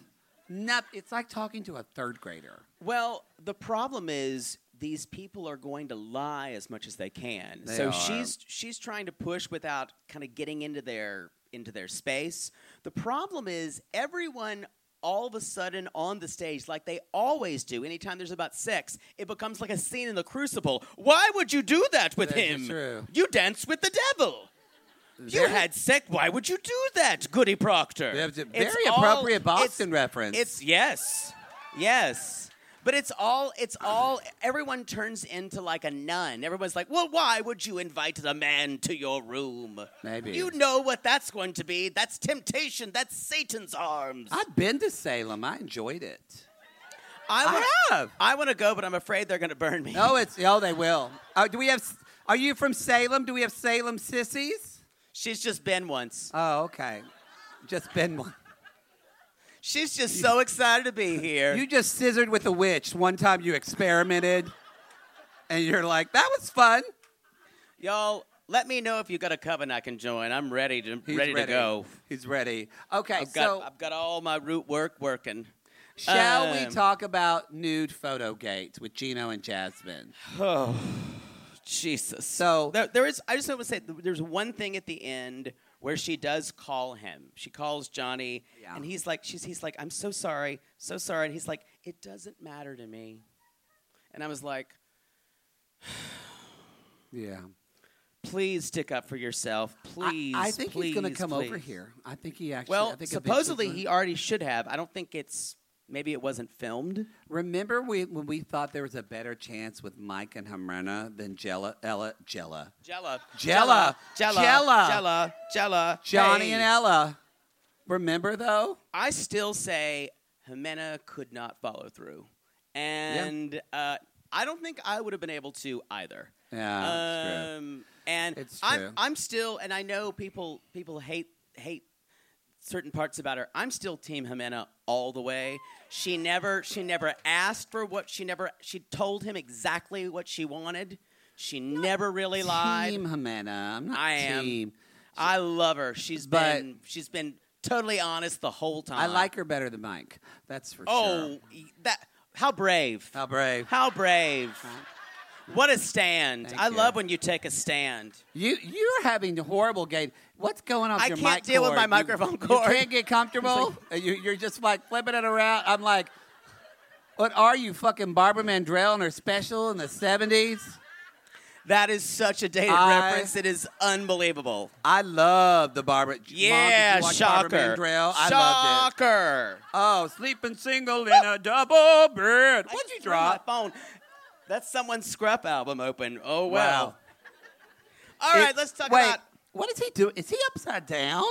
[SPEAKER 3] Nope. It's like talking to a third grader.
[SPEAKER 4] Well, the problem is these people are going to lie as much as they can.
[SPEAKER 3] They
[SPEAKER 4] so
[SPEAKER 3] are.
[SPEAKER 4] she's she's trying to push without kind of getting into their into their space. The problem is everyone all of a sudden on the stage, like they always do, anytime there's about sex, it becomes like a scene in the crucible. Why would you do that with
[SPEAKER 3] That is
[SPEAKER 4] him?
[SPEAKER 3] true.
[SPEAKER 4] You dance with the devil. You
[SPEAKER 3] There-
[SPEAKER 4] had sex. Why would you do that, Goody Proctor?
[SPEAKER 3] That's a
[SPEAKER 4] It's
[SPEAKER 3] very
[SPEAKER 4] all-
[SPEAKER 3] appropriate
[SPEAKER 4] it's-
[SPEAKER 3] Boston reference.
[SPEAKER 4] It's yes, yes. But it's all, it's all, everyone turns into like a nun. Everyone's like, well, why would you invite the man to your room?
[SPEAKER 3] Maybe.
[SPEAKER 4] You know what that's going to be. That's temptation. That's Satan's arms.
[SPEAKER 3] I've been to Salem, I enjoyed it.
[SPEAKER 4] I
[SPEAKER 3] have.
[SPEAKER 4] I want to go, but I'm afraid they're going to burn me.
[SPEAKER 3] Oh, it's, oh, they will. Uh, do we have, are you from Salem? Do we have Salem sissies?
[SPEAKER 4] She's just been once.
[SPEAKER 3] Oh, okay. Just been one.
[SPEAKER 4] She's just so excited to be here.
[SPEAKER 3] You just scissored with a witch. One time you experimented, and you're like, that was fun.
[SPEAKER 4] Y'all, let me know if you got a coven I can join. I'm ready to
[SPEAKER 3] He's
[SPEAKER 4] ready, to go.
[SPEAKER 3] He's ready. Okay,
[SPEAKER 4] I've got
[SPEAKER 3] so
[SPEAKER 4] I've got all my root work working.
[SPEAKER 3] shall we
[SPEAKER 4] um,
[SPEAKER 3] talk about nude photo gate with Gino and Jasmine? Oh,
[SPEAKER 4] Jesus.
[SPEAKER 3] So-
[SPEAKER 4] there, there is. I just want to say th- there's one thing at the end where she does call him. She calls Johnny,
[SPEAKER 3] Yeah.
[SPEAKER 4] and he's like, she's he's like, I'm so sorry, so sorry, and he's like, it doesn't matter to me. And I was like,
[SPEAKER 3] Yeah.
[SPEAKER 4] please stick up for yourself, please.
[SPEAKER 3] I, I think he's gonna
[SPEAKER 4] please,
[SPEAKER 3] come over
[SPEAKER 4] please."
[SPEAKER 3] here. I think he actually. I
[SPEAKER 4] Well,
[SPEAKER 3] think eventually-
[SPEAKER 4] supposedly he already should have. I don't think it's. Maybe it wasn't filmed.
[SPEAKER 3] Remember we, when we thought there was a better chance with Mike and Hamrena than Jella, Ella, Jella,
[SPEAKER 4] Jella.
[SPEAKER 3] Jella.
[SPEAKER 4] Jella.
[SPEAKER 3] Jella.
[SPEAKER 4] Jella. Jella.
[SPEAKER 3] Johnny
[SPEAKER 4] Hey.
[SPEAKER 3] and Ella? Remember though?
[SPEAKER 4] I still say Jimena could not follow through. And uh, I don't think I would have been able to either.
[SPEAKER 3] Yeah, that's true.
[SPEAKER 4] Um, and
[SPEAKER 3] It's true.
[SPEAKER 4] I'm, I'm still, and I know people people hate hate certain parts about her. I'm still Team Jimena all the way. She never she never asked for what she never she told him exactly what she wanted. She never really lied.
[SPEAKER 3] Team Jimena. I'm not
[SPEAKER 4] I am.
[SPEAKER 3] team.
[SPEAKER 4] I love her. She's
[SPEAKER 3] But-
[SPEAKER 4] been she's been totally honest the whole time.
[SPEAKER 3] I like her better than Mike. That's for
[SPEAKER 4] Oh,
[SPEAKER 3] sure.
[SPEAKER 4] y- that how brave!
[SPEAKER 3] How brave.
[SPEAKER 4] How brave! What a stand!
[SPEAKER 3] Thank
[SPEAKER 4] I
[SPEAKER 3] you.
[SPEAKER 4] love when you take a stand.
[SPEAKER 3] You you're having a horrible game. What's going on? With
[SPEAKER 4] I
[SPEAKER 3] your
[SPEAKER 4] can't
[SPEAKER 3] mic
[SPEAKER 4] deal with
[SPEAKER 3] cord?
[SPEAKER 4] my
[SPEAKER 3] You-
[SPEAKER 4] microphone
[SPEAKER 3] You
[SPEAKER 4] cord.
[SPEAKER 3] can't get comfortable. you, you're just like flipping it around. I'm like, what are you fucking Barbara Mandrell and her special in the '70s?
[SPEAKER 4] That is such a dated
[SPEAKER 3] I-
[SPEAKER 4] reference. It is unbelievable.
[SPEAKER 3] I love the Barbara. Mom, did you
[SPEAKER 4] Yeah,
[SPEAKER 3] watch
[SPEAKER 4] shocker!
[SPEAKER 3] Barbara Mandrell. I loved it.
[SPEAKER 4] shocker!
[SPEAKER 3] Oh, sleeping single in a double bed.
[SPEAKER 4] I
[SPEAKER 3] What'd
[SPEAKER 4] just
[SPEAKER 3] you
[SPEAKER 4] threw my
[SPEAKER 3] drop?
[SPEAKER 4] phone. That's someone's scrap album open. Oh well.
[SPEAKER 3] Wow.
[SPEAKER 4] All right, let's talk
[SPEAKER 3] Wait,
[SPEAKER 4] about.
[SPEAKER 3] what is he doing? Is he upside down?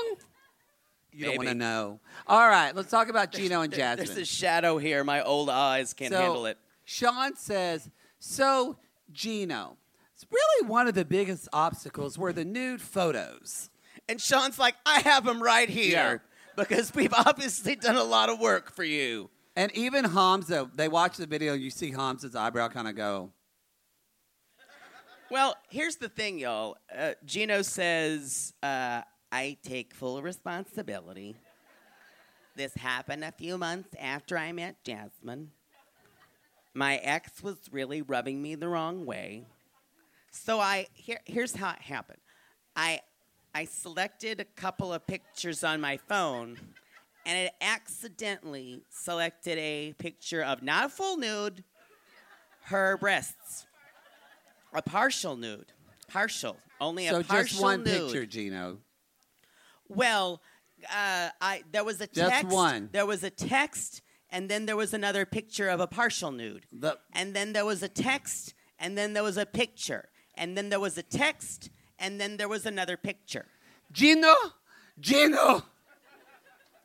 [SPEAKER 3] You don't
[SPEAKER 4] Maybe.
[SPEAKER 3] want to know. All right, let's talk about Gino and Jasmine.
[SPEAKER 4] There's a shadow here. My old eyes can't
[SPEAKER 3] So,
[SPEAKER 4] handle it.
[SPEAKER 3] Sean says, so Gino, it's really one of the biggest obstacles were the nude photos.
[SPEAKER 4] And Sean's like, I have him right here because we've obviously done a lot of work for you.
[SPEAKER 3] And even Hamza, they watch the video, you see Hamza's eyebrow kind of go.
[SPEAKER 4] Well, here's the thing, y'all. Uh, Gino says, uh, I take full responsibility. This happened a few months after I met Jasmine. My ex was really rubbing me the wrong way. So I here, here's how it happened. I I selected a couple of pictures on my phone and it accidentally selected a picture of not a full nude, her breasts. A partial nude. Partial. Only
[SPEAKER 3] so
[SPEAKER 4] a partial
[SPEAKER 3] just one
[SPEAKER 4] nude.
[SPEAKER 3] picture, Gino.
[SPEAKER 4] Well, uh, I there was a
[SPEAKER 3] Just
[SPEAKER 4] text.
[SPEAKER 3] one.
[SPEAKER 4] There was a text, and then there was another picture of a partial nude.
[SPEAKER 3] The-
[SPEAKER 4] and then there was a text, and then there was a picture, and then there was a text, and then there was another picture.
[SPEAKER 3] Gino, Gino,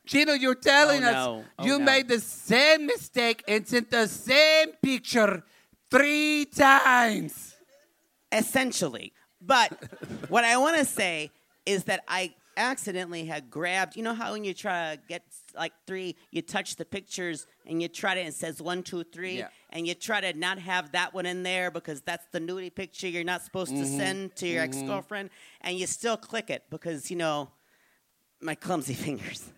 [SPEAKER 3] Gino, you're telling
[SPEAKER 4] Oh,
[SPEAKER 3] us
[SPEAKER 4] no. Oh,
[SPEAKER 3] you
[SPEAKER 4] no.
[SPEAKER 3] made the same mistake and sent the same picture three times.
[SPEAKER 4] essentially. But what I want to say is that I accidentally had grabbed. You know how when you try to get like three, you touch the pictures and you try to and it says one, two, three,
[SPEAKER 3] Yeah.
[SPEAKER 4] and you try to not have that one in there because that's the nudie picture you're not supposed to send to your ex girlfriend, and you still click it because you know my clumsy fingers.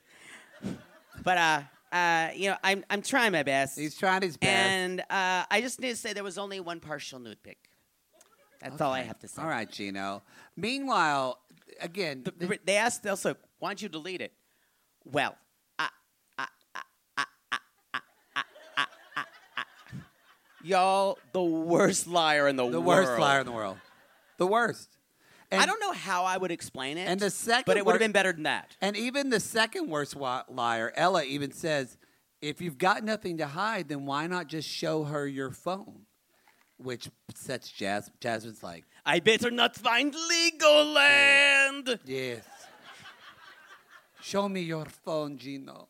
[SPEAKER 4] but uh, uh, you know, I'm I'm trying my best.
[SPEAKER 3] He's trying his best.
[SPEAKER 4] And uh, I just need to say there was only one partial nude pic. That's all I have to say.
[SPEAKER 3] All right, Gino. Meanwhile, again,
[SPEAKER 4] Th- th- They asked also, why don't you delete it? Well, I, I, I, I, I, I, I, I, I, I. y'all, the worst liar in the,
[SPEAKER 3] the
[SPEAKER 4] world.
[SPEAKER 3] worst liar in the world. The worst. And,
[SPEAKER 4] I don't know how I would explain it.
[SPEAKER 3] And the second
[SPEAKER 4] but it would
[SPEAKER 3] wor-
[SPEAKER 4] have been better than that.
[SPEAKER 3] And even the second worst wa- liar, Ella, even says, if you've got nothing to hide, then why not just show her your phone? Which sets Jas- Jasmine's like,
[SPEAKER 4] I better not find legal land.
[SPEAKER 3] Yes. Show me your phone, Gino.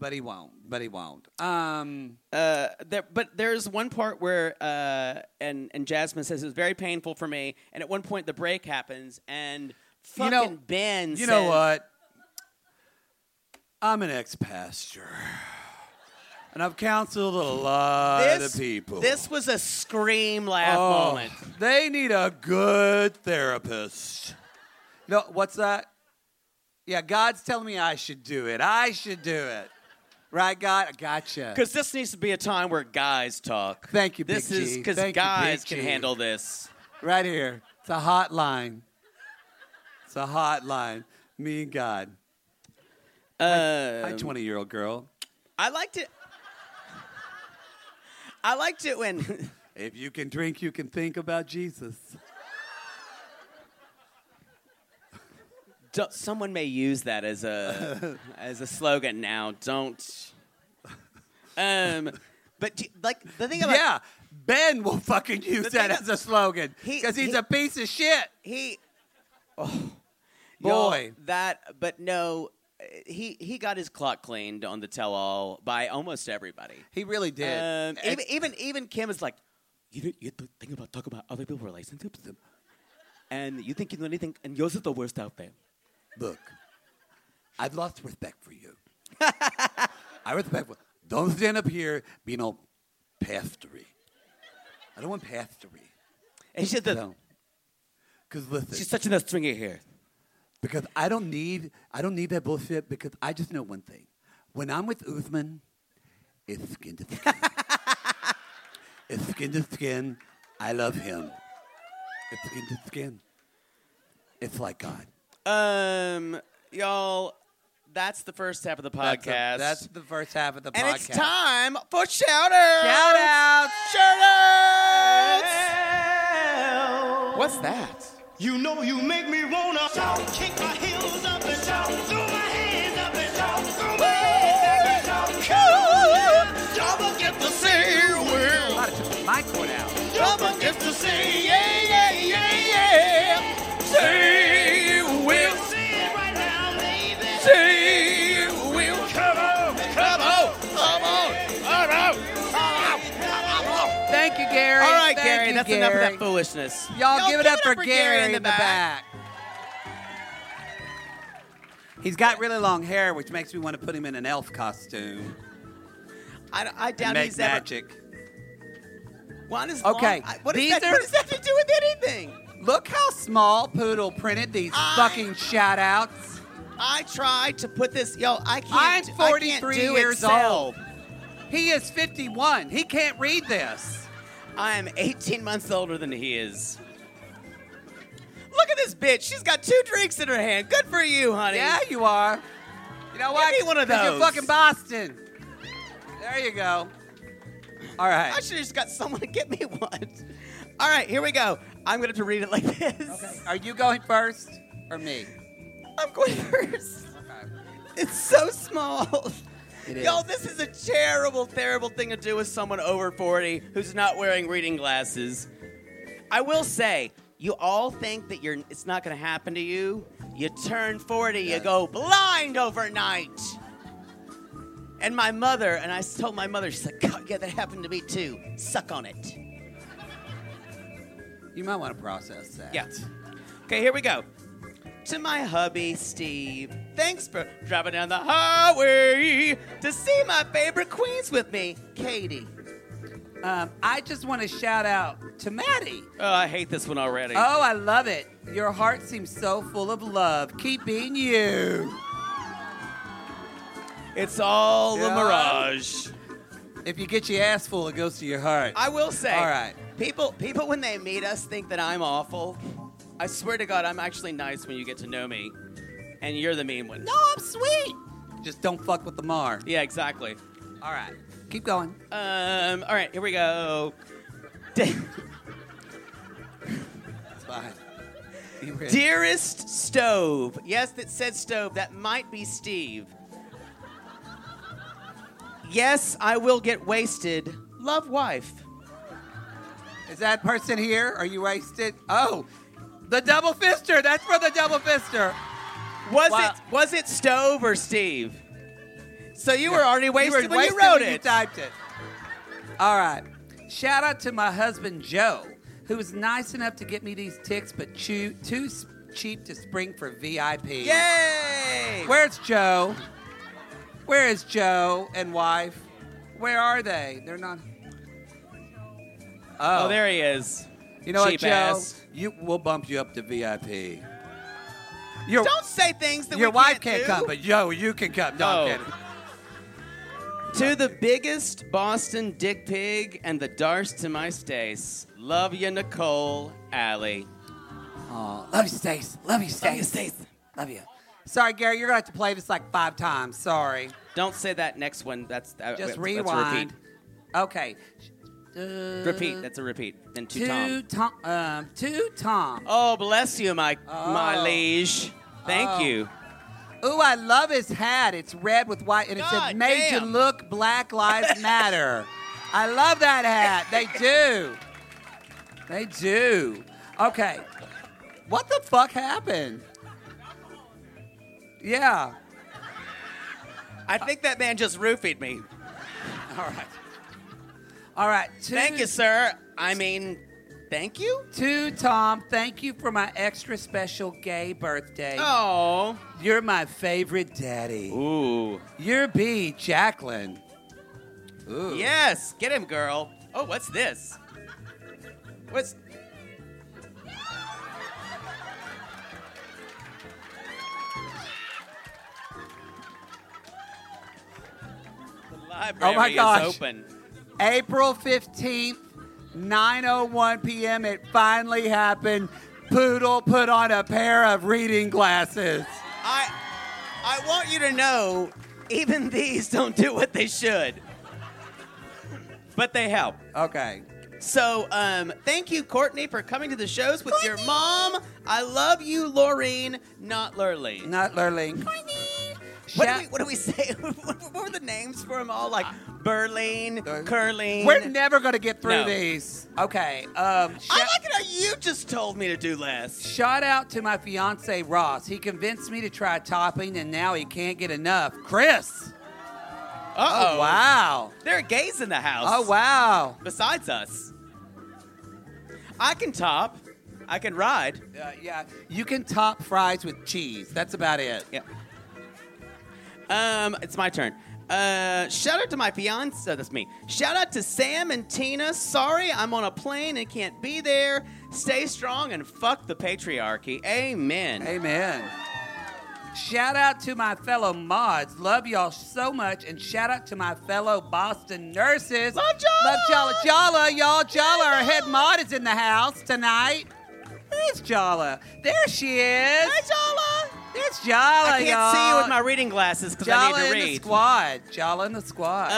[SPEAKER 3] But he won't. But he won't. Um,
[SPEAKER 4] uh, there, but there's one part where uh, and and Jasmine says it was very painful for me, and at one point the break happens, and
[SPEAKER 3] You
[SPEAKER 4] fucking
[SPEAKER 3] know-
[SPEAKER 4] Ben.
[SPEAKER 3] you
[SPEAKER 4] says,
[SPEAKER 3] know what? I'm an ex-pastor, and I've counseled a lot
[SPEAKER 4] This,
[SPEAKER 3] of people.
[SPEAKER 4] this was a scream laugh
[SPEAKER 3] Oh,
[SPEAKER 4] moment.
[SPEAKER 3] They need a good therapist. You know what's that? Yeah, God's telling me I should do it. I should do it. Right, God? I gotcha.
[SPEAKER 4] Because this needs to be a time where guys talk.
[SPEAKER 3] Thank you, Big
[SPEAKER 4] This is
[SPEAKER 3] G.
[SPEAKER 4] because
[SPEAKER 3] Thank you, Big
[SPEAKER 4] guys can
[SPEAKER 3] G.
[SPEAKER 4] handle this.
[SPEAKER 3] Right here. It's a hotline. It's a hotline. Me and God.
[SPEAKER 4] Uh,
[SPEAKER 3] Hi, 20 year old girl.
[SPEAKER 4] I liked it. I liked it when
[SPEAKER 3] If you can drink, you can think about Jesus.
[SPEAKER 4] Don't- someone may use that as a as a slogan now. Don't. Um, but do, like the thing about
[SPEAKER 3] yeah, Ben will fucking use
[SPEAKER 4] The
[SPEAKER 3] that
[SPEAKER 4] thing-
[SPEAKER 3] as a slogan
[SPEAKER 4] He-
[SPEAKER 3] because he's
[SPEAKER 4] he-
[SPEAKER 3] a piece of shit.
[SPEAKER 4] he, oh,
[SPEAKER 3] Boy.
[SPEAKER 4] that. But no, uh, he he got his clock cleaned on the tell all by almost everybody.
[SPEAKER 3] He really did.
[SPEAKER 4] Um,
[SPEAKER 3] And-
[SPEAKER 4] even even even Kim is like, you don't- you don't think about talking about other people's relationships, and you think you know anything, and yours is the worst out there.
[SPEAKER 6] Look, I've lost respect for you. I respect. For, don't stand up here being all pastory. I don't want pastory.
[SPEAKER 4] And she's the,
[SPEAKER 6] No. Because listen,
[SPEAKER 4] she's such a stringy here.
[SPEAKER 6] because I don't need I don't need that bullshit. Because I just know one thing: when I'm with Uthman, it's skin to skin. it's skin to skin. I love him. It's skin to skin. It's like God.
[SPEAKER 4] Um, y'all, that's the first half of the
[SPEAKER 3] that's,
[SPEAKER 4] podcast.
[SPEAKER 3] the- that's the first half of the
[SPEAKER 4] and
[SPEAKER 3] podcast.
[SPEAKER 4] it's time for shout out.
[SPEAKER 3] Shout out.
[SPEAKER 4] Shout What's that?
[SPEAKER 7] You know you make me wanna shout, kick my heels up and shout, throw my hands up and shout, throw my hands up and shout. Cool. Double get to say,
[SPEAKER 3] A
[SPEAKER 7] well,
[SPEAKER 3] lot of took my cord out.
[SPEAKER 7] double get to say, yeah, yeah, yeah, yeah. Say, will. Say it right now, baby. Say, will. Come on, come on, come on, come on, come on, come on.
[SPEAKER 3] Thank you, Gary.
[SPEAKER 4] All right,
[SPEAKER 3] Thank
[SPEAKER 4] Gary,
[SPEAKER 3] you,
[SPEAKER 4] that's enough of
[SPEAKER 3] Gary.
[SPEAKER 4] that foolishness.
[SPEAKER 3] Y'all, give, it up, for, Gary, in the, back. He's got really long hair, which makes me want to put him in an elf costume.
[SPEAKER 4] I, I doubt
[SPEAKER 3] make
[SPEAKER 4] he's
[SPEAKER 3] magic.
[SPEAKER 4] ever. One is
[SPEAKER 3] Okay,
[SPEAKER 4] Long. I- what,
[SPEAKER 3] these
[SPEAKER 4] is that,
[SPEAKER 3] are-
[SPEAKER 4] what does that have to do with anything?
[SPEAKER 3] Look how small Poodle printed these
[SPEAKER 4] I-
[SPEAKER 3] fucking shout outs.
[SPEAKER 4] I tried to put this. Yo, I can't.
[SPEAKER 3] I'm
[SPEAKER 4] do- I can't
[SPEAKER 3] 43
[SPEAKER 4] do
[SPEAKER 3] years
[SPEAKER 4] Excel.
[SPEAKER 3] old. He is 51. He can't read this.
[SPEAKER 4] I am 18 months older than he is. Look at this bitch. She's got two drinks in her hand. Good for you, honey.
[SPEAKER 3] Yeah, you are. You know what?
[SPEAKER 4] me one of
[SPEAKER 3] 'Cause You're
[SPEAKER 4] those.
[SPEAKER 3] fucking Boston. There you go. All right.
[SPEAKER 4] I should have just got someone to get me one. All right, here we go. I'm going to have to read it like this.
[SPEAKER 3] Are you going first or me?
[SPEAKER 4] I'm going first. It's so small. Y'all, this is a terrible, terrible thing to do with someone over 40 who's not wearing reading glasses. I will say, you all think that you're it's not going to happen to you. You turn 40, you go blind overnight. And my mother, and I s- told my mother, she's like, God, yeah, that happened to me too. Suck on it.
[SPEAKER 3] You might want to process that.
[SPEAKER 4] Yeah. Okay, here we go. To my hubby, Steve. Thanks for driving down the highway to see my favorite queens with me, Katie.
[SPEAKER 3] Um, I just want to shout out to Maddie.
[SPEAKER 2] Oh, I hate this one already.
[SPEAKER 3] Oh, I love it. Your heart seems so full of love. Keep being you.
[SPEAKER 2] It's all a
[SPEAKER 3] Yeah.
[SPEAKER 2] mirage.
[SPEAKER 3] If you get your ass full, it goes to your heart.
[SPEAKER 4] I will say,
[SPEAKER 3] All right.
[SPEAKER 4] people, people when they meet us think that I'm awful. I swear to God, I'm actually nice when you get to know me, and you're the mean one.
[SPEAKER 3] no, I'm sweet. Just don't fuck with the Mar.
[SPEAKER 4] Yeah, exactly.
[SPEAKER 3] All right. Keep going.
[SPEAKER 4] Um, all right, here we go. De-
[SPEAKER 3] It's fine. You ready?
[SPEAKER 4] Dearest stove. Yes, that said stove. That might be Steve. Yes, I will get wasted. Love wife.
[SPEAKER 3] Is that person here? Are you wasted? Oh, the double fister. That's for the double fister.
[SPEAKER 4] Was
[SPEAKER 3] Wow.
[SPEAKER 4] it was it stove or Steve? So you were already wasted
[SPEAKER 3] you were
[SPEAKER 4] when
[SPEAKER 3] wasted
[SPEAKER 4] you wrote
[SPEAKER 3] when
[SPEAKER 4] it.
[SPEAKER 3] You typed it. All right. Shout out to my husband Joe, who was nice enough to get me these ticks, but chew, too s- cheap to spring for VIP.
[SPEAKER 4] Yay!
[SPEAKER 3] Where's Joe? Where is Joe and wife? Where are they? They're not.
[SPEAKER 4] Oh, there he is.
[SPEAKER 3] You know
[SPEAKER 4] cheap
[SPEAKER 3] what, Joe?
[SPEAKER 4] ass.
[SPEAKER 3] You, we'll bump you up to VIP. Your,
[SPEAKER 4] Don't say things that
[SPEAKER 3] your
[SPEAKER 4] we
[SPEAKER 3] wife
[SPEAKER 4] can't,
[SPEAKER 3] can't,
[SPEAKER 4] do.
[SPEAKER 3] come, but yo, you can come. No, I'm
[SPEAKER 4] Oh.
[SPEAKER 3] kidding.
[SPEAKER 4] To the biggest Boston dick pig and the darst to my stace. Love you, Nicole Alley.
[SPEAKER 3] Love you, Stace. Love you, Stace. Love you, Sorry, Gary, you're gonna have to play this like five times. Sorry.
[SPEAKER 4] Don't say that next one. That's uh,
[SPEAKER 3] Just
[SPEAKER 4] that's-
[SPEAKER 3] rewind.
[SPEAKER 4] That's
[SPEAKER 3] Okay.
[SPEAKER 4] a repeat. repeat. That's a repeat. And to,
[SPEAKER 3] To
[SPEAKER 4] Tom.
[SPEAKER 3] Tom. Um, to Tom.
[SPEAKER 4] Oh, bless you, my my
[SPEAKER 3] Oh.
[SPEAKER 4] liege. Thank
[SPEAKER 3] Oh.
[SPEAKER 4] you.
[SPEAKER 3] Ooh, I love his hat. It's red with white, and it said,
[SPEAKER 4] God
[SPEAKER 3] "Made you
[SPEAKER 4] damn.
[SPEAKER 3] look Black Lives Matter." I love that hat. They do. They do. Okay. What the fuck happened? Yeah.
[SPEAKER 4] I think that man just roofied me.
[SPEAKER 3] All right. All right. To
[SPEAKER 4] Thank you, sir. I mean, thank you.
[SPEAKER 3] To Tom, thank you for my extra special gay birthday.
[SPEAKER 4] Oh.
[SPEAKER 3] You're my favorite daddy.
[SPEAKER 4] Ooh.
[SPEAKER 3] You're B, Jacqueline. Ooh.
[SPEAKER 4] Yes, get him, girl. Oh, what's this? What's the library
[SPEAKER 3] gosh.
[SPEAKER 4] is open.
[SPEAKER 3] April oh 15th, 9.01 p.m. It finally happened. Poodle put on a pair of reading glasses.
[SPEAKER 4] I I want you to know, even these don't do what they should. But they help.
[SPEAKER 3] Okay.
[SPEAKER 4] So, um, thank you, Courtney, for coming to the shows with your mom. I love you, Laureen, not Lurleen.
[SPEAKER 3] Not Lurling.
[SPEAKER 4] What
[SPEAKER 3] Shout-
[SPEAKER 4] do we what do we say? what were the names for them all? Like Uh, Berlin,
[SPEAKER 3] Uh,
[SPEAKER 4] Curling.
[SPEAKER 3] We're never going to get
[SPEAKER 4] No.
[SPEAKER 3] through these. Okay. Um,
[SPEAKER 4] I
[SPEAKER 3] shout-
[SPEAKER 4] like it how you just told me to do less.
[SPEAKER 3] Shout out to my fiance Ross. He convinced me to try topping and now he can't get enough. Chris.
[SPEAKER 4] Uh
[SPEAKER 3] Oh, wow.
[SPEAKER 4] There are gays in the house.
[SPEAKER 3] Oh wow.
[SPEAKER 4] Besides us, I can top. I can ride.
[SPEAKER 3] Uh, yeah, you can top fries with cheese. That's about it.
[SPEAKER 4] Yeah. Um, it's my turn. Uh, shout out to my fiance. oh, that's me. Shout out to Sam and Tina. Sorry, I'm on a plane and can't be there. Stay strong and fuck the patriarchy. Amen.
[SPEAKER 3] Amen. Shout out to my fellow mods. Love y'all so much. And shout out to my fellow Boston nurses.
[SPEAKER 4] Love y'all.
[SPEAKER 3] Love Jala. Jala, y'all. Jala, our head mod, is in the house tonight. There's Jala. There she is. Hi, Jala. There's Jala,
[SPEAKER 4] I can't
[SPEAKER 3] y'all.
[SPEAKER 4] see you with my reading glasses because I need
[SPEAKER 3] Jala
[SPEAKER 4] to
[SPEAKER 3] in the
[SPEAKER 4] read.
[SPEAKER 3] squad. Jala in the squad.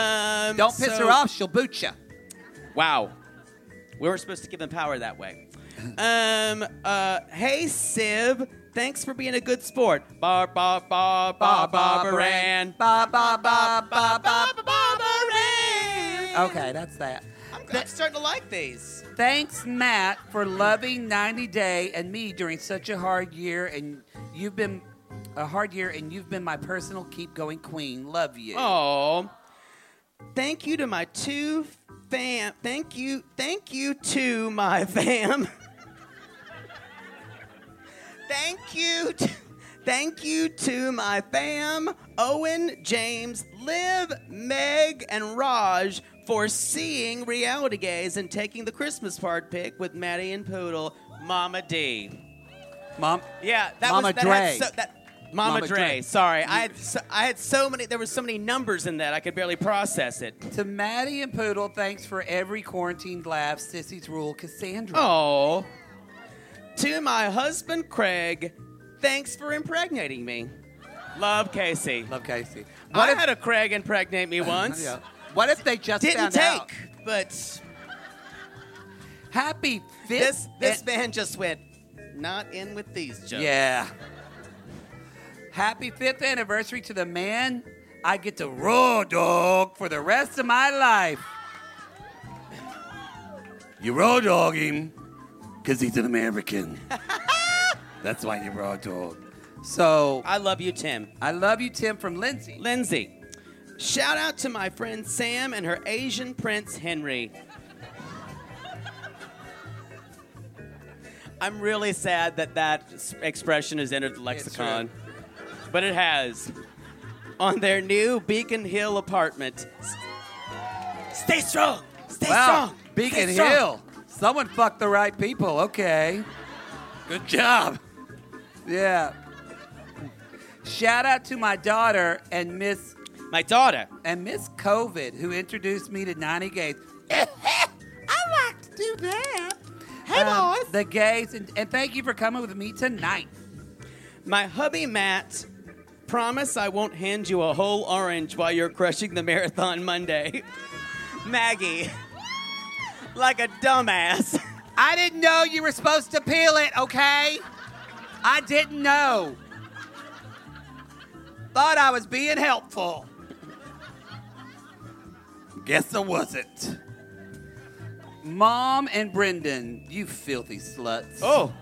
[SPEAKER 4] Um,
[SPEAKER 3] Don't piss
[SPEAKER 4] so-
[SPEAKER 3] her off. She'll boot you.
[SPEAKER 4] Wow, we were supposed to give them power that way. Um. Uh. Hey, Sib. Thanks for being a good sport. Ba ba ba ba ba Baran.
[SPEAKER 3] Ba ba ba ba ba.
[SPEAKER 4] ba Baran.
[SPEAKER 3] Okay, that's that.
[SPEAKER 4] I'm, I'm starting to like these.
[SPEAKER 3] Thanks, Matt, for loving 90 Day and me during such a hard year. And you've been a hard year, and you've been my personal keep going queen. Love you.
[SPEAKER 4] Oh, thank you to my two fam. Thank you, thank you to my fam. thank you, t- thank you to my fam, Owen, James, Liv, Meg, and Raj for seeing Reality Gaze and taking the Christmas card pic with Maddie and Poodle, Mama D.
[SPEAKER 3] Mom.
[SPEAKER 4] Yeah, that
[SPEAKER 3] Mama
[SPEAKER 4] was that had
[SPEAKER 3] Dre.
[SPEAKER 4] so, that, Mama,
[SPEAKER 3] Mama
[SPEAKER 4] Dre.
[SPEAKER 3] Dre.
[SPEAKER 4] Sorry, I had so, I had so many. There were so many numbers in that I could barely process it.
[SPEAKER 3] To Maddie and Poodle, thanks for every quarantined laugh, Sissy's Rule, Cassandra.
[SPEAKER 4] Oh. To my husband Craig, thanks for impregnating me. Love Casey.
[SPEAKER 3] Love Casey.
[SPEAKER 4] I had a Craig impregnate me once.
[SPEAKER 3] Yeah. What if they just
[SPEAKER 4] Didn't
[SPEAKER 3] found
[SPEAKER 4] take,
[SPEAKER 3] out?
[SPEAKER 4] but
[SPEAKER 3] Happy fifth.
[SPEAKER 4] this this
[SPEAKER 3] an-
[SPEAKER 4] man just went not in with these jokes.
[SPEAKER 3] Yeah. Happy fifth anniversary to the man I get to raw dog for the rest of my life.
[SPEAKER 6] You raw dog him because he's an American. That's why you raw dog.
[SPEAKER 3] So
[SPEAKER 4] I love you, Tim.
[SPEAKER 3] I love you, Tim, from Lindsay.
[SPEAKER 4] Lindsay, shout out to my friend Sam and her Asian prince Henry. I'm really sad that that s- expression has entered the lexicon, but it has. On their new Beacon Hill apartment. S- Stay strong. Stay
[SPEAKER 3] Wow,
[SPEAKER 4] strong.
[SPEAKER 3] Beacon
[SPEAKER 4] stay strong.
[SPEAKER 3] Hill. Someone fucked the right people. Okay.
[SPEAKER 6] Good job.
[SPEAKER 3] Yeah. Shout out to my daughter and Miss
[SPEAKER 4] My daughter.
[SPEAKER 3] and Miss COVID who introduced me to Nani Gates. I like to do that. Hey boys. Um, The gays and, and thank you for coming with me tonight.
[SPEAKER 4] My hubby Matt. Promise I won't hand you a whole orange while you're crushing the marathon Monday. Maggie. Like a dumbass.
[SPEAKER 3] I didn't know you were supposed to peel it, okay? I didn't know. Thought I was being helpful.
[SPEAKER 6] Guess I wasn't.
[SPEAKER 3] Mom and Brendan, you filthy sluts.
[SPEAKER 4] Oh.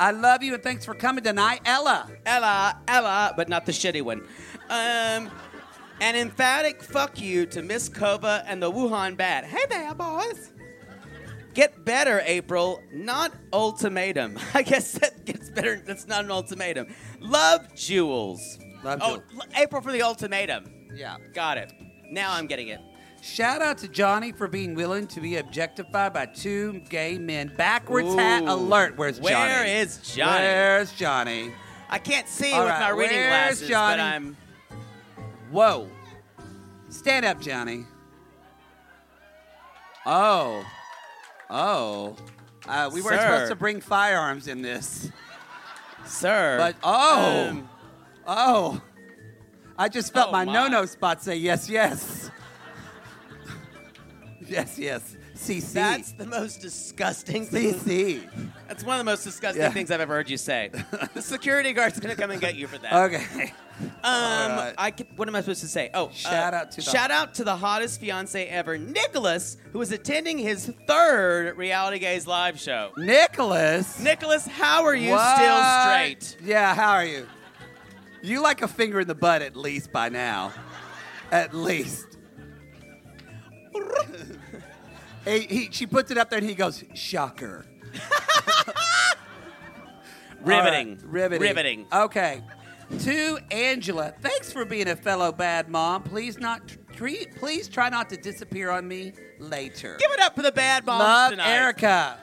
[SPEAKER 3] I love you and thanks for coming tonight, Ella.
[SPEAKER 4] Ella, Ella, but not the shitty one. Um, an emphatic fuck you to Miss Kova and the Wuhan Bat. Hey there, boys. Get better, April. Not ultimatum. I guess that gets better. That's not an ultimatum. Love Jewels.
[SPEAKER 3] Love
[SPEAKER 4] oh,
[SPEAKER 3] Jewels.
[SPEAKER 4] l- April for the ultimatum.
[SPEAKER 3] Yeah.
[SPEAKER 4] Got it. Now I'm getting it.
[SPEAKER 3] Shout out to Johnny for being willing to be objectified by two gay men. Backwards hat
[SPEAKER 4] Ooh.
[SPEAKER 3] alert. Where's Johnny?
[SPEAKER 4] Where is Johnny?
[SPEAKER 3] Where's Johnny?
[SPEAKER 4] I can't see
[SPEAKER 3] All
[SPEAKER 4] with
[SPEAKER 3] right,
[SPEAKER 4] my reading
[SPEAKER 3] where's
[SPEAKER 4] glasses,
[SPEAKER 3] Johnny?
[SPEAKER 4] but I'm.
[SPEAKER 3] Whoa. Stand up, Johnny. Oh. Oh. Uh, we weren't
[SPEAKER 4] Sir.
[SPEAKER 3] supposed to bring firearms in this.
[SPEAKER 4] Sir.
[SPEAKER 3] But, oh.
[SPEAKER 4] Um,
[SPEAKER 3] Oh. I just felt
[SPEAKER 4] Oh,
[SPEAKER 3] my,
[SPEAKER 4] my.
[SPEAKER 3] no-no spot say yes, yes. yes, yes. CC.
[SPEAKER 4] that's the most disgusting thing
[SPEAKER 3] CC.
[SPEAKER 4] That's one of the most disgusting
[SPEAKER 3] Yeah.
[SPEAKER 4] things I've ever heard you say. the security guard's gonna come and get you for that.
[SPEAKER 3] Okay.
[SPEAKER 4] Um,
[SPEAKER 3] Alright.
[SPEAKER 4] I ca- what am I supposed to say? Oh,
[SPEAKER 3] Shout out to the-
[SPEAKER 4] shout out to the hottest fiance ever, Nicholas, who is attending his third Reality Gaze live show.
[SPEAKER 3] Nicholas.
[SPEAKER 4] Nicholas, how are you
[SPEAKER 3] What?
[SPEAKER 4] still straight?
[SPEAKER 3] Yeah, how are you? You like a finger in the butt at least by now. At least. he, he, she puts it up there and he goes, shocker.
[SPEAKER 4] Riveting.
[SPEAKER 3] All right, riveting.
[SPEAKER 4] Riveting.
[SPEAKER 3] Okay. To Angela, thanks for being a fellow bad mom. Please not tr- treat. Please try not to disappear on me later.
[SPEAKER 4] Give it up for the bad moms
[SPEAKER 3] Love
[SPEAKER 4] tonight.
[SPEAKER 3] Erica.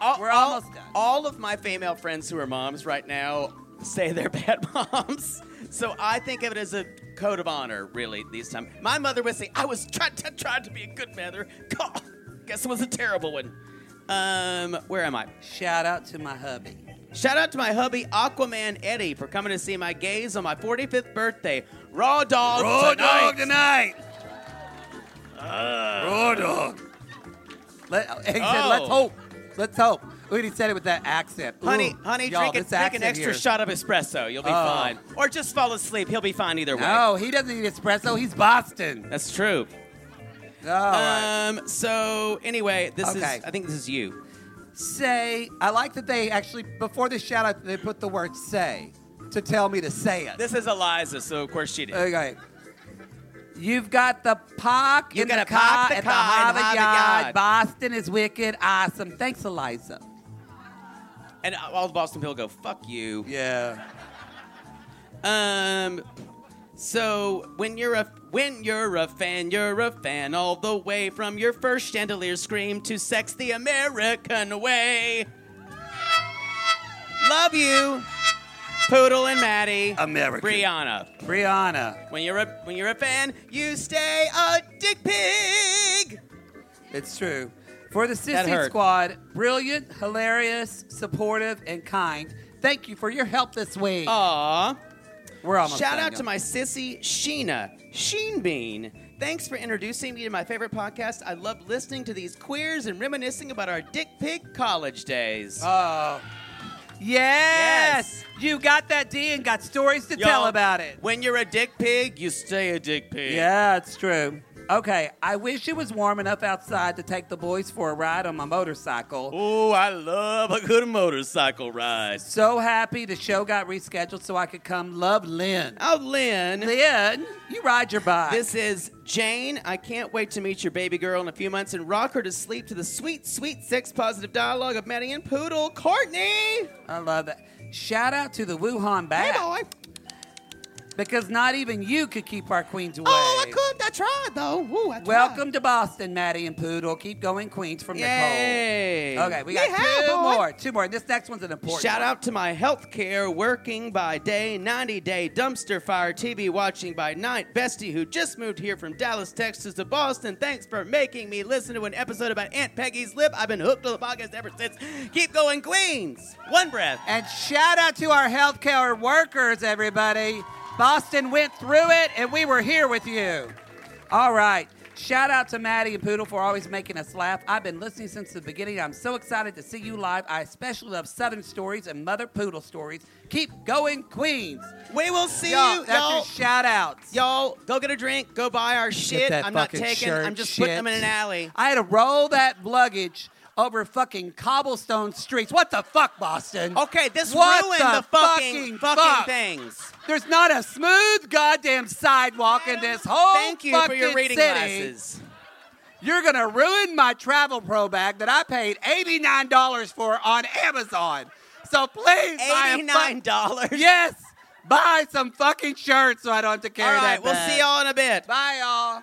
[SPEAKER 4] All,
[SPEAKER 3] We're
[SPEAKER 4] all-
[SPEAKER 3] almost done.
[SPEAKER 4] All of my female friends who are moms right now say they're bad moms. So I think of it as a code of honor, really, these times. My mother would say, I was trying to, tried to be a good mother. Guess it was a terrible one. Um, where am I?
[SPEAKER 3] Shout out to my hubby.
[SPEAKER 4] Shout out to my hubby Aquaman Eddie for coming to see my gays on my 45th birthday. Raw dog
[SPEAKER 6] Raw
[SPEAKER 4] tonight. Ah.
[SPEAKER 6] dog tonight. Raw dog.
[SPEAKER 3] Let, he said,
[SPEAKER 4] Oh.
[SPEAKER 3] let's hope. Let's hope. Ooh, he said it with that accent. Ooh,
[SPEAKER 4] Honey, honey,
[SPEAKER 3] y'all,
[SPEAKER 4] drink, a,
[SPEAKER 3] this
[SPEAKER 4] drink an
[SPEAKER 3] accent
[SPEAKER 4] extra
[SPEAKER 3] here.
[SPEAKER 4] shot of espresso. You'll be
[SPEAKER 3] Oh.
[SPEAKER 4] fine. Or just fall asleep. He'll be fine either way.
[SPEAKER 3] No, he doesn't need espresso. He's Boston.
[SPEAKER 4] That's true.
[SPEAKER 3] All right.
[SPEAKER 4] Um. So anyway, this
[SPEAKER 3] Okay.
[SPEAKER 4] is. I think this is you.
[SPEAKER 3] say. I like that they actually, before the shout out, they put the word say to tell me to say it.
[SPEAKER 2] This is Eliza, so of course she did.
[SPEAKER 3] Okay. You've got the park
[SPEAKER 4] You
[SPEAKER 3] in
[SPEAKER 4] got
[SPEAKER 3] the
[SPEAKER 4] a park,
[SPEAKER 3] car
[SPEAKER 4] the car, and
[SPEAKER 3] at the Harvard
[SPEAKER 4] Harvard
[SPEAKER 3] Yard.
[SPEAKER 4] Yard.
[SPEAKER 3] Boston is wicked awesome. Thanks, Eliza.
[SPEAKER 2] and all the Boston people go, fuck you.
[SPEAKER 3] Yeah.
[SPEAKER 2] Um. So when you're a when you're a fan, you're a fan all the way from your first chandelier scream to "Sex the American Way." Love you, Poodle and Maddie,
[SPEAKER 3] American.
[SPEAKER 2] Brianna.
[SPEAKER 3] Brianna,
[SPEAKER 2] When you're a when you're a fan, you stay a dick pig.
[SPEAKER 3] it's true. For the Sissy
[SPEAKER 2] hurt.
[SPEAKER 3] Squad, brilliant, hilarious, supportive, and kind. Thank you for your help this week.
[SPEAKER 2] Aw.
[SPEAKER 3] We're almost
[SPEAKER 2] Shout
[SPEAKER 3] done,
[SPEAKER 2] out to
[SPEAKER 3] y'all.
[SPEAKER 2] my sissy Sheena, Sheen Bean. Thanks for introducing me to my favorite podcast. I love listening to these queers and reminiscing about our dick pig college days.
[SPEAKER 3] Yes! You got that D and got stories to
[SPEAKER 2] Y'all,
[SPEAKER 3] tell about it.
[SPEAKER 2] When you're a dick pig, you stay a dick pig.
[SPEAKER 3] Yeah, it's true. Okay, I wish it was warm enough outside to take the boys for a ride on my motorcycle.
[SPEAKER 2] Oh, I love a good motorcycle ride.
[SPEAKER 3] So happy the show got rescheduled so I could come. Love Lynn.
[SPEAKER 2] Oh, Lynn.
[SPEAKER 3] Lynn, you ride your bike.
[SPEAKER 2] This is Jane. I can't wait to meet your baby girl in a few months and rock her to sleep to the sweet, sweet sex positive dialogue of Maddie and Poodle Courtney.
[SPEAKER 3] I love that. Shout out to the Wuhan bat
[SPEAKER 4] Hey, boy.
[SPEAKER 3] because not even you could keep our queens away.
[SPEAKER 4] Oh, I couldn't. I tried, though. Woo, I tried.
[SPEAKER 3] Welcome to Boston, Maddie and Poodle. Keep going, Queens from
[SPEAKER 2] Yay.
[SPEAKER 3] Nicole. Okay, we got
[SPEAKER 4] Yeehaw,
[SPEAKER 3] two
[SPEAKER 4] boy.
[SPEAKER 3] more. Two more. This next one's an important
[SPEAKER 2] Shout
[SPEAKER 3] one.
[SPEAKER 2] out to my healthcare working by day, 90 day dumpster fire TV watching by night bestie who just moved here from Dallas, Texas to Boston. Thanks for making me listen to an episode about Aunt Peggy's lip. I've been hooked on the podcast ever since. Keep going, Queens. One breath.
[SPEAKER 3] And shout out to our healthcare workers, everybody. Boston went through it, and we were here with you. All right. Shout out to Maddie and Poodle for always making us laugh. I've been listening since the beginning. I'm so excited to see you live. I especially love Southern stories and Mother Poodle stories. Keep going, Queens.
[SPEAKER 2] We will see
[SPEAKER 3] Y'all,
[SPEAKER 2] you,
[SPEAKER 3] that's
[SPEAKER 2] y'all.
[SPEAKER 3] your shout outs.
[SPEAKER 2] Y'all, go get a drink, go buy our shit. I'm not taking, I'm just putting them in an alley.
[SPEAKER 3] I had to roll that luggage over fucking cobblestone streets. What the fuck, Boston?
[SPEAKER 2] Okay, this
[SPEAKER 3] What
[SPEAKER 2] ruined
[SPEAKER 3] the
[SPEAKER 2] the, fucking,
[SPEAKER 3] fucking
[SPEAKER 2] fucking
[SPEAKER 3] fuck?
[SPEAKER 2] things.
[SPEAKER 3] There's not a smooth goddamn sidewalk in this whole
[SPEAKER 2] Thank you for your
[SPEAKER 3] fucking
[SPEAKER 2] reading
[SPEAKER 3] city.
[SPEAKER 2] glasses.
[SPEAKER 3] You're gonna ruin my travel pro bag that I paid $89 for on Amazon. So please buy a
[SPEAKER 2] $89.
[SPEAKER 3] fuck- yes! Buy some fucking shirts so I don't have to
[SPEAKER 2] All
[SPEAKER 3] carry
[SPEAKER 2] right,
[SPEAKER 3] that.
[SPEAKER 2] we'll
[SPEAKER 3] bag.
[SPEAKER 2] see y'all in a bit.
[SPEAKER 3] Bye y'all.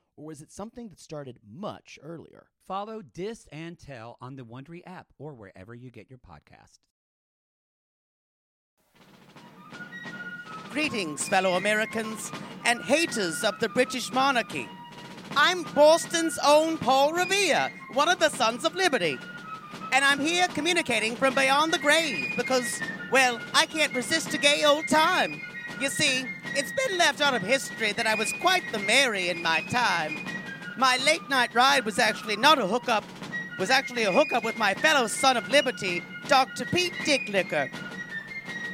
[SPEAKER 8] or was it something that started much earlier?
[SPEAKER 3] Follow Dis and Tell on the Wondery app or wherever you get your podcast.
[SPEAKER 7] Greetings, fellow Americans and haters of the British monarchy. I'm Boston's own Paul Revere, one of the Sons of Liberty. And I'm here communicating from beyond the grave because, well, I can't resist a gay old time. You see, it's been left out of history that I was quite the Mary in my time. My late night ride was actually not a hookup, was actually a hookup with my fellow Son of Liberty, Dr. Pete Dicklicker.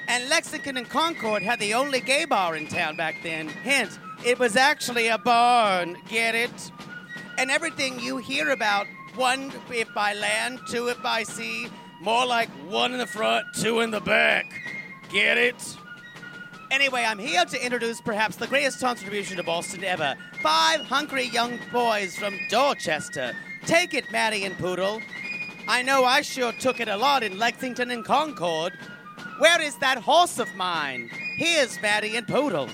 [SPEAKER 7] And Lexington and Concord had the only gay bar in town back then. Hint, it was actually a barn. Get it? And everything you hear about one if by land, two if by sea, more like one in the front, two in the back. Get it? Anyway, I'm here to introduce perhaps the greatest contribution to Boston ever. Five hungry young boys from Dorchester. Take it, Maddie and Poodle. I know I sure took it a lot in Lexington and Concord. Where is that horse of mine? Here's Maddie and Poodle.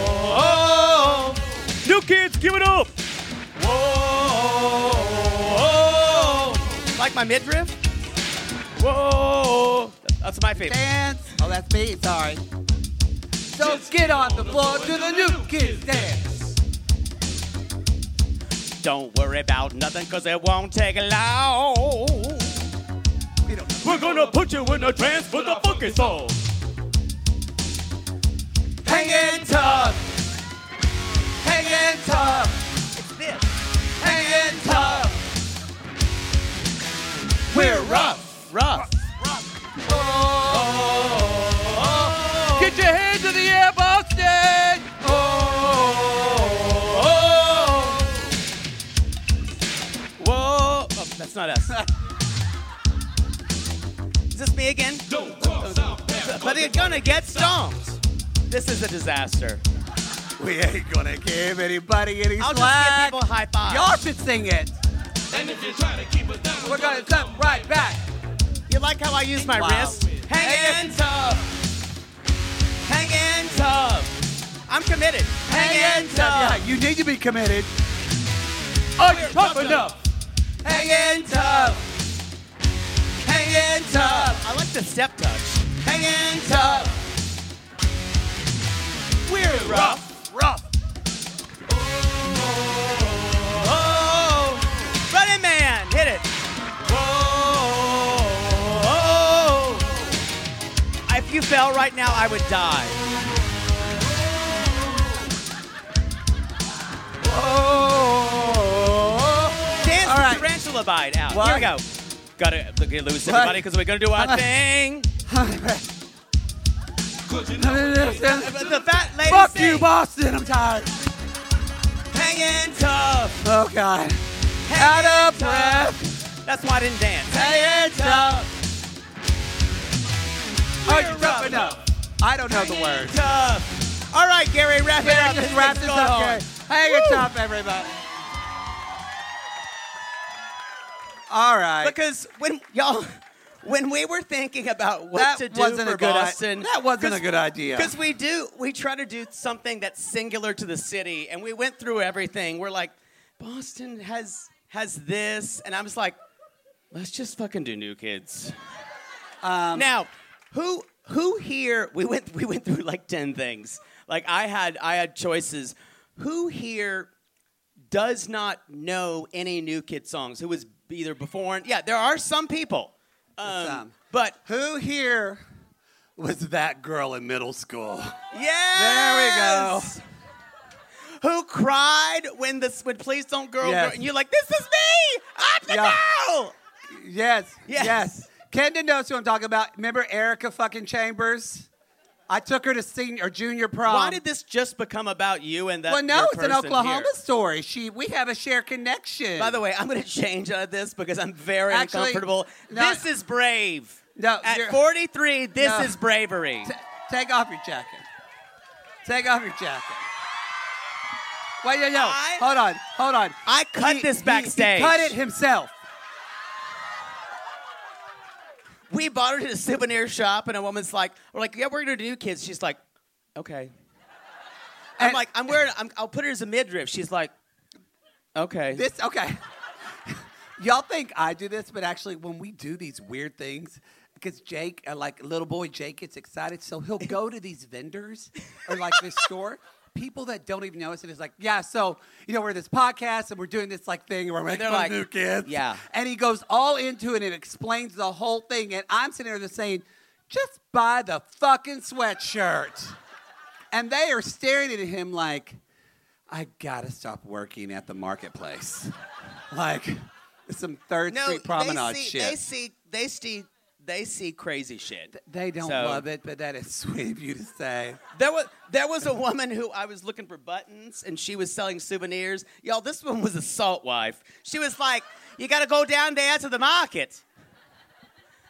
[SPEAKER 9] Oh,
[SPEAKER 10] New kids, give it up.
[SPEAKER 7] Whoa. Like my midriff? Whoa. That's my favorite.
[SPEAKER 3] Dance. Oh, that's me. Sorry. So get on the floor to the new kids dance.
[SPEAKER 7] Don't worry about nothing, cause it won't take long.
[SPEAKER 10] We're gonna put you in a trance for the funky song.
[SPEAKER 9] Hanging tough. Hanging tough. Hanging tough. We're rough.
[SPEAKER 7] Rough. Oh.
[SPEAKER 9] Get your hands in the air, Boston. Oh,
[SPEAKER 7] Whoa. Oh, that's not us. is this me again? But you're gonna get stomped. This is a disaster.
[SPEAKER 3] We ain't gonna give anybody any
[SPEAKER 7] I'll just give
[SPEAKER 3] slack.
[SPEAKER 7] people high fives.
[SPEAKER 3] Y'all should sing it.
[SPEAKER 7] And if you try to keep us down,
[SPEAKER 6] we're gonna jump right back.
[SPEAKER 2] You like how I use my
[SPEAKER 7] Wow.
[SPEAKER 2] wrist? Hang in tough. Hang in tough. I'm committed. Hang in
[SPEAKER 6] Yeah,
[SPEAKER 2] tough.
[SPEAKER 6] you need to be committed.
[SPEAKER 7] Are you tough enough?
[SPEAKER 2] Hang in tough. Hang in tough. I like the step touch. Hang in tough. We're rough. Rough. Oh, Running man, hit it. Whoa. If you fell right now, I would die. Whoa. Dance
[SPEAKER 7] All
[SPEAKER 2] with
[SPEAKER 7] right.
[SPEAKER 2] tarantula bite out.
[SPEAKER 7] What?
[SPEAKER 2] Here we go. Gotta look at Lewis,
[SPEAKER 7] What?
[SPEAKER 2] everybody, because we're gonna do our thing. the fat lady
[SPEAKER 6] Fuck
[SPEAKER 2] sing.
[SPEAKER 6] you, Boston. I'm tired.
[SPEAKER 2] Hanging tough.
[SPEAKER 6] Oh God.
[SPEAKER 2] Out of breath. That's why I didn't dance. Hanging tough.
[SPEAKER 6] Are you tough enough? I don't know the word.
[SPEAKER 2] Tough. All right, Gary, wrap it
[SPEAKER 6] Yeah,
[SPEAKER 2] up.
[SPEAKER 6] just wrap
[SPEAKER 2] thing's
[SPEAKER 6] this
[SPEAKER 2] going
[SPEAKER 6] up,
[SPEAKER 2] on.
[SPEAKER 6] Gary. Hang it
[SPEAKER 2] Woo.
[SPEAKER 6] tough, everybody. All right.
[SPEAKER 2] Because when y'all, when we were thinking about what
[SPEAKER 6] That
[SPEAKER 2] to do
[SPEAKER 6] wasn't
[SPEAKER 2] for
[SPEAKER 6] a good i-
[SPEAKER 2] Boston,
[SPEAKER 6] that wasn't a good idea.
[SPEAKER 2] Because we do, we try to do something that's singular to the city, and we went through everything. We're like, Boston has has this, and I'm just like, let's just fucking do New Kids.
[SPEAKER 7] Um,
[SPEAKER 2] now, who who here? We went we went through like ten things. Like I had I had choices. Who here does not know any New Kid songs? Who was either before? Yeah, there are some people. Um, But
[SPEAKER 6] who here was that girl in middle school?
[SPEAKER 2] Yes. There we go. Who cried when this when Please Don't Girl,
[SPEAKER 6] Yes.
[SPEAKER 2] Girl- and you're like, this is me. I'm the
[SPEAKER 6] Yeah.
[SPEAKER 2] girl.
[SPEAKER 6] Yes.
[SPEAKER 2] Yes.
[SPEAKER 6] Yes. Kendra knows who I'm talking about. Remember Erica fucking Chambers? I took her to senior or junior prom.
[SPEAKER 2] Why did this just become about you and that?
[SPEAKER 6] well, no,
[SPEAKER 2] your
[SPEAKER 6] it's an
[SPEAKER 2] person
[SPEAKER 6] Oklahoma
[SPEAKER 2] here?
[SPEAKER 6] story. She, we have a shared connection.
[SPEAKER 2] By the way, I'm going to change out of this because I'm very
[SPEAKER 6] Actually,
[SPEAKER 2] uncomfortable.
[SPEAKER 6] no.
[SPEAKER 2] this is brave.
[SPEAKER 6] No,
[SPEAKER 2] At
[SPEAKER 6] you're-
[SPEAKER 2] 43, this
[SPEAKER 6] No.
[SPEAKER 2] is bravery.
[SPEAKER 6] take off your jacket. Take off your jacket. Wait, no, no. hold on, hold on.
[SPEAKER 2] I cut
[SPEAKER 6] He-
[SPEAKER 2] this
[SPEAKER 6] he-
[SPEAKER 2] backstage.
[SPEAKER 6] He cut it himself.
[SPEAKER 2] we bought her to a souvenir shop, and a woman's like, "We're like, yeah, we're gonna do kids." She's like, "Okay." I'm like, "I'm wearing, I'm, I'll put her as a midriff." She's like, "Okay."
[SPEAKER 6] This okay. Y'all think I do this, but actually, when we do these weird things, because Jake, uh, like little boy Jake, gets excited, so he'll go to these vendors or like this store. People that don't even know us, and it's like, yeah, so you know, we're this podcast and we're doing this like thing, and we're making
[SPEAKER 2] they're
[SPEAKER 6] fun of
[SPEAKER 2] like,
[SPEAKER 6] new kids,
[SPEAKER 2] yeah.
[SPEAKER 6] And he goes all into it and explains the whole thing, and I'm sitting there just saying, just buy the fucking sweatshirt, and they are staring at him like, I gotta stop working at the marketplace. like some Third Street
[SPEAKER 2] they
[SPEAKER 6] Promenade
[SPEAKER 2] see,
[SPEAKER 6] shit.
[SPEAKER 2] They see, they see, they see crazy shit.
[SPEAKER 6] They don't
[SPEAKER 2] So-
[SPEAKER 6] love it, but that is sweet of you to say.
[SPEAKER 2] There was there was a woman who I was looking for buttons and she was selling souvenirs. Y'all, this one was a salt wife. She was like, "You got to go down there to the market.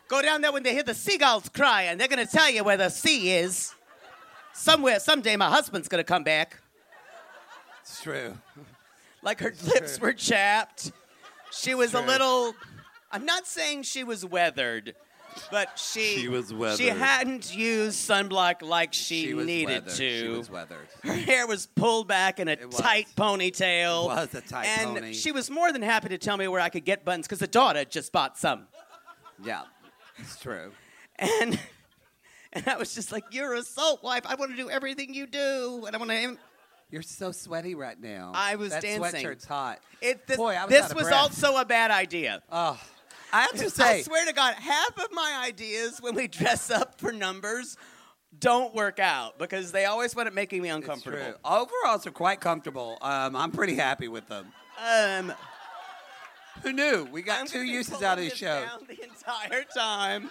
[SPEAKER 2] Go down there when they hear the seagulls cry, and they're gonna tell you where the sea is. Somewhere, someday, my husband's gonna come back."
[SPEAKER 6] It's true.
[SPEAKER 2] Like her lips were chapped. She was a
[SPEAKER 6] true.
[SPEAKER 2] little. I'm not saying she was weathered, but she
[SPEAKER 6] She was
[SPEAKER 2] She
[SPEAKER 6] weathered.
[SPEAKER 2] hadn't used sunblock like she,
[SPEAKER 6] was
[SPEAKER 2] needed
[SPEAKER 6] weathered.
[SPEAKER 2] to.
[SPEAKER 6] She was weathered.
[SPEAKER 2] Her hair was pulled back in a
[SPEAKER 6] was.
[SPEAKER 2] tight ponytail.
[SPEAKER 6] It was a tight
[SPEAKER 2] and
[SPEAKER 6] pony.
[SPEAKER 2] she was more than happy to tell me where I could get buttons because the daughter just bought some.
[SPEAKER 6] Yeah, it's true.
[SPEAKER 2] And, and I was just like, You're a salt wife. I want to do everything you do. And I want to.
[SPEAKER 6] You're so sweaty right now.
[SPEAKER 2] I was
[SPEAKER 6] that
[SPEAKER 2] dancing.
[SPEAKER 6] sweatshirt's hot.
[SPEAKER 2] It, this
[SPEAKER 6] Boy, I was
[SPEAKER 2] this
[SPEAKER 6] out of
[SPEAKER 2] was
[SPEAKER 6] breath.
[SPEAKER 2] also a bad idea.
[SPEAKER 6] Oh, I have to
[SPEAKER 2] I
[SPEAKER 6] say,
[SPEAKER 2] swear to God, half of my ideas when we dress up for numbers don't work out because they always wind up making me uncomfortable.
[SPEAKER 6] true. Overalls are quite comfortable. Um, I'm pretty happy with them.
[SPEAKER 2] Um,
[SPEAKER 6] Who knew? We got
[SPEAKER 2] I'm
[SPEAKER 6] two
[SPEAKER 2] gonna be
[SPEAKER 6] uses
[SPEAKER 2] pulling
[SPEAKER 6] out of
[SPEAKER 2] this
[SPEAKER 6] this show.
[SPEAKER 2] down the entire time.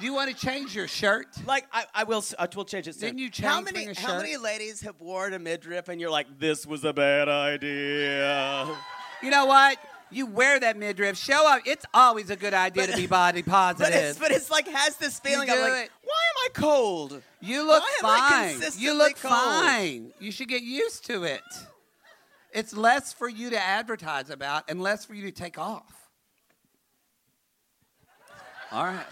[SPEAKER 6] Do you want to change your shirt?
[SPEAKER 2] Like I, I will, s- I will change it soon.
[SPEAKER 6] Didn't you
[SPEAKER 2] How
[SPEAKER 6] change
[SPEAKER 2] many,
[SPEAKER 6] being a
[SPEAKER 2] how many
[SPEAKER 6] shirt?
[SPEAKER 2] ladies have worn a midriff and you're like, this was a bad idea?
[SPEAKER 6] You know what? You wear that midriff. Show up. It's always a good idea to be body
[SPEAKER 2] But
[SPEAKER 6] positive.
[SPEAKER 2] it's, but it's like has this feeling
[SPEAKER 6] do
[SPEAKER 2] of like,
[SPEAKER 6] it.
[SPEAKER 2] why am I cold?
[SPEAKER 6] You look
[SPEAKER 2] Why am I
[SPEAKER 6] fine.
[SPEAKER 2] consistently
[SPEAKER 6] You look
[SPEAKER 2] cold?
[SPEAKER 6] fine. You should get used to it. It's less for you to advertise about and less for you to take off. All right.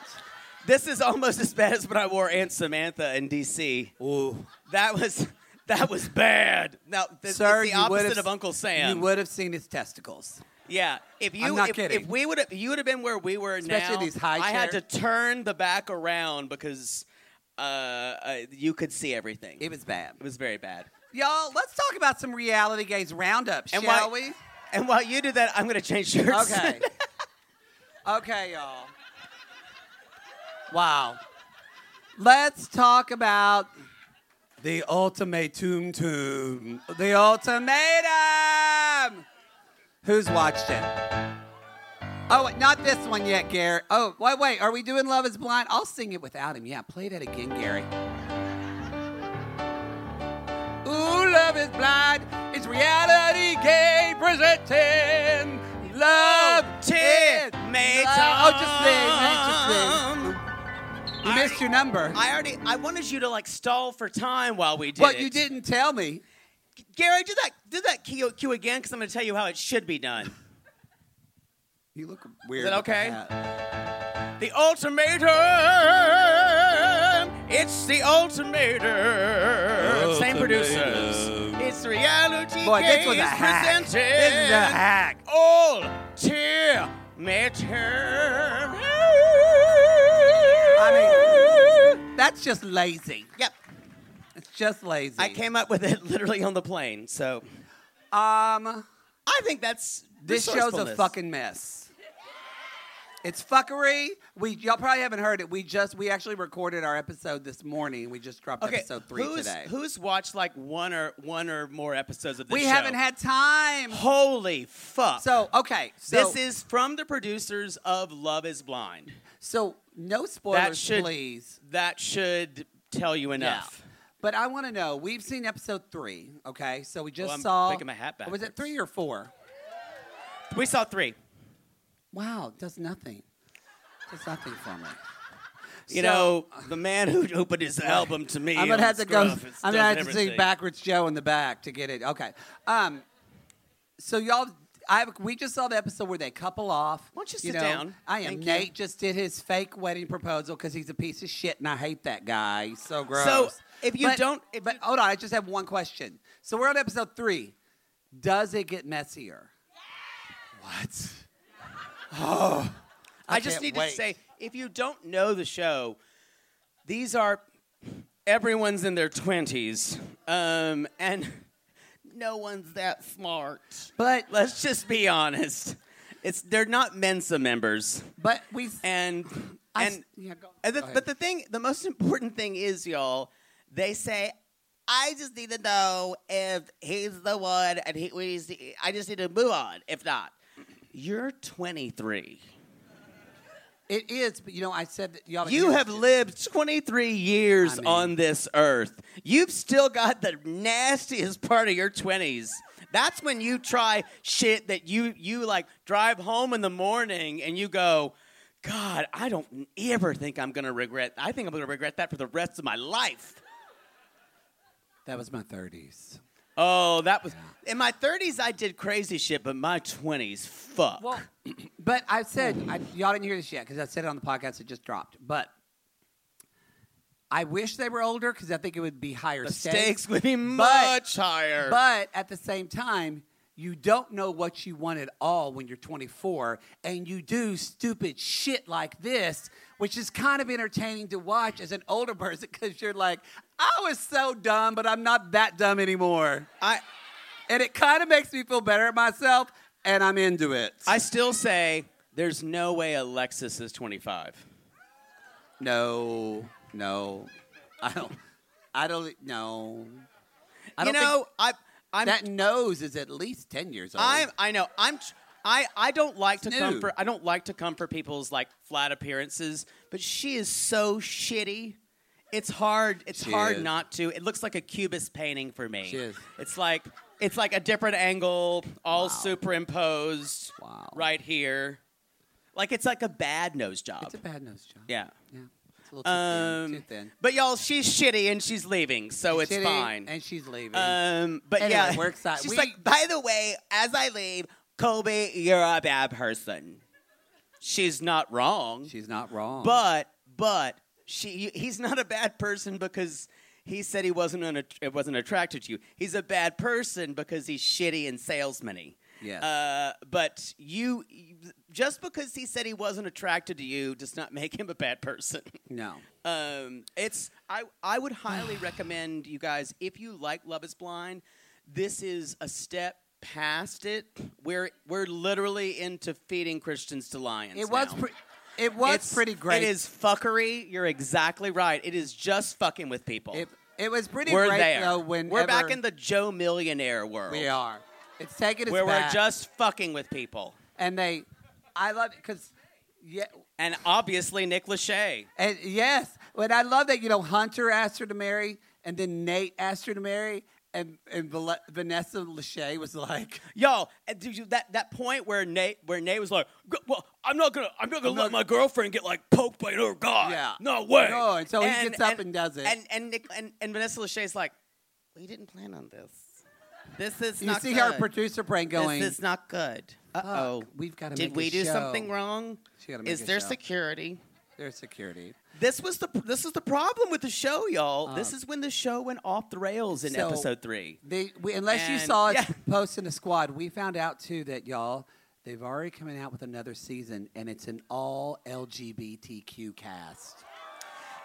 [SPEAKER 2] This is almost as bad as when I wore Aunt Samantha in D.C.
[SPEAKER 6] Ooh,
[SPEAKER 2] that was that was bad. Now, this
[SPEAKER 6] Sir,
[SPEAKER 2] it's
[SPEAKER 6] you
[SPEAKER 2] the opposite
[SPEAKER 6] would've-
[SPEAKER 2] of Uncle Sam.
[SPEAKER 6] You would have seen his testicles.
[SPEAKER 2] Yeah, if you
[SPEAKER 6] I'm not
[SPEAKER 2] if,
[SPEAKER 6] kidding.
[SPEAKER 2] if we would have you would have been where we were
[SPEAKER 6] Especially
[SPEAKER 2] now,
[SPEAKER 6] these high
[SPEAKER 2] I had to
[SPEAKER 6] chairs.
[SPEAKER 2] turn the back around because uh, uh, you could see everything. It
[SPEAKER 6] was bad.
[SPEAKER 2] It was very bad.
[SPEAKER 6] Y'all, let's talk about some reality games roundup, shall
[SPEAKER 2] And while-
[SPEAKER 6] we?
[SPEAKER 2] And while you do that, I'm going to change shirts.
[SPEAKER 6] Okay. okay, y'all. Wow. Let's talk about the ultimatum tomb. The ultimatum. Who's watched it? Oh, wait, not this one yet, Gary. Oh, wait, wait. Are we doing Love is Blind? I'll sing it without him. Yeah, play that again, Gary. Ooh, love is blind. It's reality game presenting. Love is
[SPEAKER 2] Ultimatum.
[SPEAKER 6] blind. Oh, just sing, just sing. You missed your number.
[SPEAKER 2] I already I wanted you to like stall for time while we did
[SPEAKER 6] Well,
[SPEAKER 2] it.
[SPEAKER 6] you didn't tell me.
[SPEAKER 2] Gary, do that do that cue, cue again because I'm going to tell you how it should be done.
[SPEAKER 6] You look weird.
[SPEAKER 2] Is that
[SPEAKER 6] with the
[SPEAKER 2] okay?
[SPEAKER 6] hat.
[SPEAKER 2] The ultimatum. It's the ultimatum. Same producers. It's reality
[SPEAKER 7] Boy,
[SPEAKER 2] games
[SPEAKER 7] this was a hack.
[SPEAKER 2] presented.
[SPEAKER 7] This is a hack.
[SPEAKER 2] All tier matter.
[SPEAKER 6] I mean, that's just lazy.
[SPEAKER 2] Yep.
[SPEAKER 6] It's just lazy.
[SPEAKER 2] I came up with it literally on the plane, so
[SPEAKER 6] Um,
[SPEAKER 2] I think that's
[SPEAKER 6] this show's a
[SPEAKER 2] resourcefulness.
[SPEAKER 6] fucking mess. It's fuckery. We y'all probably haven't heard it. We just we actually recorded our episode this morning. We just dropped
[SPEAKER 2] Okay,
[SPEAKER 6] episode three
[SPEAKER 2] who's,
[SPEAKER 6] today.
[SPEAKER 2] Who's watched like one or one or more episodes of this
[SPEAKER 6] we
[SPEAKER 2] show?
[SPEAKER 6] haven't had time.
[SPEAKER 2] Holy fuck.
[SPEAKER 6] So okay, so
[SPEAKER 2] this is from the producers of Love is Blind.
[SPEAKER 6] so no spoilers,
[SPEAKER 2] That should
[SPEAKER 6] please.
[SPEAKER 2] that should tell you enough.
[SPEAKER 6] But I want to know. We've seen episode three. Okay, so we just
[SPEAKER 2] I'm
[SPEAKER 6] saw.
[SPEAKER 2] picking my hat back.
[SPEAKER 6] Was it three or four?
[SPEAKER 2] We saw three.
[SPEAKER 6] Wow, does nothing. Does nothing for me.
[SPEAKER 2] You
[SPEAKER 6] So-
[SPEAKER 2] know, the man who opened his album to me.
[SPEAKER 6] I'm gonna
[SPEAKER 2] on
[SPEAKER 6] have to go.
[SPEAKER 2] Scruff, it's
[SPEAKER 6] I'm gonna
[SPEAKER 2] done
[SPEAKER 6] have to see
[SPEAKER 2] everything.
[SPEAKER 6] backwards Joe in the back to get it. Okay. Um. So y'all, I we just saw the episode where they couple off. Why
[SPEAKER 2] don't you sit down?
[SPEAKER 6] I am
[SPEAKER 2] Thank you.
[SPEAKER 6] Nate. Just did his fake wedding proposal because he's a piece of shit, and I hate that guy. He's so gross.
[SPEAKER 2] So, if you
[SPEAKER 6] But-
[SPEAKER 2] don't-
[SPEAKER 6] but hold on, I just have one question. So we're on episode three. Does it get messier? What? Oh.
[SPEAKER 2] I, just
[SPEAKER 6] can't
[SPEAKER 2] need
[SPEAKER 6] wait.
[SPEAKER 2] to say, if you don't know the show, these are everyone's in their twenties, um, and no one's that smart.
[SPEAKER 6] But
[SPEAKER 2] let's just be honest. It's they're not Mensa members.
[SPEAKER 6] But we
[SPEAKER 2] and
[SPEAKER 6] I s-
[SPEAKER 2] and,
[SPEAKER 6] yeah, go-
[SPEAKER 2] and the,
[SPEAKER 6] go ahead.
[SPEAKER 2] but the thing, the most important thing is, y'all. They say. I just need to know if he's the one, and he. We just, I just need to move on. If not, you're 23.
[SPEAKER 6] It is, but you know, I said that y'all.
[SPEAKER 2] You have lived 23 years on this earth. You've still got the nastiest part of your 20s. That's when you try shit that you you like drive home in the morning and you go, "God, I don't ever think I'm going to regret. I think I'm going to regret that for the rest of my life."
[SPEAKER 6] That was my 30s.
[SPEAKER 2] Oh, that was in my 30s I did crazy shit, but my 20s, fuck.
[SPEAKER 6] Well, but I said I, y'all didn't hear this yet because I said it on the podcast. It just dropped. But I wish they were older because I think it would be higher
[SPEAKER 2] the
[SPEAKER 6] stakes.
[SPEAKER 2] stakes would be
[SPEAKER 6] But-
[SPEAKER 2] much higher.
[SPEAKER 6] But at the same time, you don't know what you want at all when you're 24, and you do stupid shit like this, which is kind of entertaining to watch as an older person because you're like, I was so dumb, but I'm not that dumb anymore.
[SPEAKER 2] I
[SPEAKER 6] and it kind of makes me feel better at myself, and I'm into it.
[SPEAKER 2] I still say there's no way Alexis is 25.
[SPEAKER 6] No, no, I don't. I don't. No, I
[SPEAKER 2] You
[SPEAKER 6] don't
[SPEAKER 2] know,
[SPEAKER 6] Think,
[SPEAKER 2] I I'm
[SPEAKER 6] that nose is at least ten years old.
[SPEAKER 2] I'm I know I'm tr- I I don't like to
[SPEAKER 6] It's new.
[SPEAKER 2] comfort I don't like to comfort people's like flat appearances, but she is so shitty. It's hard. It's
[SPEAKER 6] She
[SPEAKER 2] hard
[SPEAKER 6] is.
[SPEAKER 2] not to. It looks like a cubist painting for me.
[SPEAKER 6] She is.
[SPEAKER 2] It's like it's like a different angle, all superimposed. Right here, like it's like a bad nose job.
[SPEAKER 6] It's a bad nose job.
[SPEAKER 2] yeah.
[SPEAKER 6] Yeah. little too thin,
[SPEAKER 2] Um,
[SPEAKER 6] too thin.
[SPEAKER 2] But y'all, she's shitty and she's leaving, so it's
[SPEAKER 6] Shitty,
[SPEAKER 2] fine.
[SPEAKER 6] And she's leaving.
[SPEAKER 2] Um, but
[SPEAKER 6] Anyway,
[SPEAKER 2] yeah,
[SPEAKER 6] we're excited.
[SPEAKER 2] She's
[SPEAKER 6] We-
[SPEAKER 2] like, by the way, as I leave, Kobe, you're a bad person. She's not wrong.
[SPEAKER 6] She's not wrong.
[SPEAKER 2] But but she he's not a bad person because he said he wasn't an, wasn't attracted to you. He's a bad person because he's shitty and salesman-y.
[SPEAKER 6] Yes.
[SPEAKER 2] Uh, but you just because he said he wasn't attracted to you does not make him a bad person.
[SPEAKER 6] no.
[SPEAKER 2] Um, it's I I would highly recommend you guys if you like Love Is Blind, this is a step past it. We're we're literally into feeding Christians to lions.
[SPEAKER 6] It was
[SPEAKER 2] now.
[SPEAKER 6] pre- it was
[SPEAKER 2] It's-
[SPEAKER 6] pretty great.
[SPEAKER 2] It is fuckery. You're exactly right. It is just fucking with people.
[SPEAKER 6] It, it was pretty
[SPEAKER 2] we're
[SPEAKER 6] great
[SPEAKER 2] there.
[SPEAKER 6] though.
[SPEAKER 2] we're
[SPEAKER 6] whenever-
[SPEAKER 2] back in the Joe Millionaire world.
[SPEAKER 6] We are. It's taking us
[SPEAKER 2] where
[SPEAKER 6] back.
[SPEAKER 2] we're just fucking with people.
[SPEAKER 6] and they, I love it because yeah.
[SPEAKER 2] And obviously Nick Lachey.
[SPEAKER 6] And yes, but I love that you know Hunter asked her to marry, and then Nate asked her to marry, and and Val- Vanessa Lachey was like,
[SPEAKER 2] Yo, and eh, did you, that that point where Nate where Nate was like, "G- "Well, I'm not gonna, I'm not gonna let my girlfriend get like poked by another guy."
[SPEAKER 6] Yeah.
[SPEAKER 2] no way.
[SPEAKER 6] No, and so he gets up and does it.
[SPEAKER 2] And and Nick, and, and Vanessa Lachey's like, "We didn't plan on this. This is
[SPEAKER 6] you
[SPEAKER 2] not
[SPEAKER 6] see
[SPEAKER 2] good.
[SPEAKER 6] our producer brain going,
[SPEAKER 2] This is not good. Uh oh,
[SPEAKER 6] we've gotta
[SPEAKER 2] Did
[SPEAKER 6] make a
[SPEAKER 2] we do
[SPEAKER 6] show.
[SPEAKER 2] something wrong?
[SPEAKER 6] She gotta make
[SPEAKER 2] Is
[SPEAKER 6] a
[SPEAKER 2] there
[SPEAKER 6] show.
[SPEAKER 2] security?
[SPEAKER 6] There's security.
[SPEAKER 2] This was the this is the problem with the show, y'all. this
[SPEAKER 6] Um,
[SPEAKER 2] is when the show went off the rails in
[SPEAKER 6] So,
[SPEAKER 2] episode three.
[SPEAKER 6] They, we, unless you
[SPEAKER 2] And-
[SPEAKER 6] saw us
[SPEAKER 2] yeah.
[SPEAKER 6] posting a squad, we found out too that y'all they've already coming out with another season, and it's an all LGBTQ cast.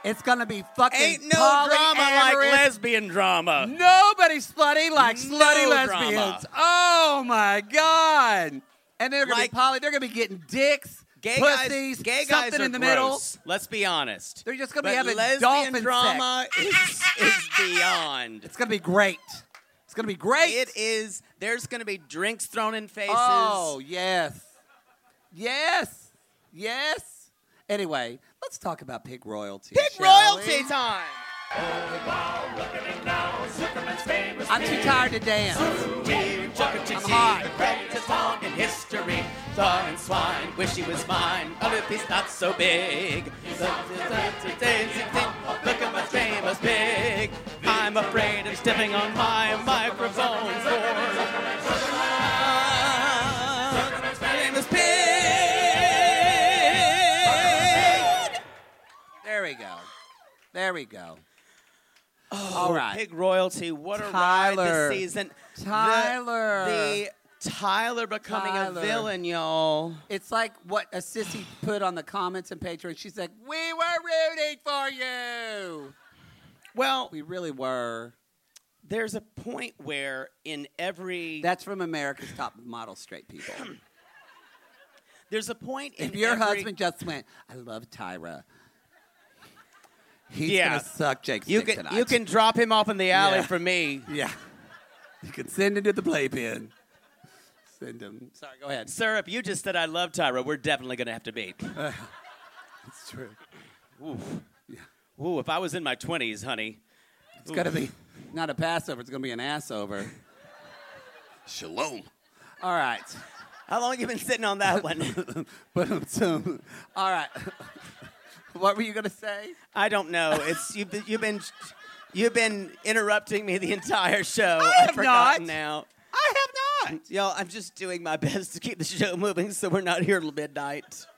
[SPEAKER 6] It's gonna be fucking
[SPEAKER 2] Ain't no drama like
[SPEAKER 6] polyamorous.
[SPEAKER 2] lesbian drama.
[SPEAKER 6] Nobody slutty like
[SPEAKER 2] No
[SPEAKER 6] slutty lesbians.
[SPEAKER 2] drama.
[SPEAKER 6] Oh my god! And they're gonna
[SPEAKER 2] Like-
[SPEAKER 6] be poly. They're gonna be getting dicks,
[SPEAKER 2] Gay
[SPEAKER 6] pussies,
[SPEAKER 2] guys, gay
[SPEAKER 6] something
[SPEAKER 2] guys are
[SPEAKER 6] in the
[SPEAKER 2] gross. Let's be honest.
[SPEAKER 6] They're just gonna be
[SPEAKER 2] But
[SPEAKER 6] having
[SPEAKER 2] lesbian
[SPEAKER 6] dolphin
[SPEAKER 2] drama is, is beyond. It's
[SPEAKER 6] gonna be great. It's gonna be great.
[SPEAKER 2] It is. There's gonna be drinks thrown in faces.
[SPEAKER 6] middle. Oh yes, yes, yes. Anyway, let's talk about pig royalty.
[SPEAKER 2] Pig
[SPEAKER 6] shall
[SPEAKER 2] royalty
[SPEAKER 6] we?
[SPEAKER 2] time.
[SPEAKER 6] I'm too tired to dance.
[SPEAKER 2] I'm hot. The greatest hog in history. Thorn and swine. Wish he was mine. Other piece not so big. Look at my famous pig. I'm afraid of stepping on my microphone floor. Famous pig.
[SPEAKER 6] There we go. There we go.
[SPEAKER 2] Oh,
[SPEAKER 6] All right.
[SPEAKER 2] Pig royalty. What a
[SPEAKER 6] Tyler.
[SPEAKER 2] ride this season. The-
[SPEAKER 6] Tyler.
[SPEAKER 2] The, Tyler becoming
[SPEAKER 6] Tyler.
[SPEAKER 2] a villain, y'all.
[SPEAKER 6] It's like what a sissy put on the comments and Patreon. She's like, "We were rooting for you."
[SPEAKER 2] Well,
[SPEAKER 6] we really were.
[SPEAKER 2] There's a point where in every
[SPEAKER 6] That's from America's Top Model Straight People.
[SPEAKER 2] there's a point in
[SPEAKER 6] if your
[SPEAKER 2] every-
[SPEAKER 6] husband just went, "I love Tyra," he's
[SPEAKER 2] Yeah.
[SPEAKER 6] gonna suck Jake's
[SPEAKER 2] you
[SPEAKER 6] dick
[SPEAKER 2] can
[SPEAKER 6] tonight.
[SPEAKER 2] you can drop him off in the alley
[SPEAKER 6] Yeah.
[SPEAKER 2] for me.
[SPEAKER 6] yeah, you can send him to the playpen. Send him. Sorry, go ahead.
[SPEAKER 2] Syrup, you just said I love Tyra. We're definitely gonna have to be.
[SPEAKER 6] It's true.
[SPEAKER 2] Ooh. Ooh, if I was in my twenties, honey.
[SPEAKER 6] It's gonna be not a Passover. It's gonna be an Assover. Shalom. All right.
[SPEAKER 2] How long you been sitting on that one?
[SPEAKER 6] But um, so- all right. what were you gonna say?
[SPEAKER 2] I don't know. It's you've been, you've been you've been interrupting me the entire show.
[SPEAKER 6] I
[SPEAKER 2] I've
[SPEAKER 6] have
[SPEAKER 2] forgotten
[SPEAKER 6] not.
[SPEAKER 2] now.
[SPEAKER 6] I have not.
[SPEAKER 2] Y'all, I'm just doing my best to keep the show moving so we're not here till midnight.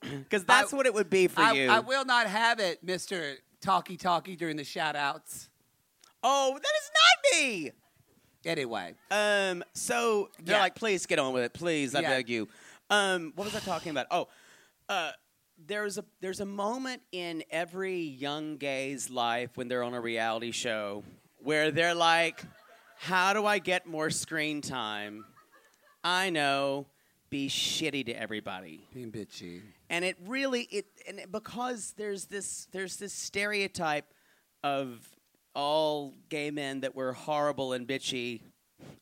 [SPEAKER 2] Because that's what it would be for
[SPEAKER 6] I,
[SPEAKER 2] you.
[SPEAKER 6] I will not have it, Mister Talkie Talkie, during the shout outs.
[SPEAKER 2] oh, that is not me.
[SPEAKER 6] Anyway,
[SPEAKER 2] Um, so they're
[SPEAKER 6] Yeah.
[SPEAKER 2] like, please get on with it, please, I
[SPEAKER 6] Yeah.
[SPEAKER 2] beg you. Um, what was I talking about? Oh, uh, there's a there's a moment in every young gay's life when they're on a reality show where they're like, how do I get more screen time? I know, be shitty to everybody
[SPEAKER 6] being bitchy.
[SPEAKER 2] and it really it and it- because there's this there's this stereotype of all gay men that were horrible and bitchy.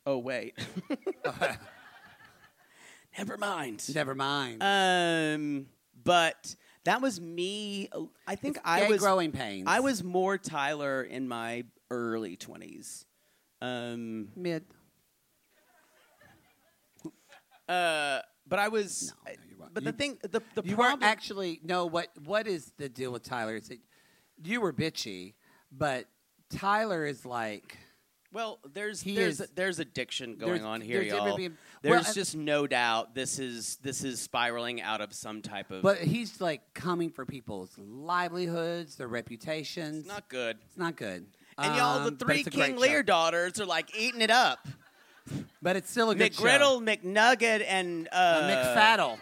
[SPEAKER 2] Oh wait, never mind.
[SPEAKER 6] Never mind.
[SPEAKER 2] Um, but that was me. I think I
[SPEAKER 6] gay
[SPEAKER 2] was
[SPEAKER 6] growing pains.
[SPEAKER 2] I was more Tyler in my early twenties. Um,
[SPEAKER 6] Mid.
[SPEAKER 2] uh, But I was. But the thing, the, the
[SPEAKER 3] you
[SPEAKER 2] problem.
[SPEAKER 3] weren't actually no. What what is the deal with Tyler? Is it you were bitchy, but Tyler is like
[SPEAKER 2] well, there's
[SPEAKER 3] he
[SPEAKER 2] there's
[SPEAKER 3] is-
[SPEAKER 2] there's addiction going
[SPEAKER 3] there's-
[SPEAKER 2] on here,
[SPEAKER 3] there's
[SPEAKER 2] y'all.
[SPEAKER 3] everything- well,
[SPEAKER 2] there's
[SPEAKER 3] I-
[SPEAKER 2] just no doubt this is this is spiraling out of some type of.
[SPEAKER 3] But he's like coming for people's livelihoods, their reputations. It's
[SPEAKER 2] not good.
[SPEAKER 3] It's not good.
[SPEAKER 2] Uh,
[SPEAKER 4] And y'all, the
[SPEAKER 3] Um, but
[SPEAKER 4] three
[SPEAKER 3] it's a great
[SPEAKER 4] King
[SPEAKER 3] show.
[SPEAKER 4] Lear daughters are like eating it up.
[SPEAKER 3] But it's still a good
[SPEAKER 4] McGriddle, McNugget, and uh,
[SPEAKER 3] McFaddle.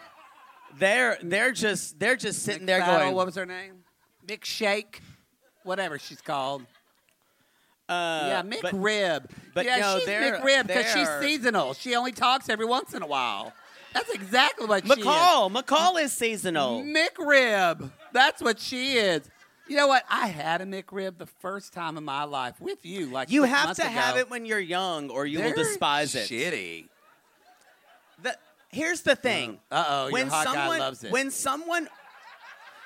[SPEAKER 2] They're they're just they're just sitting there
[SPEAKER 3] Faddle,
[SPEAKER 2] going.
[SPEAKER 3] What was her name? McShake, whatever she's called.
[SPEAKER 2] Uh,
[SPEAKER 3] yeah,
[SPEAKER 2] but-
[SPEAKER 3] McRib.
[SPEAKER 2] but
[SPEAKER 3] yeah,
[SPEAKER 2] no,
[SPEAKER 3] she's
[SPEAKER 2] they're-
[SPEAKER 3] McRib because she's
[SPEAKER 2] they're-
[SPEAKER 3] seasonal. She only talks every once in a while. That's exactly what
[SPEAKER 2] McCall.
[SPEAKER 3] she Mm, is.
[SPEAKER 2] McCall is seasonal.
[SPEAKER 3] McRib. That's what she is. You know what? I had a McRib the first time in my life with you. Like
[SPEAKER 2] You
[SPEAKER 3] six
[SPEAKER 2] have
[SPEAKER 3] months
[SPEAKER 2] to have
[SPEAKER 3] ago.
[SPEAKER 2] it when you're young, or you will
[SPEAKER 3] They're
[SPEAKER 2] despise it.
[SPEAKER 3] Shitty.
[SPEAKER 2] The, here's the thing.
[SPEAKER 3] Uh oh,
[SPEAKER 2] when
[SPEAKER 3] your hot guy
[SPEAKER 2] someone
[SPEAKER 3] loves it.
[SPEAKER 2] when someone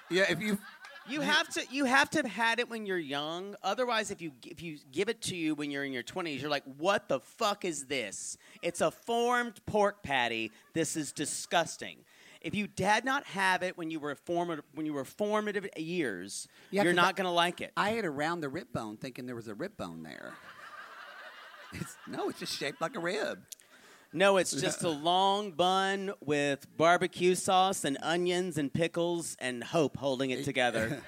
[SPEAKER 3] yeah, if you
[SPEAKER 2] you have to you have to have had it when you're young. Otherwise, if you gi- if you give it to you when you're in your 20s, you're like, "What the fuck is this? It's a formed pork patty. This is disgusting." If you did not have it when you were formative when you were formative years,
[SPEAKER 3] Yeah,
[SPEAKER 2] you're
[SPEAKER 3] 'cause
[SPEAKER 2] not
[SPEAKER 3] I-
[SPEAKER 2] going to like it.
[SPEAKER 3] I ate around the rib bone thinking there was a rib bone there. It's, no, it's just shaped like a rib.
[SPEAKER 2] No, it's just a long bun with barbecue sauce and onions and pickles and hope holding it together.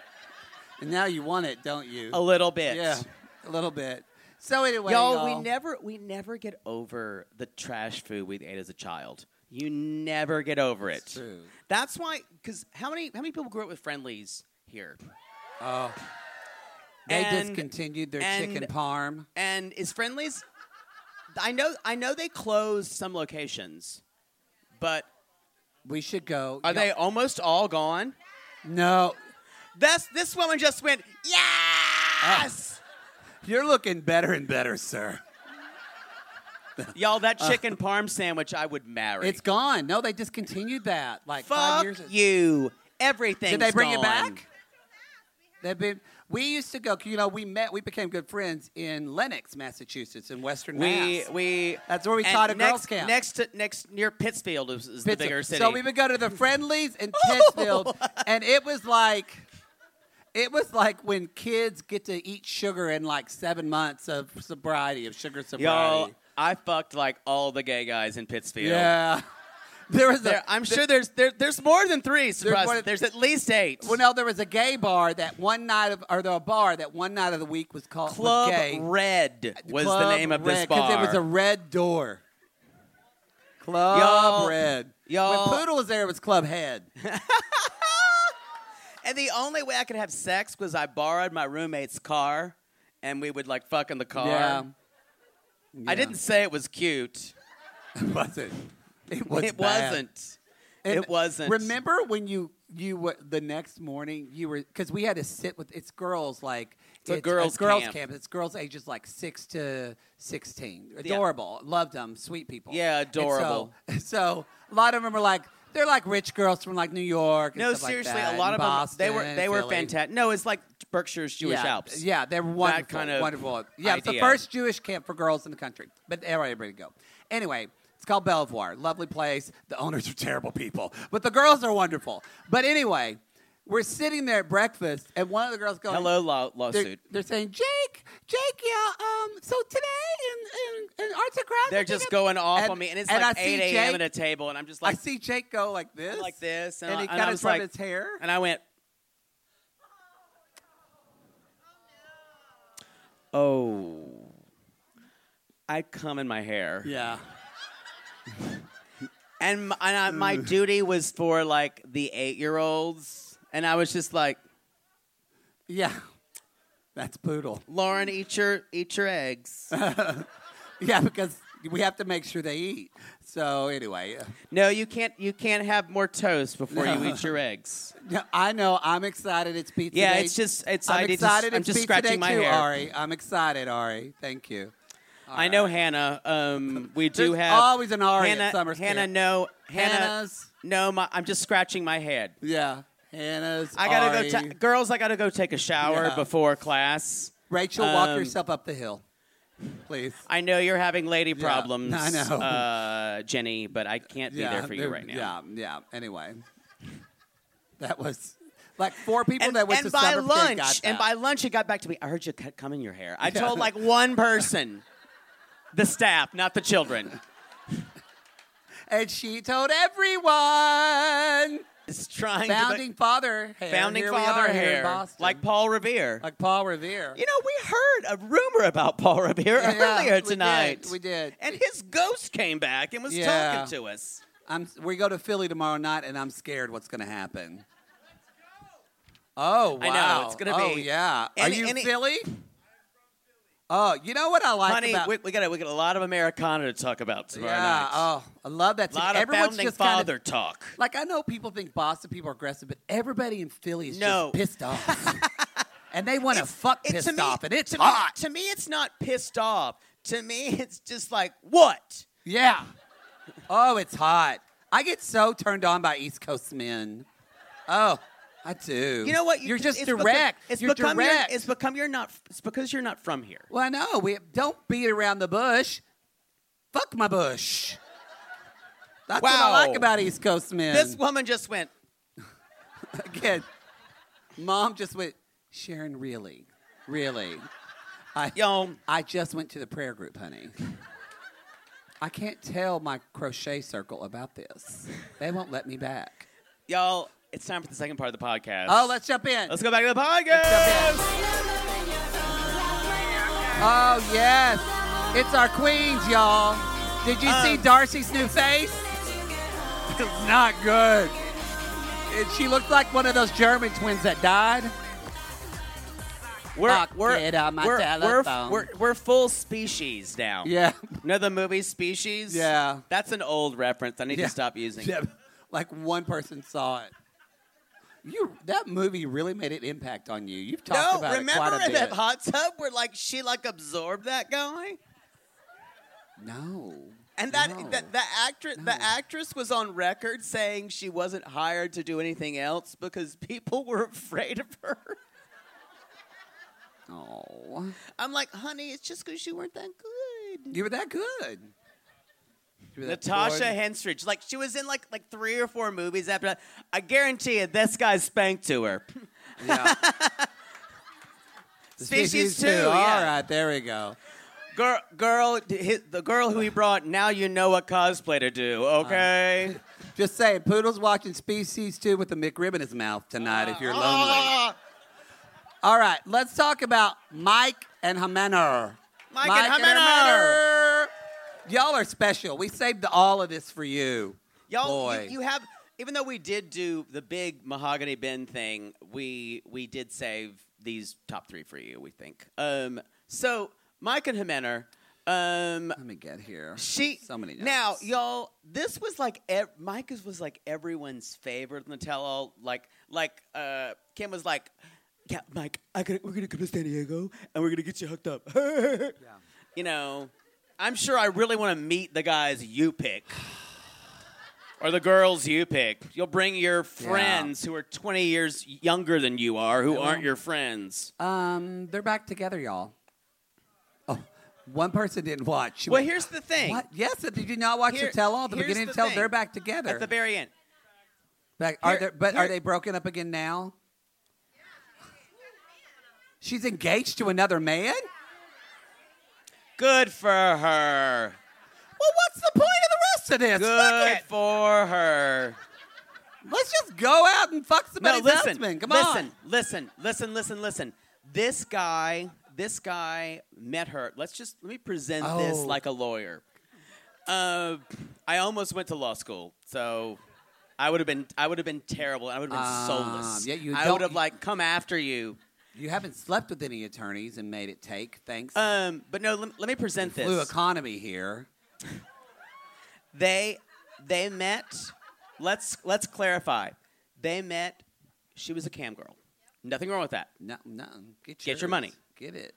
[SPEAKER 3] And now you want it, don't you?
[SPEAKER 2] A little bit.
[SPEAKER 3] Yeah, a little bit. So anyway,
[SPEAKER 2] y'all,
[SPEAKER 3] y'all,
[SPEAKER 2] we never we never get over the trash food we ate as a child. You never get over it.
[SPEAKER 3] It's true.
[SPEAKER 2] That's why, because how many how many people grew up with friendlies here?
[SPEAKER 3] Oh, they
[SPEAKER 2] And-
[SPEAKER 3] discontinued their
[SPEAKER 2] and-
[SPEAKER 3] chicken parm.
[SPEAKER 2] And is friendlies? I know I know they closed some locations, but
[SPEAKER 3] we should go.
[SPEAKER 2] Are they almost all gone?
[SPEAKER 3] No.
[SPEAKER 2] That's this woman just went
[SPEAKER 3] Ah.
[SPEAKER 2] yes.
[SPEAKER 3] You're looking better and better, sir.
[SPEAKER 2] Y'all, that chicken parm sandwich, I would marry.
[SPEAKER 3] Ah. It's gone. No, they discontinued that like five
[SPEAKER 2] Fuck
[SPEAKER 3] years.
[SPEAKER 2] you. Everything.
[SPEAKER 3] Did they bring it back? They've been. We used to go. You know, we met. We became good friends in Lenox, Massachusetts, in Western
[SPEAKER 2] We
[SPEAKER 3] Mass.
[SPEAKER 2] we.
[SPEAKER 3] That's where we
[SPEAKER 2] and
[SPEAKER 3] taught at
[SPEAKER 2] next,
[SPEAKER 3] girls' camp.
[SPEAKER 2] Next to next near Pittsfield is, is the
[SPEAKER 3] Pittsfield.
[SPEAKER 2] bigger city. Oh,
[SPEAKER 3] So we would go to the friendlies in Pittsfield, and it was like, it was like when kids get to eat sugar in like seven months of sobriety of sugar
[SPEAKER 2] Y'all,
[SPEAKER 3] sobriety.
[SPEAKER 2] I fucked like all the gay guys in Pittsfield.
[SPEAKER 3] Yeah. There was.
[SPEAKER 2] There-
[SPEAKER 3] A,
[SPEAKER 2] I'm sure there's there, there's more than three. Surprise!
[SPEAKER 3] more
[SPEAKER 2] There's,
[SPEAKER 3] than-
[SPEAKER 2] at least eight.
[SPEAKER 3] Well, no, there was a gay bar that one night of, or the bar that one night of the week was called was
[SPEAKER 2] Club
[SPEAKER 3] gay.
[SPEAKER 2] Red was
[SPEAKER 3] Club
[SPEAKER 2] the name of this
[SPEAKER 3] Red,
[SPEAKER 2] bar.
[SPEAKER 3] it was a red door. Club
[SPEAKER 2] Y'all-
[SPEAKER 3] Red.
[SPEAKER 2] y'all-
[SPEAKER 3] When Poodle was there, it was Club Head.
[SPEAKER 2] And the only way I could have sex was I borrowed my roommate's car, and we would like fuck in the car.
[SPEAKER 3] Yeah.
[SPEAKER 2] I didn't say it was cute.
[SPEAKER 3] was it? It was
[SPEAKER 2] It
[SPEAKER 3] bad.
[SPEAKER 2] wasn't.
[SPEAKER 3] And
[SPEAKER 2] it wasn't.
[SPEAKER 3] Remember when you you were, the next morning you were because we had to sit with it's girls like
[SPEAKER 2] It's a girls'
[SPEAKER 3] girls
[SPEAKER 2] camp.
[SPEAKER 3] It's girls ages like six to sixteen.
[SPEAKER 2] Yeah.
[SPEAKER 3] Adorable, loved them, sweet people.
[SPEAKER 2] Yeah,
[SPEAKER 3] And
[SPEAKER 2] adorable.
[SPEAKER 3] So, so a lot of them are like they're like rich girls from like New York. and
[SPEAKER 2] No,
[SPEAKER 3] stuff like
[SPEAKER 2] seriously,
[SPEAKER 3] that,
[SPEAKER 2] a lot of
[SPEAKER 3] and
[SPEAKER 2] them. They were
[SPEAKER 3] Boston,
[SPEAKER 2] they were
[SPEAKER 3] Philly.
[SPEAKER 2] fantastic. No, it's like Berkshire's Jewish
[SPEAKER 3] yeah,
[SPEAKER 2] Alps.
[SPEAKER 3] Yeah, they're
[SPEAKER 2] That
[SPEAKER 3] wonderful.
[SPEAKER 2] kind of
[SPEAKER 3] wonderful. Yeah, it's the
[SPEAKER 2] idea.
[SPEAKER 3] first Jewish camp for girls in the country. But everybody go. Anyway, it's called Belvoir. Lovely place. The owners are terrible people, but the girls are wonderful. But anyway, we're sitting there at breakfast, and one of the girls goes,
[SPEAKER 2] Hello, law-
[SPEAKER 3] They're-
[SPEAKER 2] lawsuit.
[SPEAKER 3] They're, saying, Jake, Jake, yeah. Um, so today in in, in arts and crafts,
[SPEAKER 2] They're
[SPEAKER 3] we did
[SPEAKER 2] just
[SPEAKER 3] a-"
[SPEAKER 2] going off
[SPEAKER 3] And-
[SPEAKER 2] on me, and it's
[SPEAKER 3] and
[SPEAKER 2] like
[SPEAKER 3] I see
[SPEAKER 2] eight a.m. at
[SPEAKER 3] Jake-
[SPEAKER 2] a table, and I'm just
[SPEAKER 3] I
[SPEAKER 2] like
[SPEAKER 3] see Jake go like this,
[SPEAKER 2] like this, and,
[SPEAKER 3] and
[SPEAKER 2] I,
[SPEAKER 3] he
[SPEAKER 2] and I
[SPEAKER 3] kind of
[SPEAKER 2] was like,
[SPEAKER 3] his hair.
[SPEAKER 2] and I went, oh, I come in my hair.
[SPEAKER 3] Yeah.
[SPEAKER 2] and my, and I, my duty was for like the eight year olds, and I was just like,
[SPEAKER 3] yeah, that's poodle.
[SPEAKER 2] Lauren, eat your eat your eggs.
[SPEAKER 3] Yeah, because we have to make sure they eat. So anyway, uh,
[SPEAKER 2] no, you can't you can't have more toast before you eat your eggs.
[SPEAKER 3] yeah, I know I'm excited. It's pizza.
[SPEAKER 2] Yeah,
[SPEAKER 3] day.
[SPEAKER 2] it's just- it's-
[SPEAKER 3] I'm
[SPEAKER 2] I did just-
[SPEAKER 3] excited.
[SPEAKER 2] I'm
[SPEAKER 3] it's
[SPEAKER 2] just
[SPEAKER 3] pizza
[SPEAKER 2] scratching
[SPEAKER 3] day
[SPEAKER 2] my
[SPEAKER 3] too,
[SPEAKER 2] hair.
[SPEAKER 3] Ari, I'm excited, Ari. Thank you.
[SPEAKER 2] I know Hannah. Um, we do
[SPEAKER 3] There's
[SPEAKER 2] have
[SPEAKER 3] always an Ari at
[SPEAKER 2] Hannah,
[SPEAKER 3] Summer's
[SPEAKER 2] Hannah,
[SPEAKER 3] camp.
[SPEAKER 2] no, Hannah,
[SPEAKER 3] Hannah's.
[SPEAKER 2] no. My, I'm just scratching my head.
[SPEAKER 3] Yeah, Hannah's.
[SPEAKER 2] I gotta
[SPEAKER 3] Ari.
[SPEAKER 2] go, ta- girls. I gotta go take a shower
[SPEAKER 3] Yeah.
[SPEAKER 2] before class.
[SPEAKER 3] Rachel, walk
[SPEAKER 2] Um,
[SPEAKER 3] yourself up the hill. Please.
[SPEAKER 6] I know you're having lady problems,
[SPEAKER 3] I know.
[SPEAKER 6] Uh, Jenny, but I can't be there for you
[SPEAKER 3] they're-
[SPEAKER 6] right now.
[SPEAKER 3] Yeah, yeah. Anyway, that was like four people that went
[SPEAKER 2] and
[SPEAKER 3] to
[SPEAKER 2] by
[SPEAKER 3] Summer Fit
[SPEAKER 2] lunch,
[SPEAKER 3] got
[SPEAKER 2] and
[SPEAKER 3] that.
[SPEAKER 2] by lunch, it got back to me. I heard you cut cum in your hair. I
[SPEAKER 6] Yeah.
[SPEAKER 2] told like one person, the staff, not the children.
[SPEAKER 3] and she told everyone.
[SPEAKER 2] It's trying to-
[SPEAKER 3] founding father hair.
[SPEAKER 2] Founding
[SPEAKER 3] Here we
[SPEAKER 2] father
[SPEAKER 3] are here in
[SPEAKER 2] hair,
[SPEAKER 3] Boston.
[SPEAKER 2] like Paul Revere.
[SPEAKER 3] Like Paul Revere.
[SPEAKER 2] You know, we heard a rumor about Paul Revere
[SPEAKER 3] Yeah,
[SPEAKER 2] earlier
[SPEAKER 3] we did,
[SPEAKER 2] tonight.
[SPEAKER 3] we did.
[SPEAKER 2] and his ghost came back and was
[SPEAKER 3] Yeah.
[SPEAKER 2] talking to us.
[SPEAKER 3] I'm, we go to Philly tomorrow night, and I'm scared what's going to happen. Oh wow!
[SPEAKER 2] I know, it's gonna
[SPEAKER 3] Oh,
[SPEAKER 2] be-
[SPEAKER 3] yeah.
[SPEAKER 2] and
[SPEAKER 3] Are
[SPEAKER 2] it-
[SPEAKER 3] you
[SPEAKER 2] and it-
[SPEAKER 3] Philly? Oh, you know what I like
[SPEAKER 2] Honey,
[SPEAKER 3] about
[SPEAKER 2] we, we got a, we got a lot of Americana to talk about tomorrow
[SPEAKER 3] yeah.
[SPEAKER 2] night.
[SPEAKER 3] Oh, I love that.
[SPEAKER 2] a lot
[SPEAKER 3] too.
[SPEAKER 2] of
[SPEAKER 3] Everyone's
[SPEAKER 2] founding
[SPEAKER 3] just kinda-
[SPEAKER 2] father talk.
[SPEAKER 3] Like I know people think Boston people are aggressive, but everybody in Philly is
[SPEAKER 2] No.
[SPEAKER 3] just pissed off, and they want to fuck
[SPEAKER 2] It-
[SPEAKER 3] pissed off, and it's
[SPEAKER 2] to
[SPEAKER 3] hot.
[SPEAKER 2] Me, to me, it's not pissed off. To me, it's just like what?
[SPEAKER 3] Yeah. Oh, it's hot. I get so turned on by East Coast men. Oh, I do.
[SPEAKER 2] You know what?
[SPEAKER 3] You, are just
[SPEAKER 2] it's become-
[SPEAKER 3] direct.
[SPEAKER 2] it's
[SPEAKER 3] you're
[SPEAKER 2] become
[SPEAKER 3] direct.
[SPEAKER 2] Your, it's become you're not. It's because you're not from here.
[SPEAKER 3] well, I know. We don't beat around the bush. Fuck my bush. That's what I like
[SPEAKER 2] Wow.
[SPEAKER 3] about East Coast men.
[SPEAKER 2] This woman just went.
[SPEAKER 3] again. Mom just went, Sharon, really, really. I, I just went to the prayer group, honey. I can't tell my crochet circle about this. They won't let me back.
[SPEAKER 2] Y'all, it's time for the second part of the podcast.
[SPEAKER 3] Oh, let's jump in.
[SPEAKER 2] Let's go back to the podcast.
[SPEAKER 3] Oh, yes. It's our queens, y'all. Did you see Darcy's new face? It's not good. It, she looked like one of those German twins that died.
[SPEAKER 2] We're
[SPEAKER 3] Fuck
[SPEAKER 2] we're,
[SPEAKER 3] it on my
[SPEAKER 2] we're, we're,
[SPEAKER 3] telephone.
[SPEAKER 2] we're we're full species now.
[SPEAKER 3] Yeah.
[SPEAKER 2] Know the movie Species?
[SPEAKER 3] Yeah.
[SPEAKER 2] That's an old reference. I need
[SPEAKER 3] Yeah.
[SPEAKER 2] to stop using.
[SPEAKER 3] Yeah.
[SPEAKER 2] it.
[SPEAKER 3] Like one person saw it. You that movie really made an impact on you. You've talked
[SPEAKER 2] No,
[SPEAKER 3] about it
[SPEAKER 2] remember
[SPEAKER 3] quite a
[SPEAKER 2] in
[SPEAKER 3] bit.
[SPEAKER 2] that hot tub where like she like absorbed that guy?
[SPEAKER 3] no.
[SPEAKER 2] And that, that the actress the actress was on record saying she wasn't hired to do anything else because people were afraid of her.
[SPEAKER 3] Oh.
[SPEAKER 2] I'm like, honey, it's just because you weren't that good.
[SPEAKER 3] You were that good. You were that
[SPEAKER 2] Natasha
[SPEAKER 3] good.
[SPEAKER 2] Henstridge, like she was in like like three or four movies after that. I guarantee you, this guy spanked to her.
[SPEAKER 3] Yeah.
[SPEAKER 2] Species,
[SPEAKER 3] Species
[SPEAKER 2] two,
[SPEAKER 3] two. All
[SPEAKER 2] yeah.
[SPEAKER 3] right, there we go.
[SPEAKER 2] Girl, girl, d- hi- the girl who he brought. Now you know what cosplay to do. Okay.
[SPEAKER 3] Just saying, Poodle's watching Species 2 with a McRib in his mouth tonight if you're lonely.
[SPEAKER 2] Ah.
[SPEAKER 3] All right, let's talk about Mike and Jimenez.
[SPEAKER 2] Mike and
[SPEAKER 3] Jimenez. Y'all are special. We saved all of this for you.
[SPEAKER 2] Y'all,
[SPEAKER 3] Boy.
[SPEAKER 2] you, you have even though we did do the big mahogany bin thing, we we did save these top three for you. We think. Um, so Mike and Jimenez. Um, Let
[SPEAKER 3] me get here.
[SPEAKER 2] She
[SPEAKER 3] So many notes.
[SPEAKER 2] now, y'all. This was like ev- Micah's was like everyone's favorite in the tell-all. Like, like uh, Kim was like, "Yeah, Mike, I could, we're gonna come to San Diego and we're gonna get you hooked up." You know, I'm sure I really want to meet the guys you pick or the girls you pick. You'll bring your friends who are 20 years younger than you are, who aren't your friends.
[SPEAKER 3] Um, they're back together, y'all. Oh, one person didn't watch. She
[SPEAKER 2] Well,
[SPEAKER 3] went,
[SPEAKER 2] here's the thing.
[SPEAKER 3] What? Yes, did you not watch
[SPEAKER 2] Here-
[SPEAKER 3] the tell all? The
[SPEAKER 2] here's
[SPEAKER 3] beginning
[SPEAKER 2] the
[SPEAKER 3] tell,
[SPEAKER 2] thing.
[SPEAKER 3] they're back together.
[SPEAKER 2] At the very end.
[SPEAKER 3] back, are
[SPEAKER 2] here-
[SPEAKER 3] they, but are
[SPEAKER 2] here-
[SPEAKER 3] they broken up again now? She's engaged to another man?
[SPEAKER 2] Good for her.
[SPEAKER 3] Well, what's the point of the rest of this? Fuck
[SPEAKER 2] Good
[SPEAKER 3] it.
[SPEAKER 2] for her.
[SPEAKER 3] Let's just go out and fuck
[SPEAKER 2] No,
[SPEAKER 3] somebody's
[SPEAKER 2] listen.
[SPEAKER 3] husband. Come
[SPEAKER 2] listen,
[SPEAKER 3] on.
[SPEAKER 2] listen, listen, listen, listen. This guy, this guy met her. Let's just let me present this
[SPEAKER 3] Oh.
[SPEAKER 2] like a lawyer. Uh, I almost went to law school, so I would have been I would have been terrible. I would have been soulless.
[SPEAKER 3] Um, yeah, you
[SPEAKER 2] I
[SPEAKER 3] don't-
[SPEAKER 2] would have like come after you.
[SPEAKER 3] You haven't slept with any attorneys and made it take. Thanks.
[SPEAKER 2] Um, but no, let, let me present this.
[SPEAKER 3] Blue economy here.
[SPEAKER 2] They they met. Let's let's clarify. They met. She was a cam girl. Nothing wrong with that.
[SPEAKER 3] No, no. Get,
[SPEAKER 2] Get your
[SPEAKER 3] yours.
[SPEAKER 2] money.
[SPEAKER 3] Get it.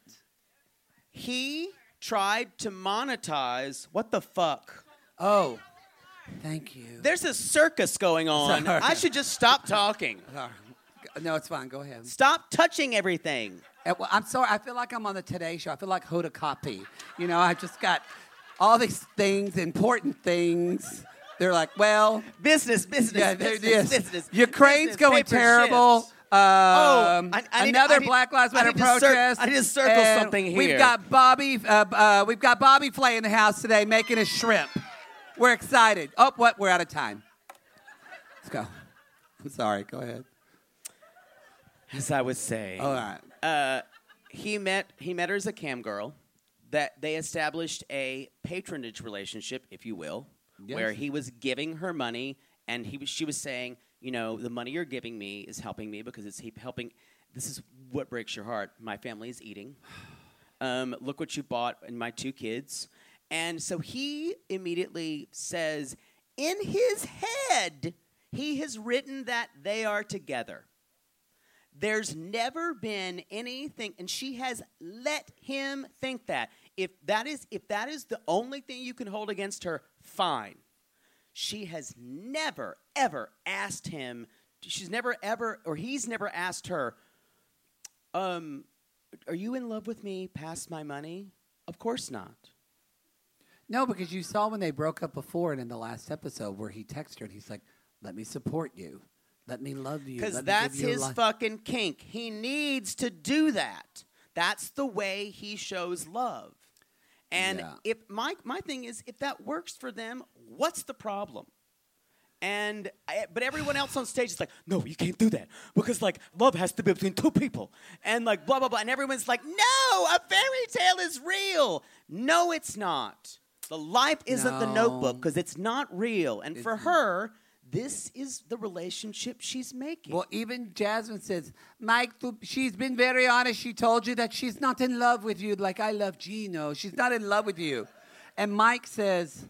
[SPEAKER 2] He tried to monetize. What the fuck?
[SPEAKER 3] Oh, thank you.
[SPEAKER 2] There's a circus going on.
[SPEAKER 3] Sorry.
[SPEAKER 2] I should just stop talking.
[SPEAKER 3] No, it's fine. Go ahead.
[SPEAKER 2] Stop touching everything.
[SPEAKER 3] At- well, I'm sorry. I feel like I'm on the Today Show. I feel like Hoda Copy. You know, I just got all these things, important things. They're like, well,
[SPEAKER 2] business, business,
[SPEAKER 3] yeah, there it
[SPEAKER 2] business,
[SPEAKER 3] is.
[SPEAKER 2] business.
[SPEAKER 3] Ukraine's
[SPEAKER 2] business,
[SPEAKER 3] going
[SPEAKER 2] paper
[SPEAKER 3] terrible.
[SPEAKER 2] ships. Oh,
[SPEAKER 3] Um,
[SPEAKER 2] I- I need to-
[SPEAKER 3] another
[SPEAKER 2] I need-
[SPEAKER 3] Black Lives
[SPEAKER 2] I
[SPEAKER 3] Matter
[SPEAKER 2] need to cir-
[SPEAKER 3] protest.
[SPEAKER 2] I need to circle
[SPEAKER 3] And
[SPEAKER 2] something here.
[SPEAKER 3] We've got Bobby. Uh, uh, we've got Bobby Flay in the house today making a shrimp. We're excited. Oh, what? We're out of time. Let's go. I'm sorry. Go ahead.
[SPEAKER 2] As I was saying.
[SPEAKER 3] All right.
[SPEAKER 2] Uh, he met he met her as a cam girl. That they established a patronage relationship, if you will,
[SPEAKER 6] Yes.
[SPEAKER 2] where he was giving her money, and he was she was saying, you know, the money you're giving me is helping me because it's he helping. This is what breaks your heart. My family is eating. Um, look what you bought and my two kids. And so he immediately says, in his head, he has written that they are together. There's never been anything, and she has let him think that. If that is if that is the only thing you can hold against her, fine. She has never ever asked him. She's never ever, or he's never asked her. Um, are you in love with me? Past my money? Of course not.
[SPEAKER 3] No, because you saw when they broke up before and in the last episode where he texted her and he's like, let me support you. Let me love you.
[SPEAKER 2] Because
[SPEAKER 3] Let me give
[SPEAKER 2] that's
[SPEAKER 3] you
[SPEAKER 2] his
[SPEAKER 3] life."
[SPEAKER 2] fucking kink. He needs to do that. That's the way he shows love. And
[SPEAKER 6] Yeah.
[SPEAKER 2] if my my thing is, if that works for them, what's the problem? And I, but everyone else on stage is like, no, you can't do that because like love has to be between two people, and like blah blah blah. And everyone's like, no, a fairy tale is real. No, it's not. The life isn't the
[SPEAKER 6] No.
[SPEAKER 2] notebook because it's not real. And for her, this is the relationship she's making.
[SPEAKER 3] Well, even Jasmine says, Mike, th- she's been very honest. She told you that she's not in love with you like I love Gino. She's not in love with you. And Mike says,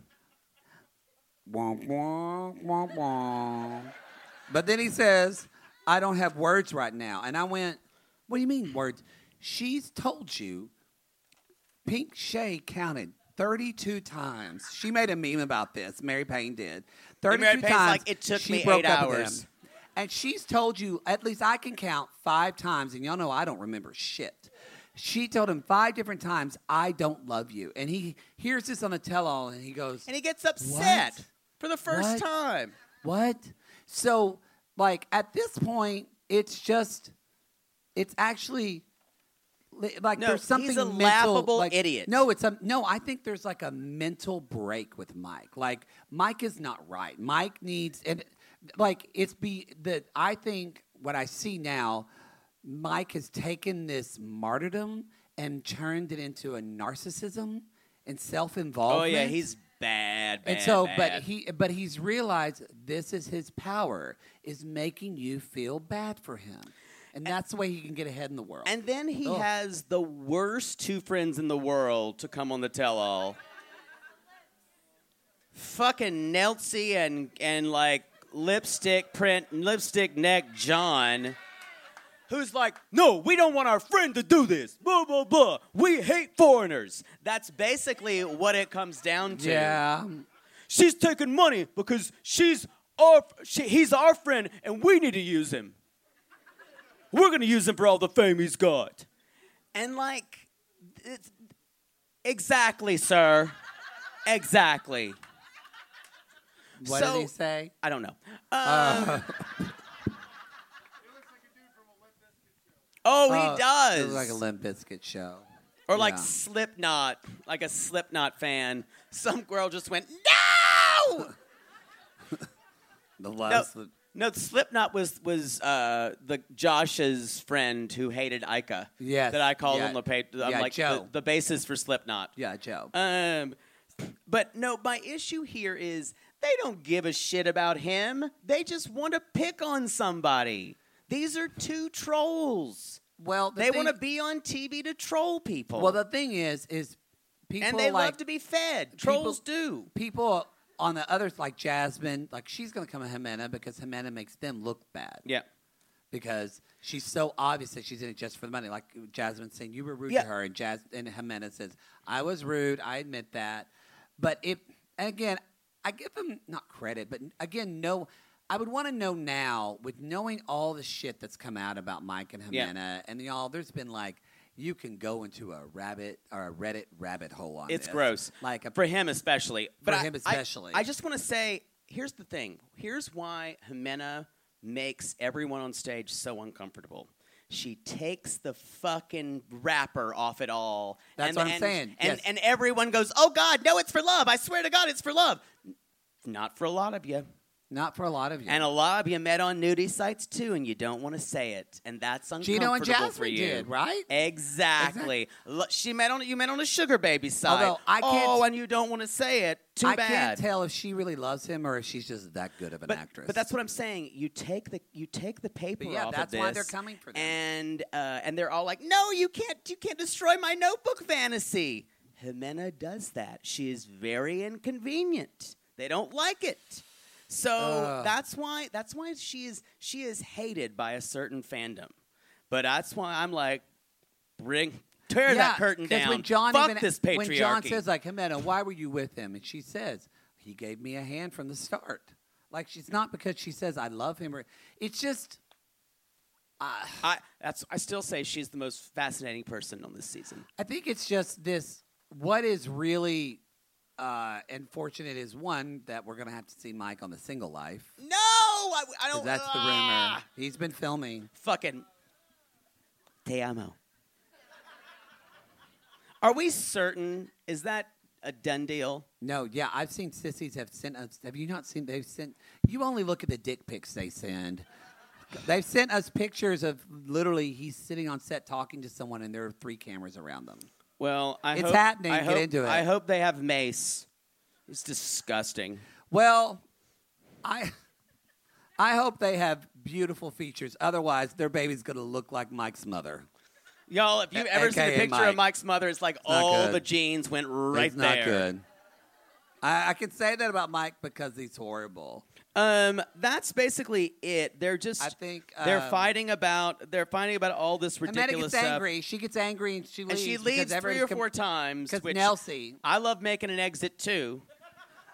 [SPEAKER 3] womp, womp, womp, womp. But then he says, I don't have words right now. And I went, What do you mean words? She's told you Pink Shay counted 32 times. She made a meme about this. Mary Payne did. 32
[SPEAKER 2] Mary Payne's
[SPEAKER 3] times.
[SPEAKER 2] like, "It took
[SPEAKER 3] she
[SPEAKER 2] me eight
[SPEAKER 3] broke up with
[SPEAKER 2] hours."
[SPEAKER 3] him. And she's told you, at least I can count five times, and y'all know I don't remember shit. She told him five different times, I don't love you. And he hears this on the tell all and he goes,
[SPEAKER 2] And he gets upset
[SPEAKER 3] "What?
[SPEAKER 2] for the
[SPEAKER 3] What?
[SPEAKER 2] first time.
[SPEAKER 3] What? So, like, at this point, it's just, it's actually li- like
[SPEAKER 2] No,
[SPEAKER 3] there's something
[SPEAKER 2] he's a
[SPEAKER 3] mental,
[SPEAKER 2] laughable
[SPEAKER 3] like-
[SPEAKER 2] idiot.
[SPEAKER 3] No, it's a no. I think there's like a mental break with Mike. Like Mike is not right. Mike needs and like it's be the. I think what I see now, Mike has taken this martyrdom and turned it into a narcissism and self-involvement.
[SPEAKER 2] Oh yeah, he's bad, bad.
[SPEAKER 3] And so, but
[SPEAKER 2] bad.
[SPEAKER 3] he, but he's realized this is his power is making you feel bad for him, and that's the way he can get ahead in the world. Oh.
[SPEAKER 2] And then he
[SPEAKER 3] Ugh.
[SPEAKER 2] has the worst two friends in the world to come on the tell all. Fucking Nelsie and and like lipstick print lipstick neck John. Who's like, no, we don't want our friend to do this. Blah blah blah. We hate foreigners. That's basically what it comes down to.
[SPEAKER 3] Yeah.
[SPEAKER 2] She's taking money because she's our she, he's our friend and we need to use him. We're going to use him for all the fame he's got. And like, it's, exactly, sir. Exactly.
[SPEAKER 3] What
[SPEAKER 2] So-
[SPEAKER 3] did he say?
[SPEAKER 2] I don't know. Um,
[SPEAKER 3] Uh.
[SPEAKER 2] oh, he
[SPEAKER 3] Uh,
[SPEAKER 2] does.
[SPEAKER 3] It was like a Limp Biscuit show.
[SPEAKER 2] Or like
[SPEAKER 3] Yeah.
[SPEAKER 2] Slipknot, like a Slipknot fan. Some girl just went, no!
[SPEAKER 3] The
[SPEAKER 2] no,
[SPEAKER 3] last.
[SPEAKER 2] no, Slipknot was was uh, the Josh's friend who hated Ica.
[SPEAKER 3] Yes,
[SPEAKER 2] that I called
[SPEAKER 3] yeah.
[SPEAKER 2] him the pa- I'm
[SPEAKER 3] Yeah,
[SPEAKER 2] like
[SPEAKER 3] Joe.
[SPEAKER 2] The, the basis for Slipknot.
[SPEAKER 3] Yeah, Joe.
[SPEAKER 2] Um, but no, my issue here is they don't give a shit about him. They just want to pick on somebody. These are two trolls.
[SPEAKER 3] Well, the
[SPEAKER 2] they want to
[SPEAKER 3] thing-
[SPEAKER 2] be on TV to troll people.
[SPEAKER 3] Well, the thing is, is people
[SPEAKER 2] and they
[SPEAKER 3] like,
[SPEAKER 2] love to be fed.
[SPEAKER 3] people-
[SPEAKER 2] Trolls do.
[SPEAKER 3] People on the others like Jasmine, like she's gonna come at Jimena because Jimena makes them look bad.
[SPEAKER 2] Yeah.
[SPEAKER 3] Because she's so obvious that she's in it just for the money. Like Jasmine saying, "You were rude
[SPEAKER 2] Yeah.
[SPEAKER 3] to her," and Jas- and Jimena says, "I was rude. I admit that." But it again, I give them not credit, but again, no. I would want to know now, with knowing all the shit that's come out about Mike and
[SPEAKER 2] Yeah.
[SPEAKER 3] Jimena and y'all. There's been like you can go into a rabbit or a Reddit rabbit hole on
[SPEAKER 2] It's
[SPEAKER 3] this.
[SPEAKER 2] gross.
[SPEAKER 3] Like a,
[SPEAKER 2] for him especially.
[SPEAKER 3] For
[SPEAKER 2] I-
[SPEAKER 3] him
[SPEAKER 2] I-
[SPEAKER 3] especially.
[SPEAKER 2] I, just want to say, here's the thing. Here's why Jimena makes everyone on stage so uncomfortable. She takes the fucking wrapper off it all.
[SPEAKER 3] That's
[SPEAKER 2] and,
[SPEAKER 3] what I'm
[SPEAKER 2] and-
[SPEAKER 3] saying,
[SPEAKER 2] And,
[SPEAKER 3] yes.
[SPEAKER 2] and everyone goes, "Oh God, no! It's for love. I swear to God, it's for love." Not for a lot of you.
[SPEAKER 3] Not for a lot of you.
[SPEAKER 2] And a lot of you met on nudie sites too, and you don't want to say it, and that's uncomfortable
[SPEAKER 3] Gino and
[SPEAKER 2] for
[SPEAKER 3] Jasmine
[SPEAKER 2] you,
[SPEAKER 3] did, right?
[SPEAKER 2] Exactly. Lo- She met on you met on a sugar baby site.
[SPEAKER 3] Although I can't-
[SPEAKER 2] Oh, and you don't want to say it. Too
[SPEAKER 3] I
[SPEAKER 2] bad.
[SPEAKER 3] can't tell if she really loves him or if she's just that good of an actress.
[SPEAKER 2] But that's what I'm saying. You take the you take the paper
[SPEAKER 3] yeah,
[SPEAKER 2] off of
[SPEAKER 3] that's why they're
[SPEAKER 2] this,
[SPEAKER 3] coming for this.
[SPEAKER 2] And uh, and they're all like, "No, you can't. You can't destroy my notebook fantasy." Jimena does that. She is very inconvenient. They don't like it. So
[SPEAKER 6] Ugh.
[SPEAKER 2] that's why that's why she is she is hated by a certain fandom. But that's why I'm like, bring tear that curtain
[SPEAKER 3] 'cause
[SPEAKER 2] down.
[SPEAKER 3] When John
[SPEAKER 2] Fuck
[SPEAKER 3] even,
[SPEAKER 2] this patriarchy.
[SPEAKER 3] When John says, like, Jimena, why were you with him? And she says, he gave me a hand from the start. Like, she's not because she says, I love him. Or, it's just,
[SPEAKER 2] I that's I still say she's the most fascinating person on this season.
[SPEAKER 3] I think it's just this. What is really uh, unfortunate is one, that we're going to have to see Mike on the single life.
[SPEAKER 2] No, I, I
[SPEAKER 3] 'cause
[SPEAKER 2] don't.
[SPEAKER 3] That's the rumor.
[SPEAKER 2] Ah!
[SPEAKER 3] He's been filming.
[SPEAKER 2] Fucking. Te amo. Are we certain? Is that a done deal?
[SPEAKER 3] No, yeah, I've seen sissies have sent us. Have you not seen? They've sent. You only look at the dick pics they send. They've sent us pictures of literally he's sitting on set talking to someone, and there are three cameras around them.
[SPEAKER 2] Well, I
[SPEAKER 3] It's
[SPEAKER 2] hope,
[SPEAKER 3] happening.
[SPEAKER 2] I
[SPEAKER 3] Get
[SPEAKER 2] hope-
[SPEAKER 3] into it.
[SPEAKER 2] I hope they have mace. It's disgusting.
[SPEAKER 3] Well, I, I hope they have beautiful features. Otherwise, their baby's gonna look like Mike's mother.
[SPEAKER 2] Y'all, if you've
[SPEAKER 3] A-
[SPEAKER 2] ever seen a
[SPEAKER 3] AKA
[SPEAKER 2] picture
[SPEAKER 3] Mike.
[SPEAKER 2] of Mike's mother, it's like
[SPEAKER 3] not
[SPEAKER 2] all
[SPEAKER 3] good.
[SPEAKER 2] the genes went right
[SPEAKER 3] it's not
[SPEAKER 2] there.
[SPEAKER 3] good. I, I can say that about Mike because he's horrible.
[SPEAKER 2] Um, that's basically it. They're just.
[SPEAKER 3] I think,
[SPEAKER 2] they're
[SPEAKER 3] um,
[SPEAKER 2] fighting about. They're fighting about all this
[SPEAKER 3] And Amanda
[SPEAKER 2] ridiculous
[SPEAKER 3] gets
[SPEAKER 2] stuff.
[SPEAKER 3] angry. She gets angry and she
[SPEAKER 2] and
[SPEAKER 3] leaves.
[SPEAKER 2] she
[SPEAKER 3] because
[SPEAKER 2] leaves three
[SPEAKER 3] everyone's
[SPEAKER 2] or
[SPEAKER 3] com-
[SPEAKER 2] four times.
[SPEAKER 3] 'cause
[SPEAKER 2] which
[SPEAKER 3] Nelsie-
[SPEAKER 2] I love making an exit too.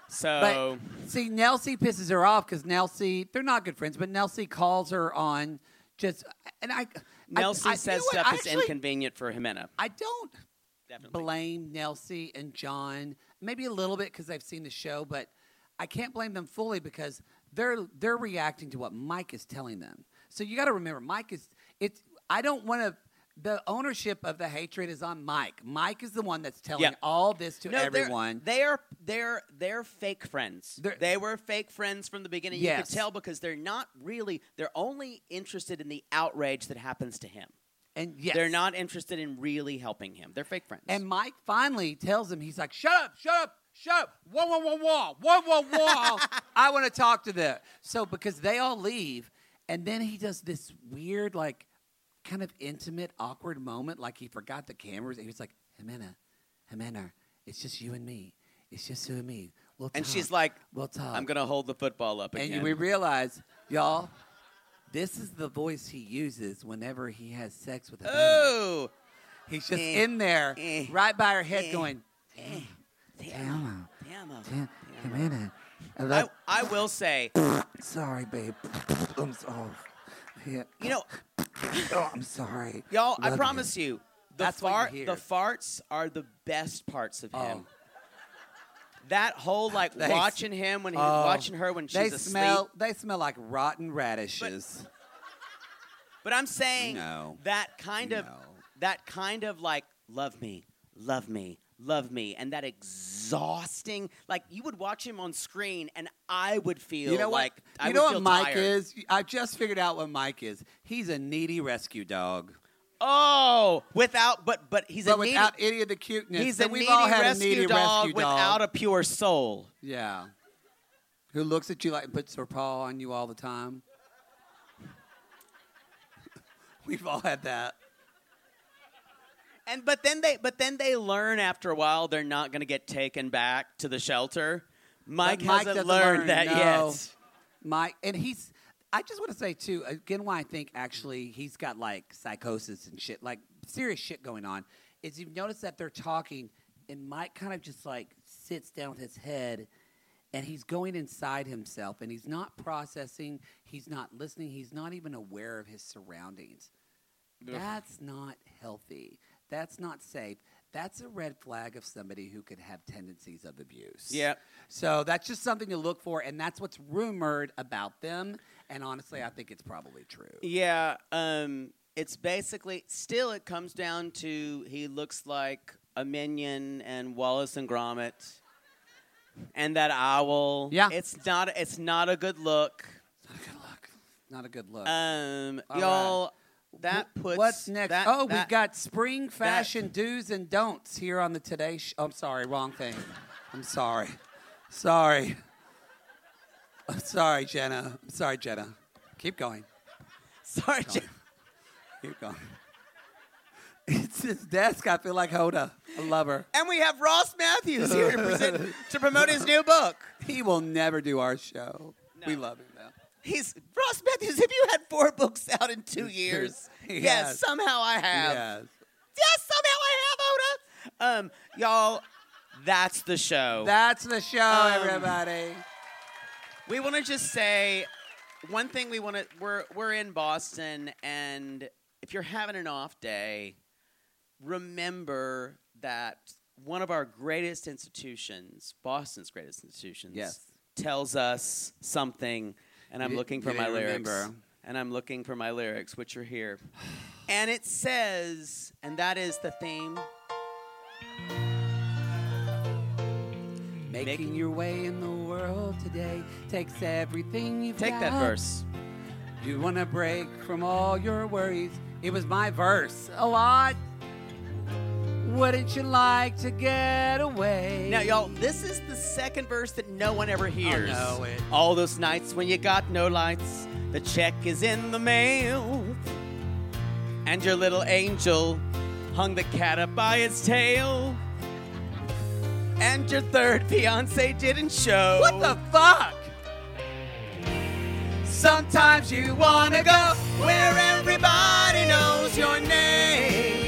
[SPEAKER 3] But
[SPEAKER 2] So
[SPEAKER 3] see, Nelsie pisses her off because Nelsie, they're not good friends, but Nelsie calls her on just, and I, I-
[SPEAKER 2] Nelsie
[SPEAKER 3] I, you
[SPEAKER 2] says
[SPEAKER 3] know what?
[SPEAKER 2] stuff
[SPEAKER 3] I
[SPEAKER 2] that's
[SPEAKER 3] actually-
[SPEAKER 2] inconvenient for Jimena.
[SPEAKER 3] I don't blame Nelsie and John, maybe a little bit because I've seen the show, but I can't blame them fully because they're they're reacting to what Mike is telling them. So you got to remember, Mike is it's. I don't want to. The ownership of the hatred is on Mike. Mike is the one that's telling
[SPEAKER 2] Yeah.
[SPEAKER 3] all this to
[SPEAKER 2] No, they're-
[SPEAKER 3] everyone.
[SPEAKER 2] They are they're they're fake friends. they were fake friends from the beginning. You
[SPEAKER 3] Yes.
[SPEAKER 2] could tell because they're not really they're only interested in the outrage that happens to him.
[SPEAKER 3] And yes.
[SPEAKER 2] They're not interested in really helping him. They're fake friends.
[SPEAKER 3] And Mike finally tells him, he's like, shut up, shut up, shut up. Whoa, whoa, whoa, whoa, whoa, whoa, whoa. I want to talk to them. So because they all leave, and then he does this weird, like, kind of intimate, awkward moment, like he forgot the cameras. And he was like, Jimena, Jimena, it's just you and me. It's just you and me. We'll
[SPEAKER 2] And
[SPEAKER 3] talk.
[SPEAKER 2] she's like,
[SPEAKER 3] we'll talk.
[SPEAKER 2] I'm gonna hold the football up again.
[SPEAKER 3] And we realize, y'all, this is the voice he uses whenever he has sex with a
[SPEAKER 2] Oh,
[SPEAKER 3] he's just
[SPEAKER 2] Eh,
[SPEAKER 3] in there, right by her head, going,
[SPEAKER 2] Damn.
[SPEAKER 3] "Damn, Jimena, I
[SPEAKER 2] I,
[SPEAKER 3] love-
[SPEAKER 2] I will say,
[SPEAKER 3] sorry, babe. I'm sorry. Yeah.
[SPEAKER 2] you know,
[SPEAKER 3] Oh, I'm sorry.
[SPEAKER 2] Y'all, I
[SPEAKER 3] Love
[SPEAKER 2] promise you, the
[SPEAKER 3] That's what you
[SPEAKER 2] fart,
[SPEAKER 3] hear. Oh.
[SPEAKER 2] the farts are the best parts of him. That whole like
[SPEAKER 3] They s-
[SPEAKER 2] watching him when he's
[SPEAKER 3] Oh,
[SPEAKER 2] watching her when she's
[SPEAKER 3] they
[SPEAKER 2] asleep.
[SPEAKER 3] smell, They smell like rotten radishes.
[SPEAKER 2] But I'm saying
[SPEAKER 3] No.
[SPEAKER 2] that kind of that kind of like love me, love me, love me, and that exhausting like you would watch him on screen and I would feel
[SPEAKER 3] you know
[SPEAKER 2] like
[SPEAKER 3] what?
[SPEAKER 2] I
[SPEAKER 3] you
[SPEAKER 2] would
[SPEAKER 3] know
[SPEAKER 2] feel
[SPEAKER 3] what Mike
[SPEAKER 2] tired.
[SPEAKER 3] is? I just figured out what Mike is. He's a needy rescue dog.
[SPEAKER 2] Oh, without but but he's
[SPEAKER 3] but
[SPEAKER 2] a needy,
[SPEAKER 3] without any of the cuteness.
[SPEAKER 2] he's
[SPEAKER 3] that
[SPEAKER 2] a
[SPEAKER 3] we've
[SPEAKER 2] needy
[SPEAKER 3] all had
[SPEAKER 2] rescue
[SPEAKER 3] a needy
[SPEAKER 2] dog
[SPEAKER 3] rescue
[SPEAKER 2] without
[SPEAKER 3] dog.
[SPEAKER 2] a pure soul.
[SPEAKER 3] yeah, who looks at you like and puts her paw on you all the time. We've all had that.
[SPEAKER 2] And but then they but then they learn after a while they're not going to get taken back to the shelter. Mike,
[SPEAKER 3] But Mike
[SPEAKER 2] hasn't
[SPEAKER 3] doesn't
[SPEAKER 2] learned
[SPEAKER 3] learn,
[SPEAKER 2] that
[SPEAKER 3] no.
[SPEAKER 2] yet.
[SPEAKER 3] Mike, and he's. I just want to say too again why I think actually he's got like psychosis and shit, like serious shit going on. Is you've noticed that they're talking, and Mike kind of just like sits down with his head, and he's going inside himself, and he's not processing, he's not listening, he's not even aware of his surroundings.
[SPEAKER 2] Ugh.
[SPEAKER 3] That's not healthy.
[SPEAKER 6] That's not safe. That's a red flag of somebody who could have tendencies of abuse.
[SPEAKER 3] Yep.
[SPEAKER 6] So that's just something to look for, and that's what's rumored about them. And honestly, I think it's probably true.
[SPEAKER 2] Yeah, um, it's basically still it comes down to he looks like a minion and Wallace and Gromit, and that owl. Yeah, it's not it's not a good look.
[SPEAKER 6] Not a good look.
[SPEAKER 2] Um,
[SPEAKER 6] All
[SPEAKER 2] y'all, that puts
[SPEAKER 6] What's next?
[SPEAKER 2] that-
[SPEAKER 6] oh, we've
[SPEAKER 2] that-
[SPEAKER 6] got spring fashion do's and don'ts here on the Today Show. I'm sorry, wrong thing. I'm sorry. Sorry. I'm sorry, Jenna. I'm sorry, Jenna. Keep going.
[SPEAKER 2] Sorry,
[SPEAKER 6] Jenna. Keep going. It's his desk. I feel like Hoda. I love her.
[SPEAKER 2] And we have Ross Matthews here to present to promote his new book.
[SPEAKER 6] He will never do our show. We love him though.
[SPEAKER 2] He's Ross Matthews. Have you had four books out in two years?
[SPEAKER 6] Yes.
[SPEAKER 2] somehow I have.
[SPEAKER 6] Yes.
[SPEAKER 2] Yes, somehow I have, Oda. Um, y'all, that's the show.
[SPEAKER 6] That's the show,
[SPEAKER 2] Um,
[SPEAKER 6] everybody.
[SPEAKER 2] We want to just say one thing. We want to. We're we're in Boston, and if you're having an off day, remember that one of our greatest institutions, Boston's greatest institutions,
[SPEAKER 6] Yes.
[SPEAKER 2] tells us something. And I'm
[SPEAKER 6] You di-
[SPEAKER 2] looking
[SPEAKER 6] you
[SPEAKER 2] for my
[SPEAKER 6] didn't
[SPEAKER 2] lyrics.
[SPEAKER 6] remember.
[SPEAKER 2] And I'm looking for my lyrics, which are here. And it says, and that is the theme.
[SPEAKER 6] Making your way in the world today takes everything you've
[SPEAKER 2] Take
[SPEAKER 6] got.
[SPEAKER 2] that verse.
[SPEAKER 6] You want to break from all your worries. It was my verse a lot. Wouldn't you like to get away?
[SPEAKER 2] Now, y'all, this is the second verse that no one ever hears.
[SPEAKER 6] know it.
[SPEAKER 2] All those nights when you got no lights, the check is in the mail, and your little angel hung the cat up by its tail, and your third fiance didn't show. What the
[SPEAKER 6] fuck?
[SPEAKER 2] Sometimes you wanna go where everybody knows your name,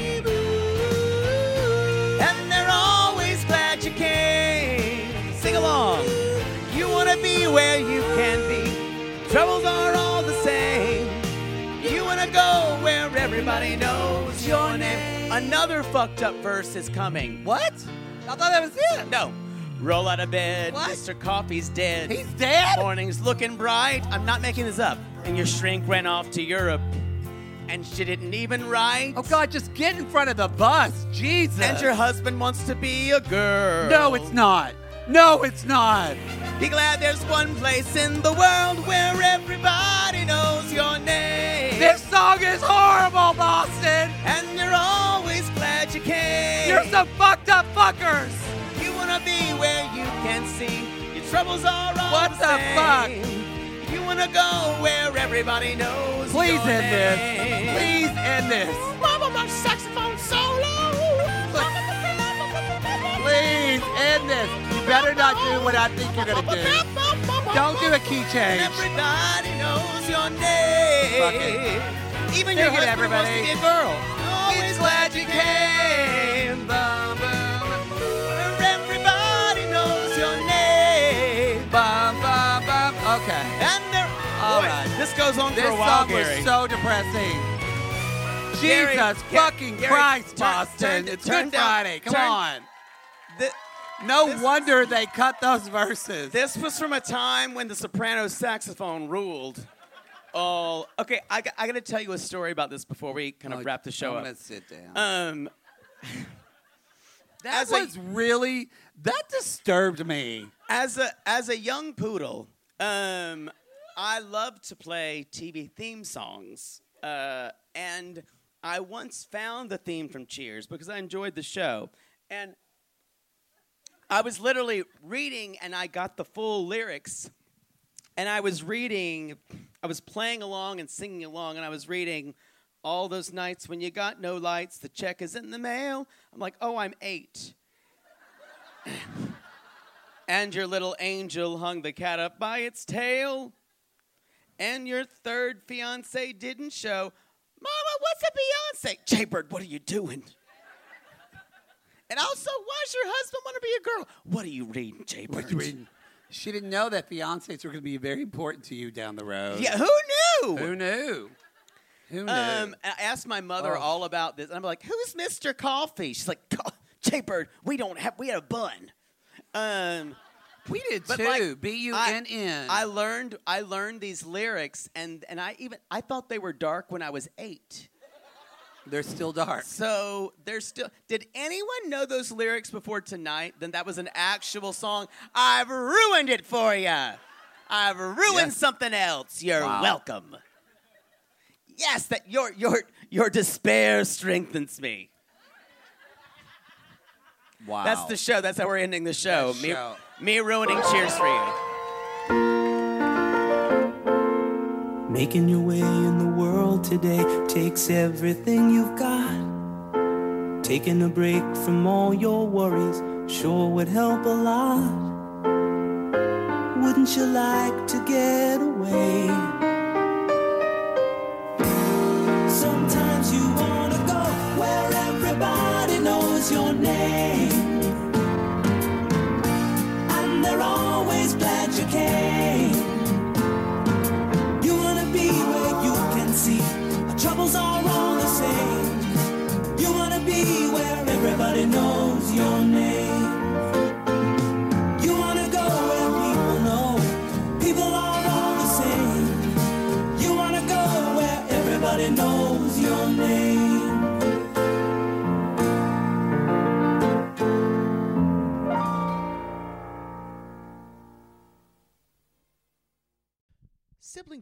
[SPEAKER 2] and they're always glad you came. Sing along. You wanna be where you can be. Troubles are all the same. You wanna go where everybody knows your name. Another fucked up verse is coming.
[SPEAKER 6] What? I thought that was it.
[SPEAKER 2] No. Roll out of bed. Mr. Coffee's dead. He's dead? Morning's looking bright. I'm not making this up. And your shrink ran off to Europe. And she didn't even write. Oh,
[SPEAKER 6] God, just get in front of the bus. Jesus.
[SPEAKER 2] And your husband wants to be a girl.
[SPEAKER 6] No, it's not. No, it's not.
[SPEAKER 2] Be glad there's one place in the world where everybody knows your name.
[SPEAKER 6] This song is horrible, Boston.
[SPEAKER 2] And you're always glad you came.
[SPEAKER 6] You're some fucked up fuckers.
[SPEAKER 2] You wanna be where you can see. Your troubles are all
[SPEAKER 6] What the
[SPEAKER 2] fuck?
[SPEAKER 6] fuck?
[SPEAKER 2] You wanna go where everybody knows.
[SPEAKER 6] Please
[SPEAKER 2] your
[SPEAKER 6] end this.
[SPEAKER 2] name.
[SPEAKER 6] Please end this.
[SPEAKER 2] Mama, my saxophone solo.
[SPEAKER 6] Please end this. You better not do what I think you're gonna do. Don't do a key change.
[SPEAKER 2] Everybody knows your name.
[SPEAKER 6] Fuck it.
[SPEAKER 2] Even
[SPEAKER 6] Take
[SPEAKER 2] your
[SPEAKER 6] it,
[SPEAKER 2] husband
[SPEAKER 6] everybody.
[SPEAKER 2] wants to be a girl. Always glad you came. Bum, bum. Where everybody knows your name.
[SPEAKER 6] Bum, bum, bum. Okay.
[SPEAKER 2] And they're
[SPEAKER 6] All
[SPEAKER 2] Boy,
[SPEAKER 6] right.
[SPEAKER 2] This goes on
[SPEAKER 6] This
[SPEAKER 2] for a while,
[SPEAKER 6] song was
[SPEAKER 2] Gary.
[SPEAKER 6] so depressing.
[SPEAKER 2] Gary,
[SPEAKER 6] Jesus
[SPEAKER 2] Ga-
[SPEAKER 6] fucking
[SPEAKER 2] Gary,
[SPEAKER 6] Christ,
[SPEAKER 2] turn-
[SPEAKER 6] Boston.
[SPEAKER 2] turn-
[SPEAKER 6] it's
[SPEAKER 2] turn
[SPEAKER 6] Good
[SPEAKER 2] down-
[SPEAKER 6] Friday. Come
[SPEAKER 2] turn-
[SPEAKER 6] on.
[SPEAKER 2] Thi-
[SPEAKER 6] No wonder they cut those verses.
[SPEAKER 2] This was from a time when the soprano saxophone ruled. Oh, okay. I, g- I got to tell you a story about this before we kind of
[SPEAKER 6] Oh,
[SPEAKER 2] wrap the show
[SPEAKER 6] I'm
[SPEAKER 2] up.
[SPEAKER 6] gonna sit down.
[SPEAKER 2] Um,
[SPEAKER 6] That was really that disturbed me.
[SPEAKER 2] As a as a young poodle, um, I love to play TV theme songs, uh, and I once found the theme from Cheers because I enjoyed the show, and I was literally reading, and I got the full lyrics, and I was reading, I was playing along and singing along, and I was reading. All those nights when you got no lights, the check is in the mail. I'm like, oh, I'm eight. And your little angel hung the cat up by its tail. And your third fiance didn't show. Mama, what's a Beyonce? Jaybird, what are you doing? And also, why's your husband want to be a girl? What are you reading, Jaybird?
[SPEAKER 6] What you mean? She didn't know that fiancés were going to be very important to you down the road.
[SPEAKER 2] Yeah, who knew?
[SPEAKER 6] Who knew?
[SPEAKER 11] Who
[SPEAKER 2] Um, I asked my mother
[SPEAKER 11] Oh.
[SPEAKER 2] all about this, and I'm like, "Who's Mr. Coffee?" She's like, "Co- "Jaybird, we don't have. We had a bun." Um,
[SPEAKER 11] we did
[SPEAKER 2] but
[SPEAKER 11] too,
[SPEAKER 2] Like,
[SPEAKER 11] B-U-N-N.
[SPEAKER 2] I I learned. I learned these lyrics, and and I even I thought they were dark when I was eight.
[SPEAKER 11] They're still dark.
[SPEAKER 2] So they're still. Did anyone know those lyrics before tonight? Then that was an actual song. I've ruined it for you. I've ruined something else. You're
[SPEAKER 12] Wow.
[SPEAKER 2] welcome. Yes, that your your your despair strengthens me.
[SPEAKER 11] Wow.
[SPEAKER 2] That's the show. That's how we're ending the show.
[SPEAKER 11] That
[SPEAKER 2] Me,
[SPEAKER 11] show.
[SPEAKER 2] me ruining Cheers for you.
[SPEAKER 13] Making your way in the world today takes everything you've got. Taking a break from all your worries sure would help a lot. Wouldn't you like to get away? Sometimes you wanna go where everybody knows your name. And they're always glad you came. You wanna be where you can see our troubles are all the same. You wanna be where everybody knows your name. You wanna go where people know people are all the same. You wanna go where everybody knows your name.
[SPEAKER 4] Sibling